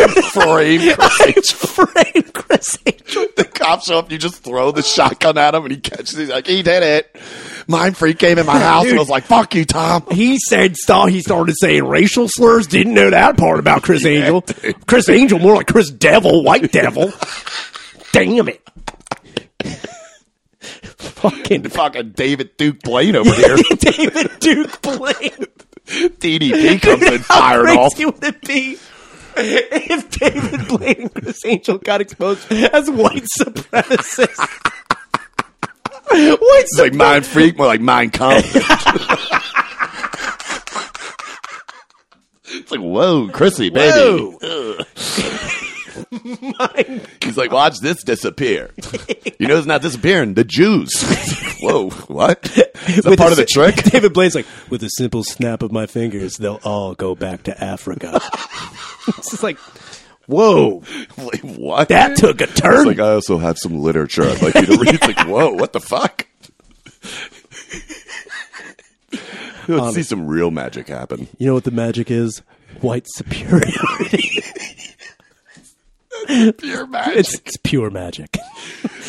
[SPEAKER 1] on Frame Chris Angel.
[SPEAKER 2] Frame Chris Angel.
[SPEAKER 1] the cops show up, you just throw the shotgun at him, and he catches. it. He's like, he did it. Mind freak came in my house and was like, "Fuck you, Tom."
[SPEAKER 2] He said, "Saw he started saying racial slurs." Didn't know that part about Chris Angel. Chris Angel, more like Chris Devil, White Devil. Damn it! fucking
[SPEAKER 1] Fucking David Duke Blaine over here.
[SPEAKER 2] David Duke Blaine.
[SPEAKER 1] DDP comes in
[SPEAKER 2] How
[SPEAKER 1] fired off.
[SPEAKER 2] crazy would it be if David Blaine and Chris Angel got exposed as white supremacists? white
[SPEAKER 1] It's like mind freak, more like mind comp. it's like, whoa, Chrissy, baby. He's like, watch this disappear. you know, it's not disappearing. The Jews. whoa, what? Is that
[SPEAKER 2] With
[SPEAKER 1] part
[SPEAKER 2] a
[SPEAKER 1] of the
[SPEAKER 2] si-
[SPEAKER 1] trick?
[SPEAKER 2] David Blaine's like, with a simple snap of my fingers, they'll all go back to Africa. it's just like, whoa,
[SPEAKER 1] Like, what?
[SPEAKER 2] that took a
[SPEAKER 1] It's
[SPEAKER 2] turn.
[SPEAKER 1] like, I also have some literature I'd like you to read. It's like, whoa, what the fuck? Let's see some real magic happen.
[SPEAKER 2] you know what the magic is? White superiority.
[SPEAKER 1] Pure magic.
[SPEAKER 2] it's, it's pure magic.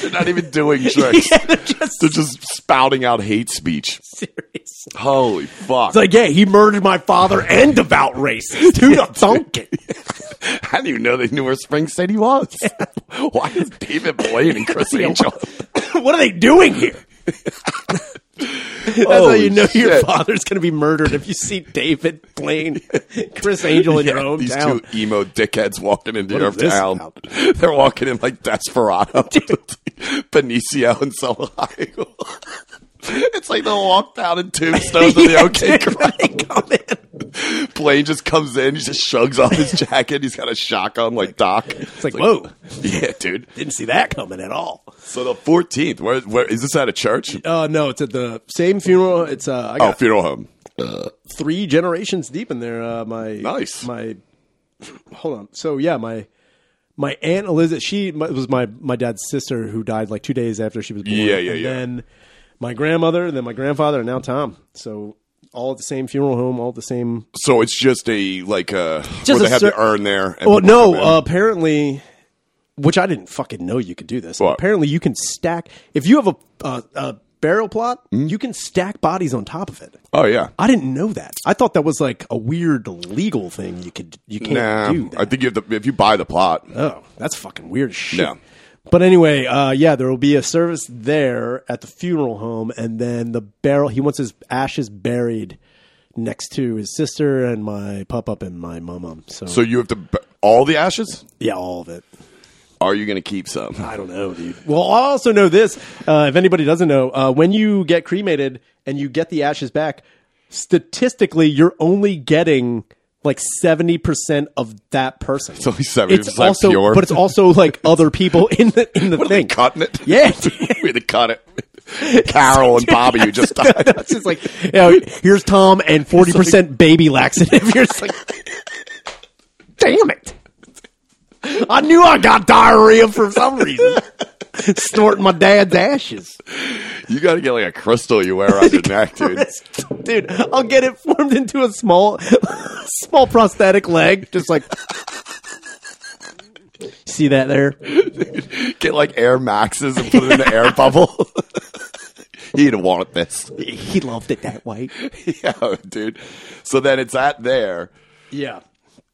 [SPEAKER 1] They're not even doing tricks.
[SPEAKER 2] They're just
[SPEAKER 1] They're just spouting out hate speech.
[SPEAKER 2] serious.
[SPEAKER 1] Holy fuck.
[SPEAKER 2] It's like, yeah, he murdered my father and devout racist. Who the thunk
[SPEAKER 1] How do you know they knew where Spring City was? Why is David Blaine and Chris Angel?
[SPEAKER 2] what are they doing here? That's how
[SPEAKER 1] Holy
[SPEAKER 2] you know your
[SPEAKER 1] shit.
[SPEAKER 2] father's going to be murdered if you see David Blaine, Chris Angel in your
[SPEAKER 1] Yeah, these
[SPEAKER 2] hometown.
[SPEAKER 1] two emo dickheads walking into your
[SPEAKER 2] is this
[SPEAKER 1] town.
[SPEAKER 2] about?
[SPEAKER 1] They're walking in like Desperado, Benicio, and Solheim. it's like they'll walk down in tombstones in the OK Corral.
[SPEAKER 2] Come in.
[SPEAKER 1] Blaine just comes in, he just shrugs off his jacket. He's got a shotgun like Doc. It's
[SPEAKER 2] like, whoa.
[SPEAKER 1] Yeah, dude.
[SPEAKER 2] Didn't see that coming at all.
[SPEAKER 1] So the 14th, where, where is this at a church?
[SPEAKER 2] Uh, no, it's at the same funeral. It's uh, I
[SPEAKER 1] Oh,
[SPEAKER 2] got
[SPEAKER 1] funeral home.
[SPEAKER 2] three generations deep in there. Uh, my
[SPEAKER 1] Nice.
[SPEAKER 2] My hold on. So yeah, my my aunt Elizabeth. She my, was my my dad's sister who died like two days after she was born.
[SPEAKER 1] Yeah, yeah,
[SPEAKER 2] and
[SPEAKER 1] yeah.
[SPEAKER 2] Then my grandmother, then my grandfather, and now Tom. So all at the same funeral home, all at the same.
[SPEAKER 1] So it's just a like uh where
[SPEAKER 2] Just
[SPEAKER 1] they
[SPEAKER 2] a
[SPEAKER 1] have
[SPEAKER 2] cer-
[SPEAKER 1] the urn there. and
[SPEAKER 2] Well,
[SPEAKER 1] people
[SPEAKER 2] no,
[SPEAKER 1] come in.
[SPEAKER 2] uh, apparently, which I didn't fucking know you could do this.
[SPEAKER 1] What?
[SPEAKER 2] Apparently, you can stack if you have a uh, a barrel plot,
[SPEAKER 1] Mm-hmm.
[SPEAKER 2] you can stack bodies on top of it.
[SPEAKER 1] oh yeah.
[SPEAKER 2] I didn't know that. I thought that was like a weird legal thing you could you can't
[SPEAKER 1] Nah,
[SPEAKER 2] do. That.
[SPEAKER 1] I think you have to, if you buy the plot,
[SPEAKER 2] oh, that's fucking weird as shit.
[SPEAKER 1] Yeah.
[SPEAKER 2] But anyway, uh, yeah, there will be a service there at the funeral home, and then the barrel. He wants his ashes buried next to his sister and my pop up and my mama. So,
[SPEAKER 1] so you have to b- all the ashes.
[SPEAKER 2] yeah, all of it.
[SPEAKER 1] Are you going to keep some?
[SPEAKER 2] I don't know, dude. Well, I also know this. Uh, if anybody doesn't know, uh, when you get cremated and you get the ashes back, statistically, you're only getting like seventy percent of that person. It's
[SPEAKER 1] only 70%
[SPEAKER 2] also,
[SPEAKER 1] pure.
[SPEAKER 2] but it's also like other people in the in the thing.
[SPEAKER 1] Cutting it?
[SPEAKER 2] Yeah.
[SPEAKER 1] we had to cut it. Carol and Bobby, who just died.
[SPEAKER 2] It's just like, you know, here's Tom and forty percent baby laxative. You're just like, damn it! I knew I got diarrhea for some reason. Snorting my dad's ashes.
[SPEAKER 1] You got to get like a crystal you wear on your neck, dude.
[SPEAKER 2] dude. I'll get it formed into a small, small prosthetic leg. Just like, see that there?
[SPEAKER 1] Get like Air Maxes and put it in the air bubble. He'd want this.
[SPEAKER 2] He loved it that way.
[SPEAKER 1] Yeah, dude. So then it's at there.
[SPEAKER 2] Yeah.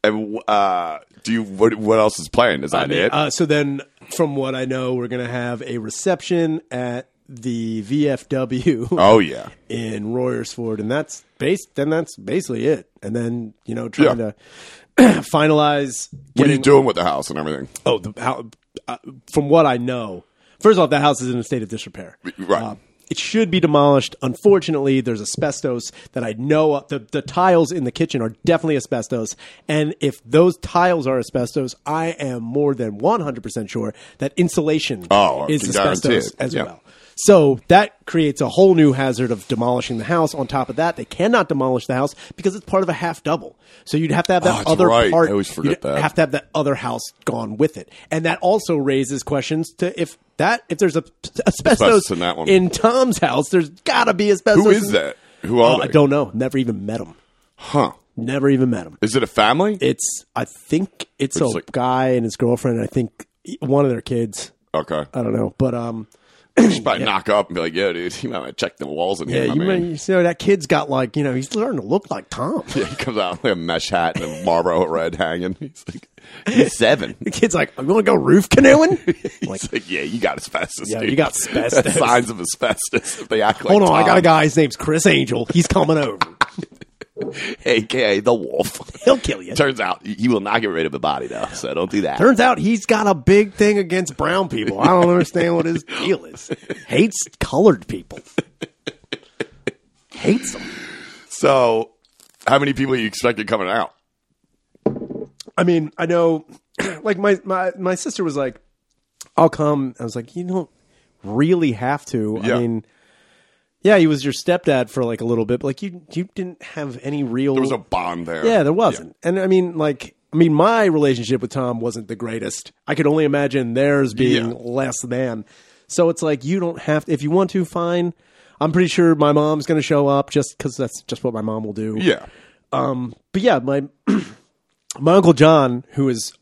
[SPEAKER 1] And uh, do you what, what else is playing? Is that it?
[SPEAKER 2] Uh, so then, from what I know, we're gonna have a reception at the VFW
[SPEAKER 1] oh yeah.
[SPEAKER 2] in Royersford, and that's base. Then that's basically it. And then you know, trying
[SPEAKER 1] Yeah.
[SPEAKER 2] to finalize.
[SPEAKER 1] What are you
[SPEAKER 2] getting-
[SPEAKER 1] doing with the house and everything?
[SPEAKER 2] Oh, the, how, uh, from what I know, first off, the house is in a state of disrepair.
[SPEAKER 1] right.
[SPEAKER 2] it should be demolished. Unfortunately, there's asbestos that I know of. The, the tiles in the kitchen are definitely asbestos. And if those tiles are asbestos, I am more than 100% sure that insulation
[SPEAKER 1] Oh, I
[SPEAKER 2] is
[SPEAKER 1] can guarantee
[SPEAKER 2] asbestos
[SPEAKER 1] it.
[SPEAKER 2] as
[SPEAKER 1] Yeah.
[SPEAKER 2] well. So that creates a whole new hazard of demolishing the house. On top of that, they cannot demolish the house because it's part of a half double. So you'd have to have
[SPEAKER 1] Oh,
[SPEAKER 2] that
[SPEAKER 1] that's
[SPEAKER 2] other
[SPEAKER 1] right.
[SPEAKER 2] part.
[SPEAKER 1] I always forget
[SPEAKER 2] you'd
[SPEAKER 1] that.
[SPEAKER 2] have to have that other house gone with it, and that also raises questions to if that if there's a asbestos
[SPEAKER 1] Asbestos in that one.
[SPEAKER 2] in Tom's house, there's got to be asbestos.
[SPEAKER 1] Who is
[SPEAKER 2] in-
[SPEAKER 1] that? Who are
[SPEAKER 2] Oh,
[SPEAKER 1] they?
[SPEAKER 2] I don't know. Never even met him.
[SPEAKER 1] Huh?
[SPEAKER 2] Never even met him.
[SPEAKER 1] Is it a family?
[SPEAKER 2] It's I think it's, a
[SPEAKER 1] It's like-
[SPEAKER 2] guy and his girlfriend. and I think one of their kids.
[SPEAKER 1] okay.
[SPEAKER 2] I don't know, but um,
[SPEAKER 1] You should probably knock up and be like, yo, dude, you might want to check the walls in here. my
[SPEAKER 2] Yeah, you
[SPEAKER 1] man."
[SPEAKER 2] may, you know that kid's got like you know he's starting to look like Tom.
[SPEAKER 1] Yeah, he comes out with a mesh hat and a Marlboro red hanging. He's like, he's seven.
[SPEAKER 2] The kid's like, I'm going to go roof canoeing.
[SPEAKER 1] He's like, yeah, you got asbestos.
[SPEAKER 2] Yeah,
[SPEAKER 1] dude.
[SPEAKER 2] you got asbestos.
[SPEAKER 1] Signs of asbestos. They act like
[SPEAKER 2] Hold on, I got a
[SPEAKER 1] Tom,
[SPEAKER 2] guy. His name's Chris Angel. He's coming over.
[SPEAKER 1] aka the wolf.
[SPEAKER 2] He'll kill you.
[SPEAKER 1] Turns out he will not get rid of the body though, so don't do that.
[SPEAKER 2] Turns out he's got a big thing against brown people. I don't understand what his deal is. Hates colored people. Hates them.
[SPEAKER 1] so, how many people you expected coming out?
[SPEAKER 2] I mean, I know, like my my my sister was like, "I'll come." I was like, "You don't really have to."
[SPEAKER 1] Yeah.
[SPEAKER 2] I mean, yeah, he was your stepdad for like a little bit, but like you you didn't have any real.
[SPEAKER 1] There was a bond there.
[SPEAKER 2] yeah, there wasn't, and I mean, like. I mean, my relationship with Tom wasn't the greatest. I could only imagine theirs being
[SPEAKER 1] Yeah.
[SPEAKER 2] less than. So it's like you don't have. If you want to, fine. I'm pretty sure my mom's going to show up just because that's just what my mom will do.
[SPEAKER 1] Yeah.
[SPEAKER 2] But yeah, my my uncle John, who is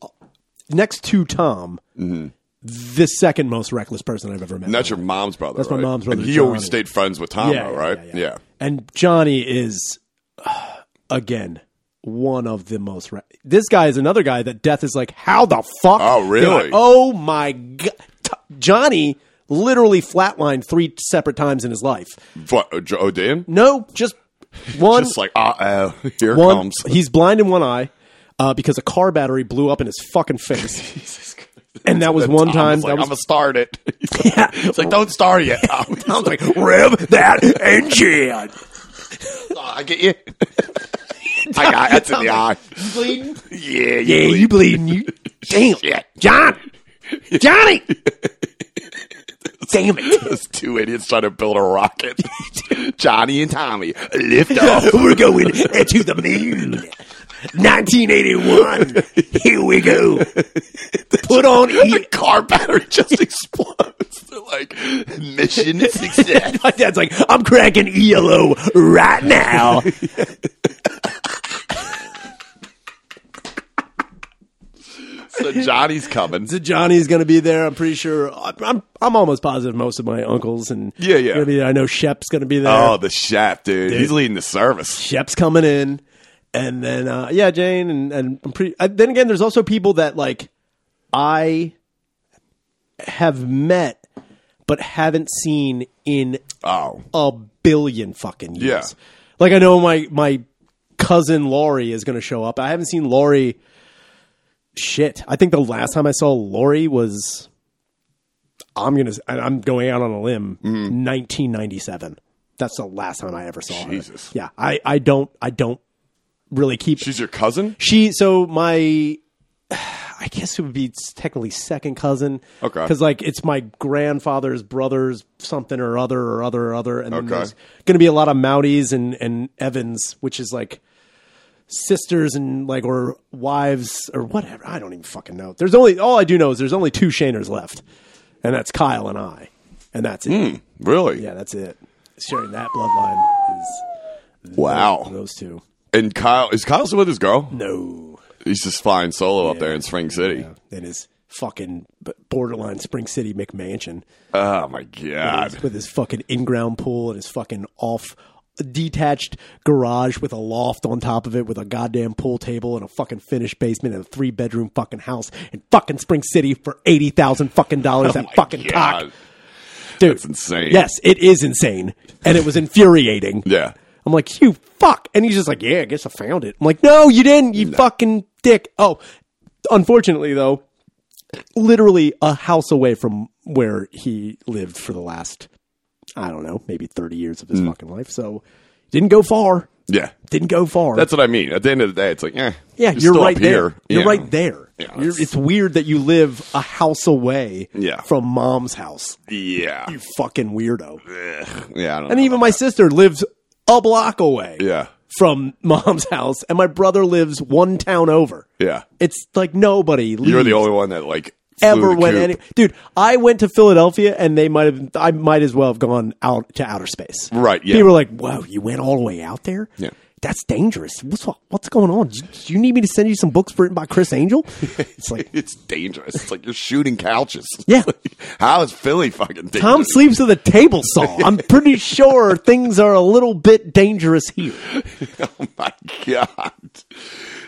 [SPEAKER 2] next to Tom,
[SPEAKER 1] Mm-hmm.
[SPEAKER 2] the second most reckless person I've ever met.
[SPEAKER 1] And that's your mom's brother. That's
[SPEAKER 2] my
[SPEAKER 1] right?
[SPEAKER 2] mom's brother,
[SPEAKER 1] And he always
[SPEAKER 2] Johnny.
[SPEAKER 1] stayed friends with Tom,
[SPEAKER 2] Yeah,
[SPEAKER 1] though,
[SPEAKER 2] yeah,
[SPEAKER 1] right?
[SPEAKER 2] yeah, yeah. and Johnny is uh, again one of the most. Re- this guy is another guy that death is like, how the fuck?
[SPEAKER 1] Oh, really?
[SPEAKER 2] They're like, oh my god, T- Johnny literally flatlined three separate times in his life.
[SPEAKER 1] What? uh, Jo- Oh, Dan?
[SPEAKER 2] No, just one.
[SPEAKER 1] Just like, uh oh, here it
[SPEAKER 2] one.
[SPEAKER 1] comes.
[SPEAKER 2] He's blind in one eye. Uh, because a car battery blew up in his fucking face,
[SPEAKER 1] Jesus Christ.
[SPEAKER 2] and that was one
[SPEAKER 1] Tom
[SPEAKER 2] time.
[SPEAKER 1] was like,
[SPEAKER 2] that was
[SPEAKER 1] I'm gonna start it. He's like, It's like, don't start it yet. Tom. Tom's like,
[SPEAKER 5] Rev that engine.
[SPEAKER 1] "Oh, I get you. I got that's in the eye. You bleeding? Yeah, you
[SPEAKER 5] Yeah, you
[SPEAKER 1] bleeding.
[SPEAKER 5] bleeding. You damn,
[SPEAKER 1] Shit.
[SPEAKER 5] John, Johnny. damn it!
[SPEAKER 1] Those two idiots trying to build a rocket. Johnny and Tommy lift off.
[SPEAKER 5] Oh, We're going to the moon. 1981. Here we go. Put on. E-,
[SPEAKER 1] the car battery just explodes. They're like, mission success.
[SPEAKER 5] My dad's like, I'm cracking ELO right
[SPEAKER 1] Oh.
[SPEAKER 5] now.
[SPEAKER 1] so Johnny's coming.
[SPEAKER 2] So Johnny's going to be there. I'm pretty sure. I'm- I'm I'm almost positive most of my uncles and
[SPEAKER 1] Yeah, yeah.
[SPEAKER 2] Gonna be there. I know Shep's going to be there.
[SPEAKER 1] Oh, the chef, dude. He's leading the service.
[SPEAKER 2] Shep's coming in, and then uh, yeah, Jane and and I'm pretty. I, then again, there's also people that like I have met but haven't seen in
[SPEAKER 1] Oh,
[SPEAKER 2] a billion fucking years.
[SPEAKER 1] Yeah.
[SPEAKER 2] Like I know my my cousin Laurie is going to show up. I haven't seen Laurie. Shit, I think the last time I saw Laurie was I'm gonna and I'm going out on a limb.
[SPEAKER 1] Mm-hmm.
[SPEAKER 2] 1997. That's the last time I ever saw her.
[SPEAKER 1] Jesus.
[SPEAKER 2] Yeah, I I don't I don't really keep
[SPEAKER 1] she's your cousin?
[SPEAKER 2] she so my I guess it would be technically second cousin.
[SPEAKER 1] Okay.
[SPEAKER 2] Because like it's my grandfather's brother's something or other or other or other, and then
[SPEAKER 1] Okay.
[SPEAKER 2] there's going to be a lot of Mounties and and Evans, which is like sisters and like or wives or whatever. I don't even fucking know. There's only all I do know is there's only two Shaners left, and that's Kyle and I, and that's it.
[SPEAKER 1] Hmm. Really?
[SPEAKER 2] Yeah, that's it. Sharing that bloodline is
[SPEAKER 1] Wow.
[SPEAKER 2] those two.
[SPEAKER 1] And Kyle is Kyle still with his girl?
[SPEAKER 2] No.
[SPEAKER 1] He's just flying solo up there in Spring City.
[SPEAKER 2] in his fucking b- borderline Spring City McMansion
[SPEAKER 1] Oh my god.
[SPEAKER 2] with his fucking in-ground pool and his fucking off detached garage with a loft on top of it with a goddamn pool table and a fucking finished basement and a three bedroom fucking house in fucking Spring City for 80,000 fucking dollars
[SPEAKER 1] Oh My
[SPEAKER 2] that fucking cock.
[SPEAKER 1] God.
[SPEAKER 2] Dude.
[SPEAKER 1] That's insane.
[SPEAKER 2] Yes, it is insane. And it was infuriating.
[SPEAKER 1] Yeah.
[SPEAKER 2] I'm like, you fuck. And he's just like, yeah, I guess I found it. I'm like, no, you didn't, you fucking dick. Oh, unfortunately, though, literally a house away from where he lived for the last, I don't know, maybe 30 years of
[SPEAKER 1] Hmm.
[SPEAKER 2] his fucking life. So didn't go far.
[SPEAKER 1] Yeah.
[SPEAKER 2] Didn't go far.
[SPEAKER 1] That's what I mean. At the end of the day, it's like, eh.
[SPEAKER 2] yeah, you're,
[SPEAKER 1] still
[SPEAKER 2] right
[SPEAKER 1] up
[SPEAKER 2] there.
[SPEAKER 1] here.
[SPEAKER 2] You're
[SPEAKER 1] Yeah.
[SPEAKER 2] right there.
[SPEAKER 1] Yeah,
[SPEAKER 2] You're-
[SPEAKER 1] that's-
[SPEAKER 2] it's weird that you live a house away
[SPEAKER 1] Yeah.
[SPEAKER 2] from mom's house.
[SPEAKER 1] Yeah.
[SPEAKER 2] You fucking weirdo.
[SPEAKER 1] Yeah. I don't
[SPEAKER 2] And
[SPEAKER 1] know.
[SPEAKER 2] even my sister lives a block away.
[SPEAKER 1] Yeah.
[SPEAKER 2] from mom's house, and my brother lives one town over.
[SPEAKER 1] Yeah.
[SPEAKER 2] It's like nobody leaves
[SPEAKER 1] You're the only one that like flew
[SPEAKER 2] ever
[SPEAKER 1] the
[SPEAKER 2] went
[SPEAKER 1] coop.
[SPEAKER 2] any. Dude, I went to Philadelphia, and they might have. I might as well have gone out to outer space.
[SPEAKER 1] Right, yeah.
[SPEAKER 2] People were like, "Wow, you went all the way out there."
[SPEAKER 1] Yeah.
[SPEAKER 2] that's dangerous. What's what's going on? Do do you need me to send you some books written by Chris Angel? It's like
[SPEAKER 1] It's dangerous. It's like you're shooting couches.
[SPEAKER 2] Yeah.
[SPEAKER 1] How is Philly fucking dangerous?
[SPEAKER 2] Tom sleeps with a table saw. I'm pretty sure things are a little bit dangerous here.
[SPEAKER 1] Oh my god,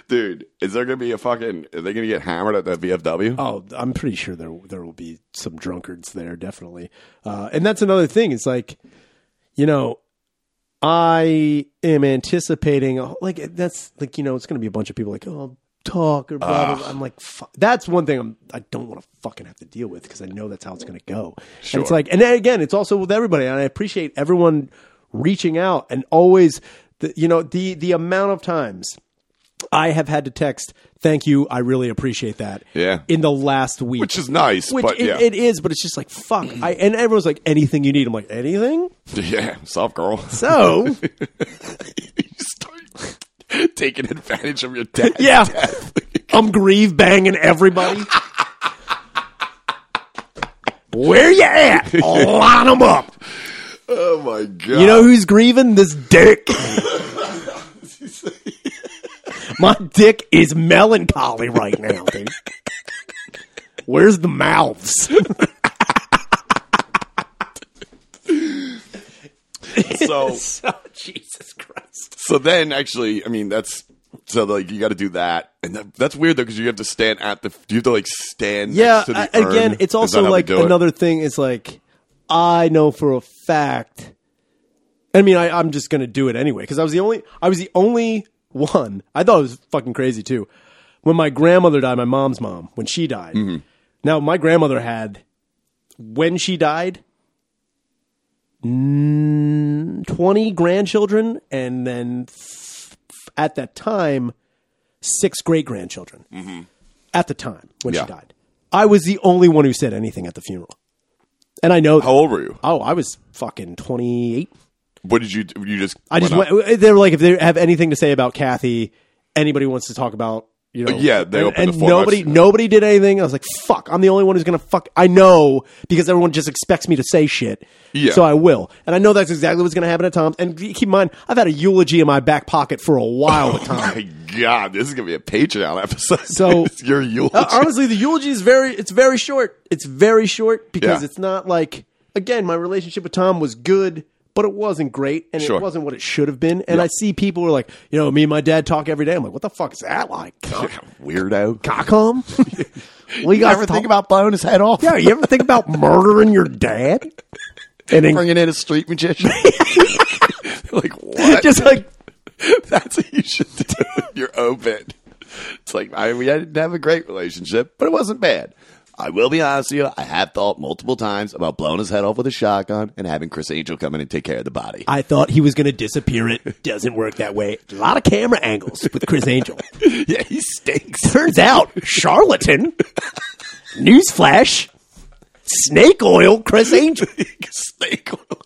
[SPEAKER 1] dude! Is there gonna be a fucking? Are they gonna get hammered at that VFW?
[SPEAKER 2] Oh, I'm pretty sure there there will be some drunkards there, definitely. Uh, and that's another thing. It's like, you know, I am anticipating like that's like you know it's going to be a bunch of people like oh talk or blah blah. blah. I'm like fu- that's one thing I'm I don't want to fucking have to deal with because I know that's how it's going to go. And it's
[SPEAKER 1] Sure.
[SPEAKER 2] like and then again it's also with everybody and I appreciate everyone reaching out and always the, you know the the amount of times I have had to text thank you I really appreciate that
[SPEAKER 1] Yeah.
[SPEAKER 2] in the last week
[SPEAKER 1] Which is nice,
[SPEAKER 2] which
[SPEAKER 1] but
[SPEAKER 2] it,
[SPEAKER 1] yeah,
[SPEAKER 2] it is but it's just like fuck I and everyone's like anything you need I'm like anything
[SPEAKER 1] yeah. Soft girl.
[SPEAKER 2] so
[SPEAKER 1] you start taking advantage of your dad.
[SPEAKER 2] Yeah. I'm grieve banging everybody. Where you at? Line them up.
[SPEAKER 1] Oh my god.
[SPEAKER 2] You know who's grieving? This dick. My dick is melancholy right now, dude. Where's the mouths?
[SPEAKER 1] so
[SPEAKER 6] Jesus Christ.
[SPEAKER 1] so then actually, I mean that's. So like you got to do that, and that, that's weird though because you have to stand at the. You have to like stand.
[SPEAKER 2] Yeah,
[SPEAKER 1] next to the
[SPEAKER 2] I-
[SPEAKER 1] urn.
[SPEAKER 2] again,
[SPEAKER 1] Is
[SPEAKER 2] it's
[SPEAKER 1] that
[SPEAKER 2] also
[SPEAKER 1] how they
[SPEAKER 2] like
[SPEAKER 1] do it?
[SPEAKER 2] another thing is like I know for a fact. I mean, I, I'm just gonna do it anyway because I was the only I was the only one. I thought it was fucking crazy too. When my grandmother died, my mom's mom, when she died.
[SPEAKER 1] Mm-hmm.
[SPEAKER 2] Now my grandmother had when she died. mm, 20 grandchildren and then f- f- at that time six great grandchildren at the time when
[SPEAKER 1] Mm-hmm. Yeah.
[SPEAKER 2] she died. I was the only one who said anything at the funeral. And I know.
[SPEAKER 1] How old were you?
[SPEAKER 2] oh, I was fucking 28.
[SPEAKER 1] What did you? do? You just.
[SPEAKER 2] I just
[SPEAKER 1] up-
[SPEAKER 2] went. They were like, if they have anything to say about Kathy, anybody wants to talk about, you know.
[SPEAKER 1] Yeah, they
[SPEAKER 2] and,
[SPEAKER 1] opened the
[SPEAKER 2] and
[SPEAKER 1] floor
[SPEAKER 2] nobody,
[SPEAKER 1] much.
[SPEAKER 2] nobody did anything. I was like, fuck, I'm the only one who's gonna fuck. I know because everyone just expects me to say shit.
[SPEAKER 1] Yeah.
[SPEAKER 2] So I will, and I know that's exactly what's gonna happen at Tom's. And keep in mind, I've had a eulogy in my back pocket for a while at Tom's.
[SPEAKER 1] Oh My God, this is gonna be a Patreon episode.
[SPEAKER 2] So-
[SPEAKER 1] It's your eulogy.
[SPEAKER 2] Uh, honestly, the eulogy is very it's very short. It's very short because
[SPEAKER 1] Yeah.
[SPEAKER 2] it's not like again, my relationship with Tom was good, but it wasn't great and
[SPEAKER 1] Sure.
[SPEAKER 2] it wasn't what it should have been. And I see people who are like, you know, me and my dad talk every day. I'm like, what the fuck is that like?
[SPEAKER 1] Weirdo.
[SPEAKER 2] Cockholm? we got to talk-
[SPEAKER 1] about blowing his head off?
[SPEAKER 2] Yeah, you ever think about murdering your dad? And then
[SPEAKER 1] Bringing in a street magician. like what?
[SPEAKER 2] just like
[SPEAKER 1] That's what you should do. with Your own bit. It's like I mean, I didn't have a great relationship, but it wasn't bad. I will be honest with you. I have thought multiple times about blowing his head off with a shotgun and having Chris Angel come in and take care of the body.
[SPEAKER 2] I thought he was going to disappear. It doesn't work that way. A lot of camera angles with Chris Angel.
[SPEAKER 1] yeah, he stinks.
[SPEAKER 2] Turns out, charlatan. Newsflash. Snake oil, Chris Angel.
[SPEAKER 1] snake oil.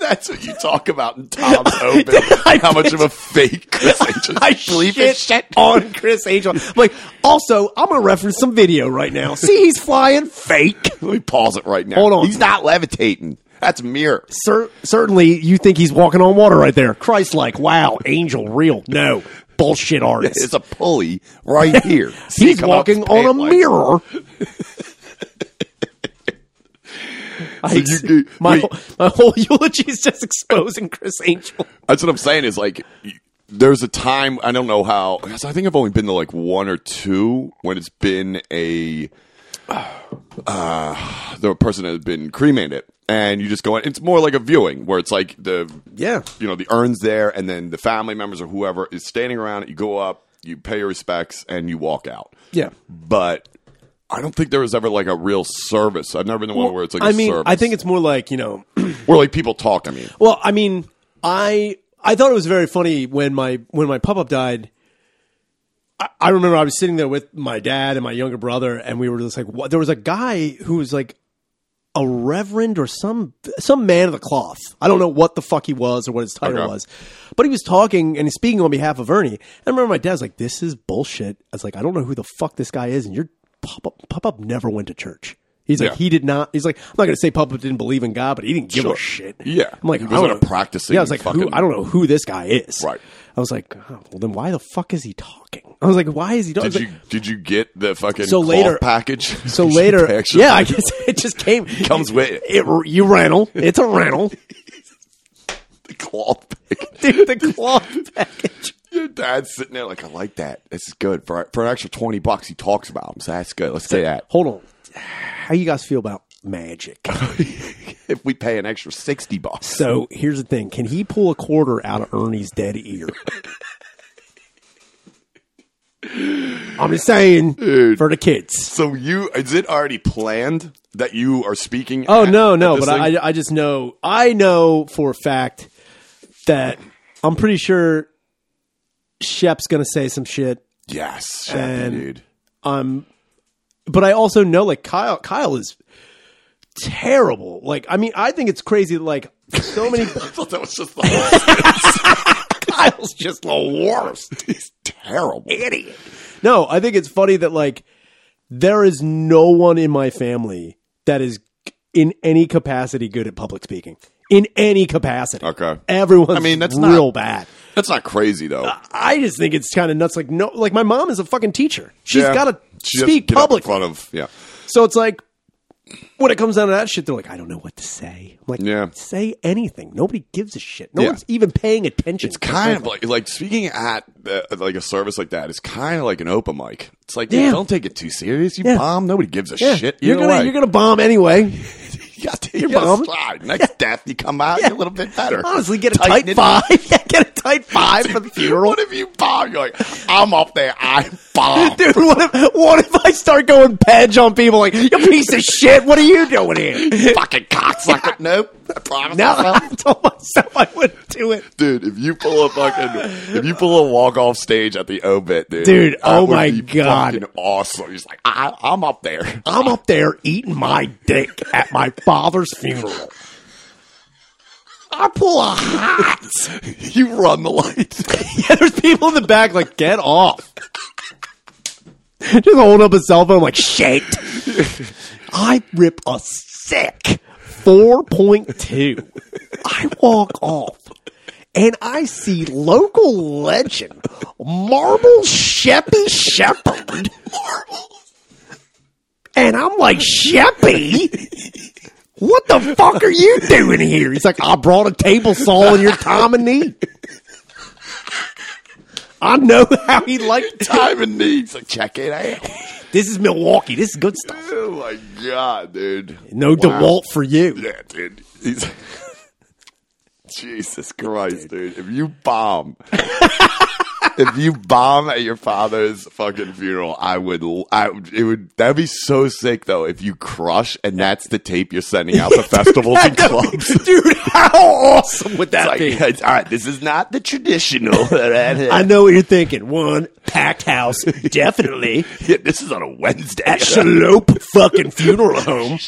[SPEAKER 1] That's what you talk about in Tom's Open. how much of a fake Chris Angel.
[SPEAKER 2] I
[SPEAKER 1] believe
[SPEAKER 2] shit,
[SPEAKER 1] it. Shit.
[SPEAKER 2] on Chris Angel. I'm like, also, I'm gonna reference some video right now. See, he's flying fake.
[SPEAKER 1] Let me pause it right now.
[SPEAKER 2] Hold on.
[SPEAKER 1] He's not levitating. That's a mirror.
[SPEAKER 2] Cer- certainly, you think he's walking on water right there. Christ, like, wow, Angel, real, no, bullshit
[SPEAKER 1] It's
[SPEAKER 2] artist.
[SPEAKER 1] a pulley right here. See it
[SPEAKER 2] He's
[SPEAKER 1] come up
[SPEAKER 2] walking
[SPEAKER 1] his
[SPEAKER 2] on a
[SPEAKER 1] pant leg.
[SPEAKER 2] mirror. I,
[SPEAKER 1] you do-
[SPEAKER 2] my,
[SPEAKER 1] wait.
[SPEAKER 2] whole, my whole eulogy is just exposing Chris Angel.
[SPEAKER 1] That's what I'm saying is like y- there's a time I don't know how 'cause I think I've only been to like one or two when it's been a uh, the person has been cremated and you just go in it's more like a viewing where it's like the
[SPEAKER 2] Yeah.
[SPEAKER 1] you know the urns there and then the family members or whoever is standing around you go up you pay your respects and you walk out
[SPEAKER 2] Yeah.
[SPEAKER 1] but I don't think there was ever like a real service I've never been the one where it's like
[SPEAKER 2] I
[SPEAKER 1] a
[SPEAKER 2] mean,
[SPEAKER 1] service
[SPEAKER 2] I think it's more like, you know,
[SPEAKER 1] where like people talk I mean
[SPEAKER 2] well, I mean, I I thought it was very funny when my when my pop up died. I, I remember I was sitting there with my dad and my younger brother, and we were just like, what? there was a guy who was like a reverend or some some man of the cloth. I don't know what the fuck he was or what his title
[SPEAKER 1] Okay.
[SPEAKER 2] was, but he was talking and he's speaking on behalf of Ernie. And I remember my dad's like, "This is bullshit." I was like, "I don't know who the fuck this guy is," and your pop up pop up never went to church. He's like,
[SPEAKER 1] Yeah.
[SPEAKER 2] he did not. He's like, I'm not going to say Papa didn't believe in God, but he didn't give
[SPEAKER 1] Sure.
[SPEAKER 2] a shit.
[SPEAKER 1] Yeah.
[SPEAKER 2] I'm like,
[SPEAKER 1] He
[SPEAKER 2] I
[SPEAKER 1] wasn't
[SPEAKER 2] don't
[SPEAKER 1] a
[SPEAKER 2] know-
[SPEAKER 1] practicing
[SPEAKER 2] Yeah, I was like, who,
[SPEAKER 1] fucking-
[SPEAKER 2] I don't know who this guy is.
[SPEAKER 1] Right.
[SPEAKER 2] I was like, oh, well, then why the fuck is he talking? I was like, why is he talking?
[SPEAKER 1] Did you did you get the fucking
[SPEAKER 2] So
[SPEAKER 1] cloth
[SPEAKER 2] later-
[SPEAKER 1] package?
[SPEAKER 2] so
[SPEAKER 1] Is
[SPEAKER 2] later,
[SPEAKER 1] the picture?
[SPEAKER 2] yeah, I guess it just came.
[SPEAKER 1] comes with it.
[SPEAKER 2] It, you rental. It's a rental.
[SPEAKER 1] The cloth package.
[SPEAKER 2] Dude, the cloth package.
[SPEAKER 1] Your dad's sitting there like, I like that. This is good for for an extra twenty bucks. He talks about him, so that's good. Let's say that
[SPEAKER 2] Hold on. How you guys feel about magic?
[SPEAKER 1] if we pay an extra sixty bucks.
[SPEAKER 2] So here's the thing: Can he pull a quarter out of Ernie's dead ear? I'm just saying for the kids.
[SPEAKER 1] So you is it already planned that you are speaking?
[SPEAKER 2] Oh
[SPEAKER 1] at-
[SPEAKER 2] no,
[SPEAKER 1] at
[SPEAKER 2] no!
[SPEAKER 1] this
[SPEAKER 2] But
[SPEAKER 1] thing?
[SPEAKER 2] I, I just know I know for a fact that I'm pretty sure Shep's gonna say some shit.
[SPEAKER 1] yes,
[SPEAKER 2] And-
[SPEAKER 1] Shaq, dude.
[SPEAKER 2] But I also know like Kyle. Kyle is terrible. Like I mean, I think it's crazy. that, Like so many.
[SPEAKER 1] I thought that was just the worst.
[SPEAKER 2] Kyle's just
[SPEAKER 1] the worst. He's terrible. Idiot.
[SPEAKER 2] No, I think it's funny that like there is no one in my family that is in any capacity good at public speaking. In any capacity.
[SPEAKER 1] Okay.
[SPEAKER 2] Everyone's
[SPEAKER 1] I mean, that's not-
[SPEAKER 2] real bad.
[SPEAKER 1] That's not crazy though.
[SPEAKER 2] I just think it's kind of nuts. Like no like my mom is a fucking teacher. She's
[SPEAKER 1] She's
[SPEAKER 2] gotta speak
[SPEAKER 1] public
[SPEAKER 2] public.
[SPEAKER 1] in front of yeah.
[SPEAKER 2] So it's like when it comes down to that shit, they're like, I don't know what to say. I'm like,
[SPEAKER 1] Yeah.
[SPEAKER 2] say anything. Nobody gives a shit. No
[SPEAKER 1] Yeah.
[SPEAKER 2] one's even paying attention.
[SPEAKER 1] It's kind of like like speaking at the, like a service like that is kind of like an open mic. It's like dude,
[SPEAKER 2] Yeah.
[SPEAKER 1] don't take it too serious. You
[SPEAKER 2] Yeah.
[SPEAKER 1] bomb, nobody gives a
[SPEAKER 2] Yeah.
[SPEAKER 1] shit.
[SPEAKER 2] You're
[SPEAKER 1] either
[SPEAKER 2] gonna
[SPEAKER 1] way.
[SPEAKER 2] you're gonna bomb anyway.
[SPEAKER 1] you got to, you
[SPEAKER 2] you're
[SPEAKER 1] gotta
[SPEAKER 2] bombing.
[SPEAKER 1] slide. Next death, you come out you're a little bit better.
[SPEAKER 2] Honestly, get a
[SPEAKER 1] Tighten
[SPEAKER 2] tight
[SPEAKER 1] it
[SPEAKER 2] five. yeah, get a tight five for the funeral.
[SPEAKER 1] What if you bomb? You're like, I'm up there. I bomb.
[SPEAKER 2] Dude, what if, what if I start going pedge on people like, you piece of shit, what are you doing here?
[SPEAKER 1] Fucking cocksucker. nope. I promise
[SPEAKER 2] Now
[SPEAKER 1] myself.
[SPEAKER 2] I told myself I wouldn't do it.
[SPEAKER 1] dude. If you pull a fucking, if you pull a walk off stage at the obit, dude,
[SPEAKER 2] Dude,
[SPEAKER 1] that
[SPEAKER 2] oh
[SPEAKER 1] would
[SPEAKER 2] my
[SPEAKER 1] be
[SPEAKER 2] God.
[SPEAKER 1] fucking awesome. He's like, I, I'm up there.
[SPEAKER 2] I'm up there eating my dick at my father's funeral. I pull a hot.
[SPEAKER 1] you run the lights.
[SPEAKER 2] yeah, there's people in the back like, get off. Just hold up a cell phone like, shit. I rip a sick 4.2. I walk off and I see local legend Marble Sheppy Shepherd. And I'm like, Sheppy, what the fuck are you doing here? He's like, I brought a table saw in your time of need. I know how he liked.
[SPEAKER 1] Time and needs. Like, check it out.
[SPEAKER 2] This is Milwaukee. This is good stuff.
[SPEAKER 1] Oh my god, dude.
[SPEAKER 2] No DeWalt for you.
[SPEAKER 1] Yeah, dude. He's. Jesus Christ, dude. If you bomb, if you bomb at your father's fucking funeral, I would, I would- it would, that'd be so sick though. If you crush and that's the tape you're sending out to festivals and clubs.
[SPEAKER 2] Dude, how awesome would that
[SPEAKER 1] Like,
[SPEAKER 2] be?
[SPEAKER 1] it's- all right, this is not the traditional.
[SPEAKER 2] I know what you're thinking. One, packed house, definitely.
[SPEAKER 1] Yeah, this is on a Wednesday.
[SPEAKER 2] At Shalope fucking funeral home.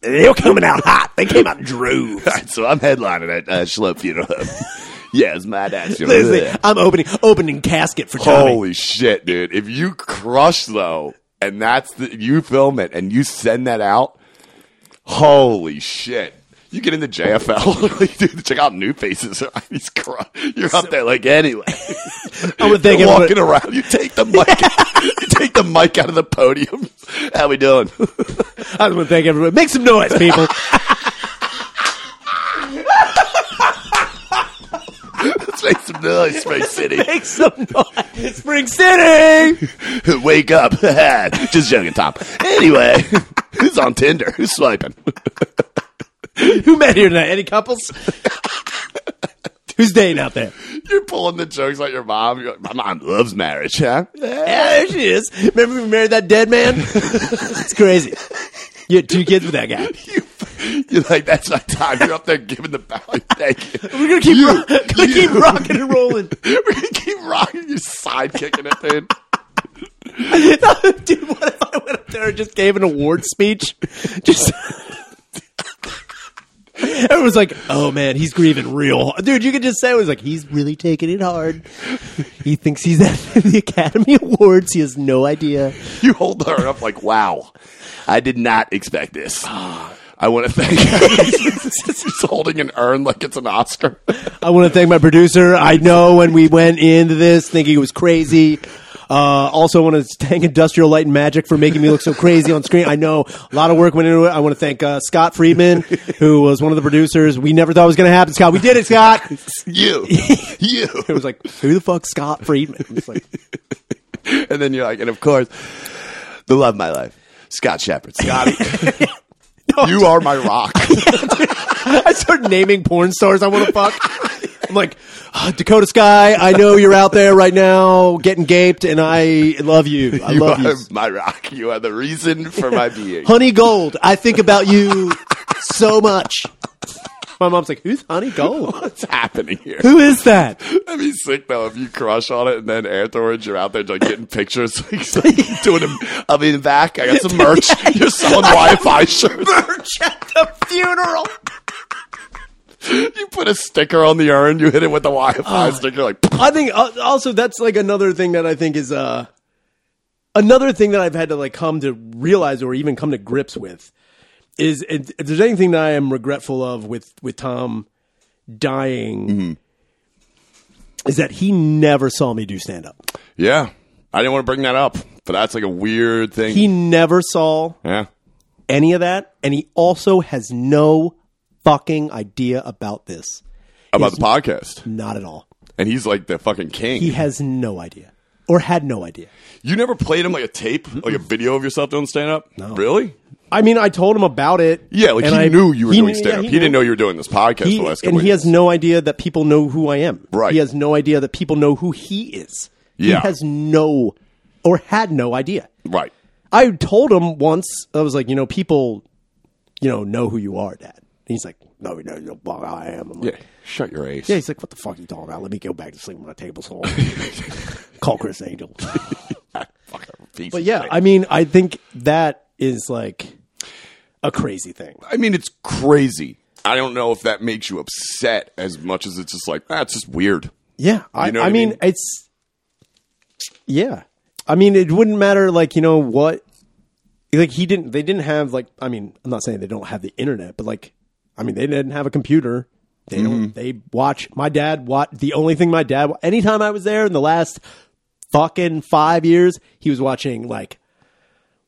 [SPEAKER 2] They're coming out hot. They came out droves.
[SPEAKER 1] All right, so I'm headlining at uh, Schlup Funeral. yeah, it's my dad's funeral.
[SPEAKER 2] Listen, I'm opening opening casket for Tommy.
[SPEAKER 1] Holy shit, dude! If you crush though, and that's the you film it and you send that out, holy shit! You get into JFL, like, dude. Check out new faces. He's cru- you're up there like anyway.
[SPEAKER 2] I would think
[SPEAKER 1] You're
[SPEAKER 2] it
[SPEAKER 1] walking
[SPEAKER 2] would-
[SPEAKER 1] around. You take the mic. you take the mic out of the podium. How we doing?
[SPEAKER 2] I just want to thank everybody. Make some noise, people.
[SPEAKER 1] Let's make some noise, Spring City.
[SPEAKER 2] Make some noise. Spring City.
[SPEAKER 1] Wake up. Just joking, Tom. Anyway, who's on Tinder? Who's swiping?
[SPEAKER 2] Who met here tonight? Any couples? Who's dating out there?
[SPEAKER 1] You're pulling the jokes like your mom. You're like, my mom loves marriage, huh?
[SPEAKER 2] Yeah, there she is. Remember we married that dead man? it's crazy. You had two kids with that guy.
[SPEAKER 1] You, you're like, that's my time. You're up there giving the bow. Like, Thank you.
[SPEAKER 2] We're gonna keep,
[SPEAKER 1] You-
[SPEAKER 2] ro- gonna keep
[SPEAKER 1] you-
[SPEAKER 2] rocking and rolling.
[SPEAKER 1] We're going to keep rocking. You're sidekicking it, dude.
[SPEAKER 2] Dude, what if I went up there and just gave an award speech? Just. Everyone was like, "Oh man, he's grieving real, hard. dude." You could just say it was like he's really taking it hard. He thinks he's at the Academy Awards. He has no idea.
[SPEAKER 1] you hold her up like, wow, I did not expect this. I want to thank. He's holding an urn like it's an Oscar.
[SPEAKER 2] I want to thank my producer. I know when we went into this thinking it was crazy. Uh, also, want to thank Industrial Light and Magic for making me look so crazy on screen. I know a lot of work went into it. I want to thank uh, Scott Friedman, who was one of the producers. We never thought it was going to happen, Scott. We did it, Scott.
[SPEAKER 1] You, you,
[SPEAKER 2] It was like, who the fuck, Scott Friedman? It's like,
[SPEAKER 1] and then you're like, and of course, the love of my life, Scott Shepard. Scotty, you are my rock.
[SPEAKER 2] I start naming porn stars I want to fuck. I'm like, "Ah, Dakota Sky, I know you're out there right now getting gaped, and I love you. I
[SPEAKER 1] you
[SPEAKER 2] love
[SPEAKER 1] are
[SPEAKER 2] you.
[SPEAKER 1] my rock. You are the reason for my being.
[SPEAKER 2] Honey Gold, I think about you so much. My mom's like, who's Honey Gold?
[SPEAKER 1] What's happening here?
[SPEAKER 2] Who is that?
[SPEAKER 1] That'd be sick though if you crush on it and then afterwards you're out there like getting pictures, like so you're doing. i I'll be in the back. I got some merch. You're selling Wi-Fi shirts.
[SPEAKER 2] Merch at the funeral.
[SPEAKER 1] You put a sticker on the urn. You hit it with the Wi-Fi
[SPEAKER 2] Oh.
[SPEAKER 1] sticker. Like
[SPEAKER 2] I think uh, also that's like another thing that I think is uh another thing that I've had to like come to realize or even come to grips with is if if there's anything that I am regretful of with with Tom dying is that he never saw me do stand up.
[SPEAKER 1] yeah, I didn't want to bring that up, but that's like a weird thing.
[SPEAKER 2] He never saw
[SPEAKER 1] yeah,
[SPEAKER 2] any of that and he also has no fucking idea about this.
[SPEAKER 1] about the podcast,
[SPEAKER 2] Not at all.
[SPEAKER 1] and he's like the fucking king.
[SPEAKER 2] He has no idea or had no idea.
[SPEAKER 1] you never played him like a tape, like a video of yourself doing stand up. No, really?
[SPEAKER 2] I mean, I told him about it.
[SPEAKER 1] Yeah, like
[SPEAKER 2] and
[SPEAKER 1] he
[SPEAKER 2] I-
[SPEAKER 1] knew you were
[SPEAKER 2] he
[SPEAKER 1] doing
[SPEAKER 2] knew- yeah,
[SPEAKER 1] stand up. he,
[SPEAKER 2] knew.
[SPEAKER 1] didn't know you were doing this podcast.
[SPEAKER 2] He-
[SPEAKER 1] the last couple
[SPEAKER 2] and he
[SPEAKER 1] years.
[SPEAKER 2] has no idea that people know who I am.
[SPEAKER 1] Right.
[SPEAKER 2] He has no idea that people know who he is.
[SPEAKER 1] Yeah.
[SPEAKER 2] He has no or had no idea.
[SPEAKER 1] right.
[SPEAKER 2] I told him once, I was like, you know, people, you know, know who you are, Dad. And he's like,
[SPEAKER 7] No, no, no, well, I am. I'm like,
[SPEAKER 1] Yeah, shut your ass.
[SPEAKER 7] yeah, he's like, what the fuck are you talking about? Let me go back to sleeping on my table saw. Call Chris Angel.
[SPEAKER 1] but
[SPEAKER 2] yeah, I mean, I think that is like a crazy thing.
[SPEAKER 1] I mean, it's crazy. I don't know if that makes you upset as much as it's just like that's just weird.
[SPEAKER 2] Yeah, I,
[SPEAKER 1] know
[SPEAKER 2] I,
[SPEAKER 1] what I
[SPEAKER 2] mean,
[SPEAKER 1] mean?
[SPEAKER 2] it's yeah. I mean, it wouldn't matter. Like you know what? Like he didn't. They didn't have like. I mean, I'm not saying they don't have the internet, but like, I mean, they didn't have a computer. They
[SPEAKER 1] Mm-hmm.
[SPEAKER 2] don't. They watch. My dad. What the only thing my dad. Anytime I was there in the last fucking five years, he was watching like.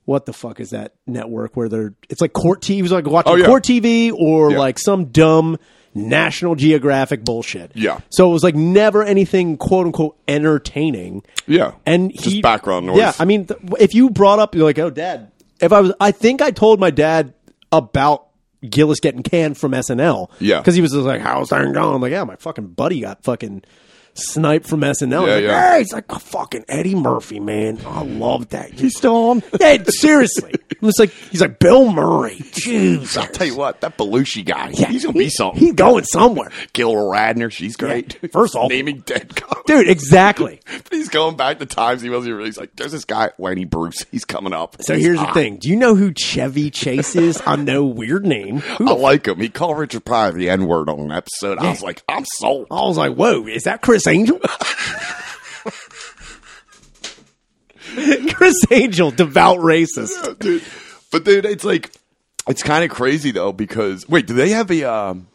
[SPEAKER 2] What the fuck is that network where they're? It's like court TV. He was like watching
[SPEAKER 1] Oh, yeah.
[SPEAKER 2] court TV or
[SPEAKER 1] Yeah.
[SPEAKER 2] like some dumb National Geographic bullshit.
[SPEAKER 1] Yeah.
[SPEAKER 2] So it was like never anything quote unquote entertaining.
[SPEAKER 1] Yeah,
[SPEAKER 2] And
[SPEAKER 1] just
[SPEAKER 2] he-
[SPEAKER 1] background noise.
[SPEAKER 2] Yeah, I mean, th- if you brought up, you're like, oh, dad. If I was, I think I told my dad about Gillis getting canned from SNL.
[SPEAKER 1] Yeah.
[SPEAKER 2] because he was just like, how's that going? I'm like, yeah, my fucking buddy got fucking sniped from SNL.
[SPEAKER 1] Yeah,
[SPEAKER 2] Like,
[SPEAKER 1] yeah.
[SPEAKER 7] hey, he's like, oh, fucking Eddie Murphy, man. I love that.
[SPEAKER 2] He's still on. Yeah, seriously. I'm just like, he's like Bill Murray. Jesus,
[SPEAKER 1] I'll tell you what, that Belushi guy, he's gonna be something.
[SPEAKER 7] He's going somewhere.
[SPEAKER 1] Gil Radner, she's great.
[SPEAKER 7] First off-
[SPEAKER 1] naming dead comics.
[SPEAKER 2] dude, exactly.
[SPEAKER 1] He's going back to times he wasn't really. He's like, there's this guy, Lenny Bruce. He's coming up.
[SPEAKER 2] So here's the thing. Do you know who Chevy Chase is? I know weird name. Who
[SPEAKER 1] I like him. He called Richard Pryor the N word on an episode. I was like, I'm sold.
[SPEAKER 2] I was like, whoa, is that Chris Angel? Chris Angel, devout racist.
[SPEAKER 1] Yeah, dude. But dude, it's like it's kind of crazy though because wait, do they have a? Um,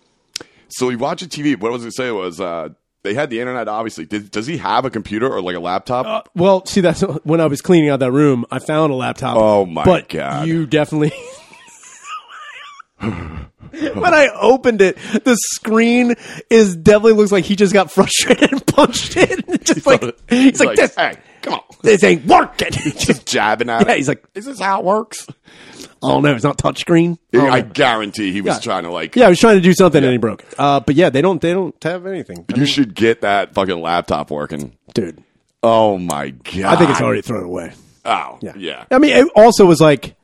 [SPEAKER 1] so we watch a TV. What I was gonna say was uh, they had the internet. Obviously, Did, does he have a computer or like a laptop?
[SPEAKER 2] Well, see, that's when I was cleaning out that room. I found a laptop.
[SPEAKER 1] Oh, my
[SPEAKER 2] but
[SPEAKER 1] God.
[SPEAKER 2] You definitely. when I opened it, the screen is definitely looks like he just got frustrated and punched it. just like Uh, he's like, this,
[SPEAKER 1] hey, come on,
[SPEAKER 2] this ain't working. Just-
[SPEAKER 1] jabbing at
[SPEAKER 2] yeah,
[SPEAKER 1] it.
[SPEAKER 2] he's like,
[SPEAKER 1] Is this how it works?
[SPEAKER 2] I don't know, Oh, it's not touchscreen.
[SPEAKER 1] Yeah, I guarantee he was
[SPEAKER 2] Oh, Yeah.
[SPEAKER 1] trying to like.
[SPEAKER 2] Yeah, I was trying to do something and he broke it. Uh, but yeah, they don't they don't have anything,
[SPEAKER 1] You should get that fucking laptop working.
[SPEAKER 2] dude.
[SPEAKER 1] Oh my god!
[SPEAKER 2] I think it's already thrown away.
[SPEAKER 1] Oh yeah.
[SPEAKER 2] I mean, it also was like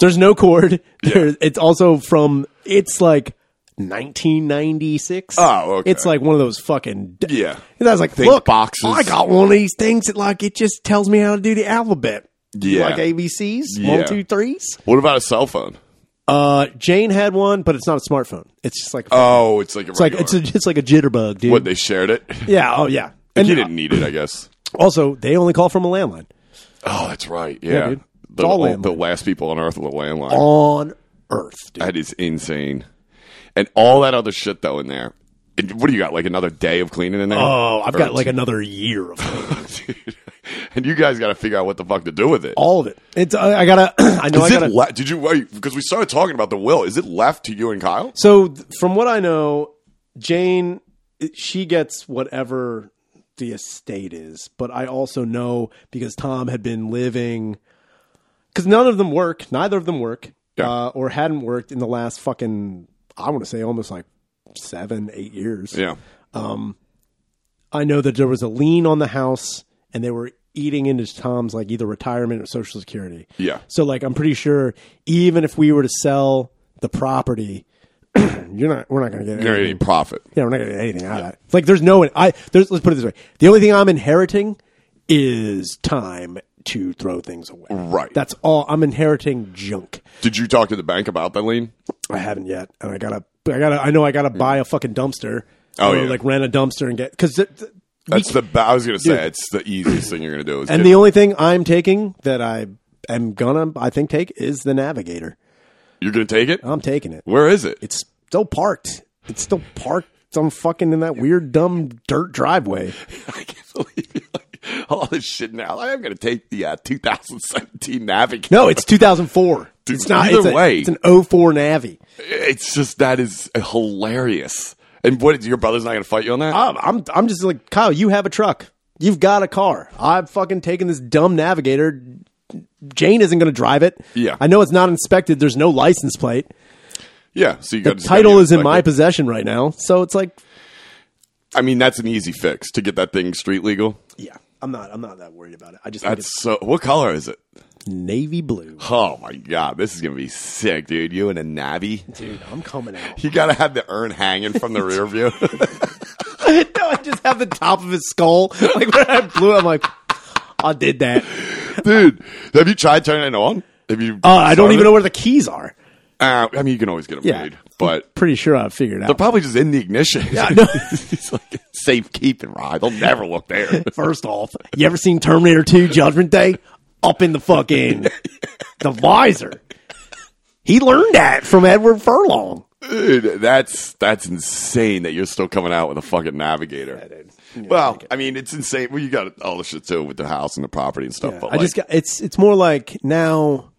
[SPEAKER 2] there's no cord. There, It's also from it's like 1996.
[SPEAKER 1] Oh, okay.
[SPEAKER 2] It's like one of those fucking d-
[SPEAKER 1] Yeah.
[SPEAKER 2] And I was like,
[SPEAKER 1] Think
[SPEAKER 2] look,
[SPEAKER 1] boxes.
[SPEAKER 2] I got one of these things that like it just tells me how to do the alphabet.
[SPEAKER 1] Yeah.
[SPEAKER 2] like ABCs,
[SPEAKER 1] Yeah.
[SPEAKER 2] one, two, threes.
[SPEAKER 1] What about a cell phone?
[SPEAKER 2] Uh, Jane had one, but it's not a smartphone. It's just like
[SPEAKER 1] Oh, it's like a
[SPEAKER 2] it's like it's a, it's like a jitterbug, dude.
[SPEAKER 1] what they shared it.
[SPEAKER 2] yeah. Oh yeah.
[SPEAKER 1] And
[SPEAKER 2] And
[SPEAKER 1] he didn't need it, I guess.
[SPEAKER 2] also, they only call from a landline
[SPEAKER 1] Oh, that's right. Yeah,
[SPEAKER 2] dude. It's
[SPEAKER 1] the,
[SPEAKER 2] all
[SPEAKER 1] all-
[SPEAKER 2] landline.
[SPEAKER 1] the last people on Earth with a landline.
[SPEAKER 2] on Earth, dude.
[SPEAKER 1] That is insane. And all that other shit though in there. It- what do you got? Like another day of cleaning in there?
[SPEAKER 2] Oh, I've
[SPEAKER 1] Or
[SPEAKER 2] got like another year of it.
[SPEAKER 1] two- and you guys got to figure out what the fuck to do with it.
[SPEAKER 2] all of it. It's I, I gotta. I know
[SPEAKER 1] is
[SPEAKER 2] I
[SPEAKER 1] it
[SPEAKER 2] gotta.
[SPEAKER 1] le- did you wait? Because we started talking about the will. Is it left to you and Kyle?
[SPEAKER 2] So th- from what I know, Jane she gets whatever the estate is, but I also know because Tom had been living because none of them work, neither of them work,
[SPEAKER 1] Yeah.
[SPEAKER 2] uh, or hadn't worked in the last fucking I want to say almost like seven, eight years.
[SPEAKER 1] Yeah.
[SPEAKER 2] I know that there was a lien on the house, and they were eating into Tom's like either retirement or Social Security.
[SPEAKER 1] Yeah.
[SPEAKER 2] So like I'm pretty sure even if we were to sell the property, you're not we're not gonna get
[SPEAKER 1] You're
[SPEAKER 2] anything.
[SPEAKER 1] any profit.
[SPEAKER 2] Yeah, we're not gonna get anything out of that. It's like there's no I there's let's put it this way. The only thing I'm inheriting is time to throw things away.
[SPEAKER 1] Right.
[SPEAKER 2] That's all I'm inheriting junk.
[SPEAKER 1] Did you talk to the bank about that lien?
[SPEAKER 2] I haven't yet, and I gotta I gotta I know I gotta buy a fucking dumpster.
[SPEAKER 1] Mm. Oh,
[SPEAKER 2] or
[SPEAKER 1] yeah.
[SPEAKER 2] like rent a dumpster and get because
[SPEAKER 1] That's the. ba- I was gonna say it's the easiest thing you're gonna do. Is
[SPEAKER 2] And
[SPEAKER 1] get-
[SPEAKER 2] the only thing I'm taking that I am gonna, I think, take is the Navigator.
[SPEAKER 1] you're gonna take it.
[SPEAKER 2] I'm taking it.
[SPEAKER 1] Where is it?
[SPEAKER 2] It's still parked. It's still parked. I'm fucking in that weird, dumb dirt driveway.
[SPEAKER 1] I can't believe you. Like, all this shit now. Like, I'm gonna take the uh, 2017 Navigator.
[SPEAKER 2] No, it's 2004.
[SPEAKER 1] Dude,
[SPEAKER 2] it's not.
[SPEAKER 1] either
[SPEAKER 2] it's a-
[SPEAKER 1] way.
[SPEAKER 2] it's an 04 Navi.
[SPEAKER 1] It's just that is hilarious. And what your brother's not going to fight you on that?
[SPEAKER 2] I'm, I'm, I'm just like Kyle. You have a truck. You've got a car. I'm fucking taking this dumb Navigator. Jane isn't going to drive it.
[SPEAKER 1] Yeah.
[SPEAKER 2] I know it's not inspected. There's no license plate.
[SPEAKER 1] yeah. So you
[SPEAKER 2] The
[SPEAKER 1] got
[SPEAKER 2] title is in my possession right now, so it's like,
[SPEAKER 1] I mean, that's an easy fix to get that thing street legal.
[SPEAKER 2] yeah, I'm not. I'm not that worried about it. I just think
[SPEAKER 1] That's so. What color is it?
[SPEAKER 2] navy blue.
[SPEAKER 1] Oh my god, this is gonna be sick, dude. You and a navy.
[SPEAKER 2] Dude, I'm coming out.
[SPEAKER 1] You gotta have the urn hanging from the rear view.
[SPEAKER 2] no, I just have the top of his skull. Like when I blew, it, I'm like, I did that.
[SPEAKER 1] dude, have you tried turning it on? Have you?
[SPEAKER 2] Uh, I don't
[SPEAKER 1] started
[SPEAKER 2] even
[SPEAKER 1] it?
[SPEAKER 2] know where the keys are.
[SPEAKER 1] Uh, I mean, you can always get them
[SPEAKER 2] Yeah.
[SPEAKER 1] made, but
[SPEAKER 2] Pretty sure I figured
[SPEAKER 1] they're
[SPEAKER 2] out.
[SPEAKER 1] probably just in the ignition. Yeah,
[SPEAKER 2] no.
[SPEAKER 1] it's like safekeeping, Rod. They'll never look there.
[SPEAKER 2] First off, you ever seen Terminator 2 Judgment Day? Up in the fucking the visor. He learned that from Edward Furlong.
[SPEAKER 1] Dude, that's that's insane that you're still coming out with a fucking navigator. well, I mean, it's insane. Well, you got all the shit too with the house and the property and stuff. but
[SPEAKER 2] I just
[SPEAKER 1] like,
[SPEAKER 2] got it's it's more like now.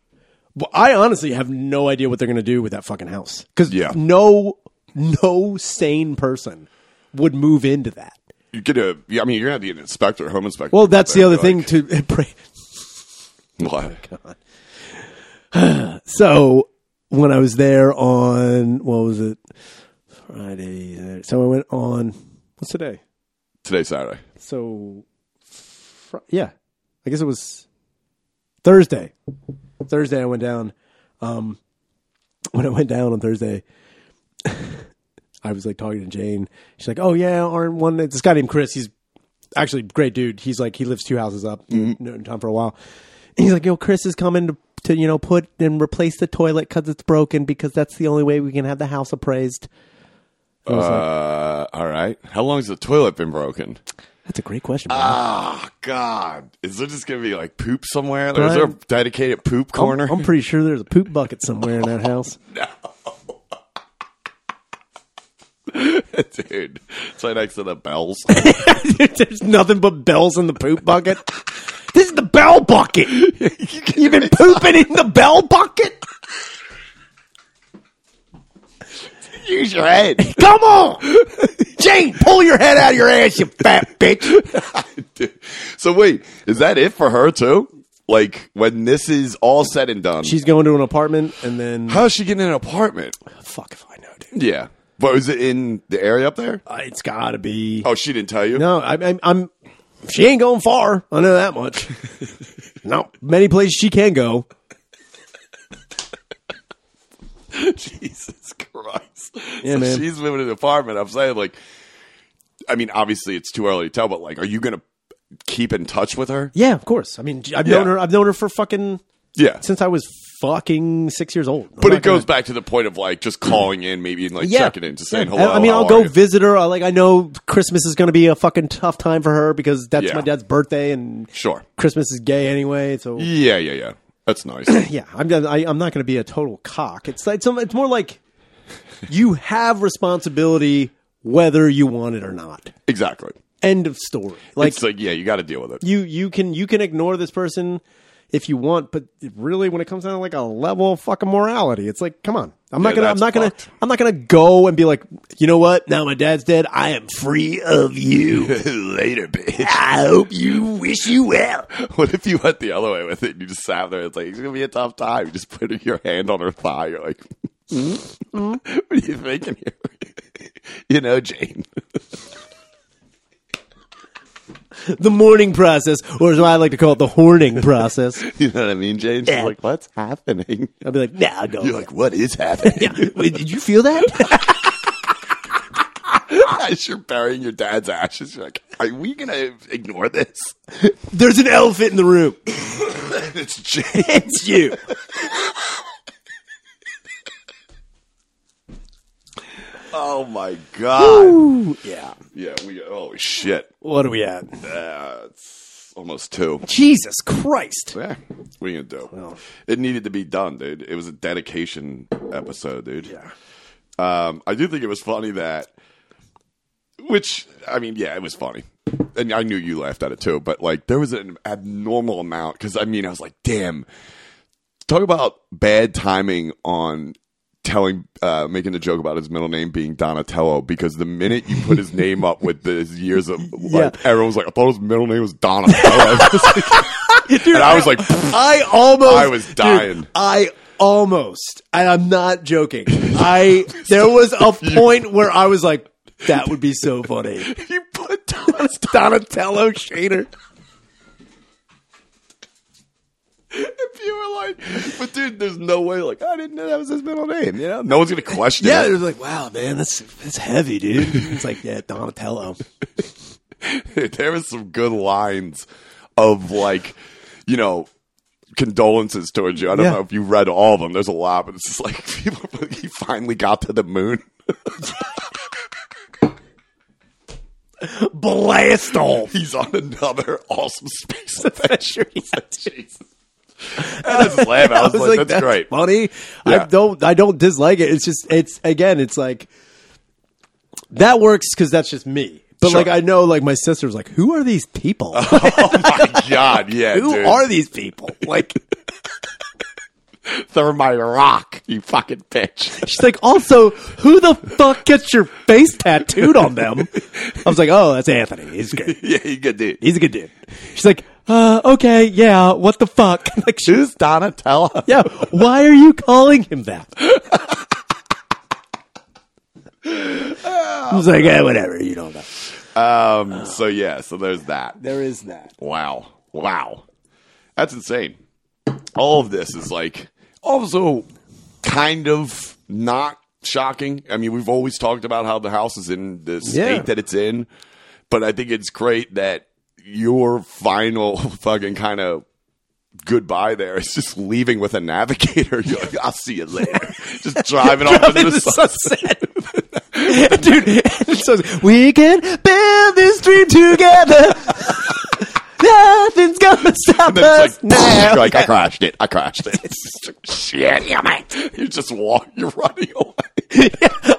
[SPEAKER 2] Well, I honestly have no idea what they're going to do with that fucking house because
[SPEAKER 1] Yeah.
[SPEAKER 2] no no sane person would move into that.
[SPEAKER 1] you get a. yeah, I mean, you're gonna have to get an inspector, home inspector.
[SPEAKER 2] Well, that's the
[SPEAKER 1] They're
[SPEAKER 2] other
[SPEAKER 1] like,
[SPEAKER 2] thing to pray.
[SPEAKER 1] What?
[SPEAKER 2] So when I was there on what was it Friday? Saturday. So I went on what's today?
[SPEAKER 1] Today's Saturday.
[SPEAKER 2] So fr- yeah, I guess it was Thursday. Thursday I went down. Um, when I went down on Thursday, I was like talking to Jane. She's like, "Oh yeah, Arn one this guy named Chris. He's actually a great dude. He's like he lives two houses up. Known Tom for a while. And he's like, yo, Chris is coming to." To you know, put and replace the toilet because it's broken because that's the only way we can have the house appraised.
[SPEAKER 1] Uh, all right. How long has the toilet been broken?
[SPEAKER 2] That's a great question. man.
[SPEAKER 1] Ah, God. Is there just gonna be like poop somewhere? Or Is there a
[SPEAKER 2] Brian-
[SPEAKER 1] dedicated poop corner?
[SPEAKER 2] I'm pretty sure there's a poop bucket somewhere in that house.
[SPEAKER 1] Dude, it's right next to the bells.
[SPEAKER 2] There's nothing but bells in the poop bucket. This is the bell bucket. You've been pooping in the bell bucket?
[SPEAKER 1] Use your head.
[SPEAKER 2] Come on. Jane, pull your head out of your ass, you fat bitch.
[SPEAKER 1] Dude. so wait, is that it for her too? Like when this is all said and done,
[SPEAKER 2] She's going to an apartment and then.
[SPEAKER 1] how's she getting an apartment?
[SPEAKER 2] Fuck if I know, dude.
[SPEAKER 1] Yeah, but is it in the area up there?
[SPEAKER 2] Uh, It's got to be.
[SPEAKER 1] Oh, she didn't tell you.
[SPEAKER 2] No, I, I'm, I'm. She ain't going far. I know that much. no, many places she can go.
[SPEAKER 1] Jesus Christ!
[SPEAKER 2] Yeah,
[SPEAKER 1] so
[SPEAKER 2] man.
[SPEAKER 1] she's living in an apartment. I'm saying, like, I mean, obviously it's too early to tell, but like, are you gonna keep in touch with her?
[SPEAKER 2] Yeah, of course. I mean, I've
[SPEAKER 1] Yeah.
[SPEAKER 2] known her. I've known her for fucking
[SPEAKER 1] Yeah,
[SPEAKER 2] since I was fucking six years old. I'm
[SPEAKER 1] But
[SPEAKER 2] not
[SPEAKER 1] it goes
[SPEAKER 2] gonna-
[SPEAKER 1] back to the point of like just calling in, maybe and like
[SPEAKER 2] uh, Yeah.
[SPEAKER 1] checking in, just saying
[SPEAKER 2] Yeah.
[SPEAKER 1] hello.
[SPEAKER 2] I, I mean,
[SPEAKER 1] how
[SPEAKER 2] I'll
[SPEAKER 1] are
[SPEAKER 2] go
[SPEAKER 1] you?
[SPEAKER 2] visit her. I, like, I know Christmas is going to be a fucking tough time for her because that's
[SPEAKER 1] Yeah.
[SPEAKER 2] my dad's birthday, and
[SPEAKER 1] Sure.
[SPEAKER 2] Christmas is gay anyway. So
[SPEAKER 1] Yeah, yeah, yeah. That's nice.
[SPEAKER 2] yeah, I'm I, I'm not going to be a total cock. It's it's it's more like you have responsibility whether you want it or not.
[SPEAKER 1] exactly.
[SPEAKER 2] End of story. Like
[SPEAKER 1] It's like yeah, you got to deal with it.
[SPEAKER 2] you you can you can ignore this person if you want, but really when it comes down to like a level of fucking morality, it's like come on. I'm
[SPEAKER 1] Yeah,
[SPEAKER 2] not gonna I'm
[SPEAKER 1] that's
[SPEAKER 2] not gonna
[SPEAKER 1] fucked.
[SPEAKER 2] I'm not gonna go and be like you know what now my dad's dead I am free of you.
[SPEAKER 1] Later, bitch.
[SPEAKER 8] I hope you wish you well.
[SPEAKER 1] What if you went the other way with it? and You just sat there. It's like it's gonna be a tough time. You just put your hand on her thigh. You're like,
[SPEAKER 8] Mm-hmm.
[SPEAKER 1] what are you thinking here? you know, Jane.
[SPEAKER 2] the mourning process, or as I like to call it, the horning process.
[SPEAKER 1] You know what I mean, Jane? She's like, what's happening?
[SPEAKER 2] I'll be like,
[SPEAKER 8] Now go.
[SPEAKER 1] You're like, what is happening?
[SPEAKER 2] wait, did you feel that?
[SPEAKER 1] As you're burying your dad's ashes, you're like, are we gonna ignore this?
[SPEAKER 2] There's an elephant in the room.
[SPEAKER 1] it's Jane.
[SPEAKER 2] It's you.
[SPEAKER 1] Oh my god. yeah. Yeah. We. Holy shit.
[SPEAKER 2] What are we at?
[SPEAKER 1] That's almost two.
[SPEAKER 2] Jesus Christ.
[SPEAKER 1] Yeah. What are you gonna do? It needed to be done, dude. It was a dedication episode, dude. Yeah. Um, I do think it was funny that, which I mean, yeah, it was funny, and I knew you laughed at it too. But like, there was an abnormal amount because I mean, I was like, damn, talk about bad timing on telling uh making the joke about his middle name being donatello because the minute you put his name up with the his years of like everyone was like i thought his middle name was donatello and i was like
[SPEAKER 2] I almost
[SPEAKER 1] I was dying.
[SPEAKER 2] Dude, I almost. I, I'm not joking. I there was a point where I was like, that would be so funny.
[SPEAKER 1] you put donatello
[SPEAKER 2] Donatello Shader.
[SPEAKER 1] if you were like but dude there's no way like "Oh, i didn't know that was his middle name you know no one's gonna question
[SPEAKER 2] Yeah, it
[SPEAKER 1] it
[SPEAKER 2] was like, wow, man, that's that's heavy, dude. It's like, yeah, Donatello.
[SPEAKER 1] there was some good lines of like, you know, condolences towards you. I don't
[SPEAKER 2] Yeah.
[SPEAKER 1] know if you read all of them. There's a lot, but it's just like people. are like, He finally got to the moon.
[SPEAKER 2] Blast off.
[SPEAKER 1] He's on another awesome space adventure. He's like, Jesus. And I just laughed. I was, like, that's, great.
[SPEAKER 2] funny.
[SPEAKER 1] Yeah.
[SPEAKER 2] I don't, I don't dislike it. It's just, it's again, it's like that works because that's just me. But
[SPEAKER 1] Sure.
[SPEAKER 2] like, I know, like my sister's like, who are these people?
[SPEAKER 1] oh my god, yeah,
[SPEAKER 2] who
[SPEAKER 1] dude.
[SPEAKER 2] are these people? Like,
[SPEAKER 1] They're my rock, you fucking bitch.
[SPEAKER 2] she's like, also, who the fuck gets your face tattooed on them? I was like, oh, that's Anthony. He's good.
[SPEAKER 1] yeah, you good dude.
[SPEAKER 2] He's a good dude. She's like, uh, okay, yeah. What the fuck? Like, she-
[SPEAKER 1] Who's Donatello?
[SPEAKER 2] yeah. Why are you calling him that? I was like, yeah, whatever. You don't know.
[SPEAKER 1] Um. So yeah. So there's that.
[SPEAKER 2] There is that.
[SPEAKER 1] Wow. Wow. That's insane. All of this is like also kind of not shocking. I mean, we've always talked about how the house is in the state
[SPEAKER 2] Yeah.
[SPEAKER 1] that it's in, but I think it's great that your final fucking kind of goodbye there is just leaving with a navigator. You're like, I'll see you later. just driving off into the sun.
[SPEAKER 2] sunset. Dude, and so we can build this dream together. Nothing's gonna stop
[SPEAKER 1] And then
[SPEAKER 2] us
[SPEAKER 1] it's like,
[SPEAKER 2] now.
[SPEAKER 1] you're like, I crashed it. I crashed it. Shit, you mate. You just walk, you're running away.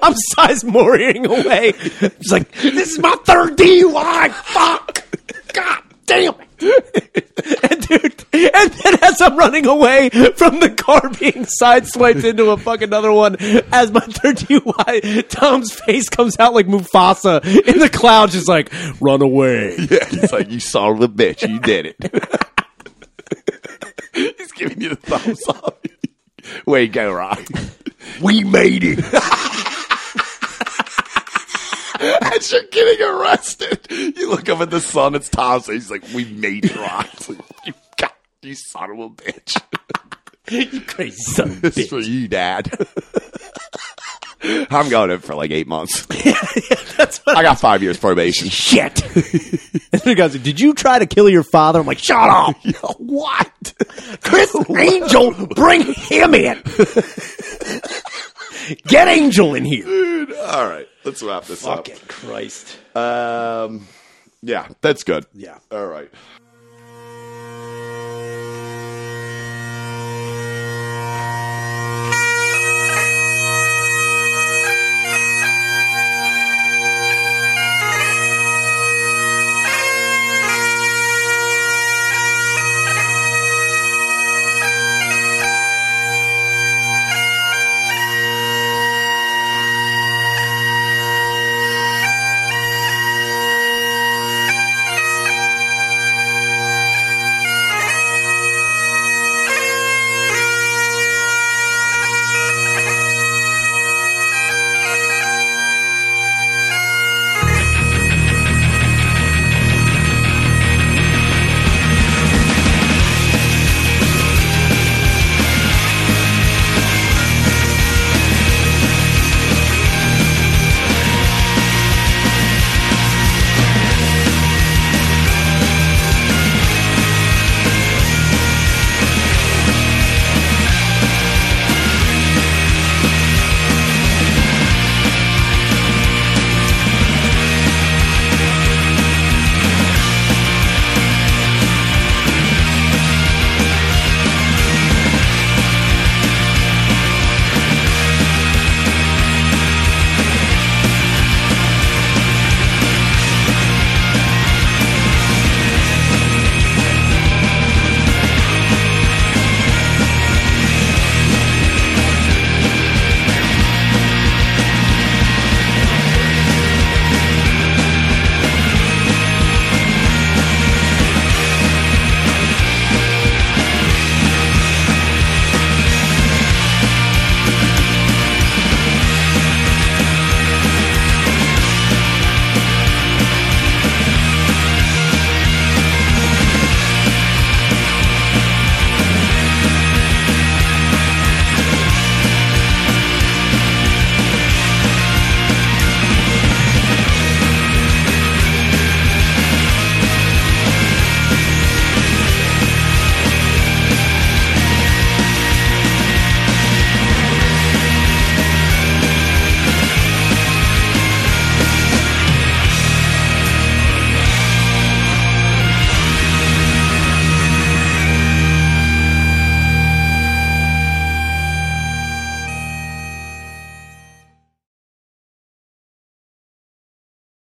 [SPEAKER 2] I'm sizemoriating away. It's like this is my third DUI. Fuck. God damn it. And dude, and then as I'm running away from the car being sideswiped into a fuck another one, as my third DUI, Tom's face comes out like Mufasa in the clouds, just like run away.
[SPEAKER 1] Yeah, he's like, you son of a bitch, you did it. he's giving you the thumbs up. Way to go, Rock. We made it. As you're getting arrested, you look up at the sun, it's Tom, so he's like, we made it, Rock. It's like, you, got, you son of a bitch.
[SPEAKER 2] You crazy son of a
[SPEAKER 1] This is
[SPEAKER 2] bitch.
[SPEAKER 1] for you, Dad. I'm going in for like eight months.
[SPEAKER 2] That's what
[SPEAKER 1] I got five years probation.
[SPEAKER 2] shit. and the guy's like, Did you try to kill your father? I'm like, Shut up.
[SPEAKER 1] Yo, what?
[SPEAKER 2] Chris Angel, bring him in. Get Angel in here.
[SPEAKER 1] Dude, all right, let's wrap this
[SPEAKER 2] Christ.
[SPEAKER 1] up. Um, yeah, that's good.
[SPEAKER 2] Yeah.
[SPEAKER 1] All right.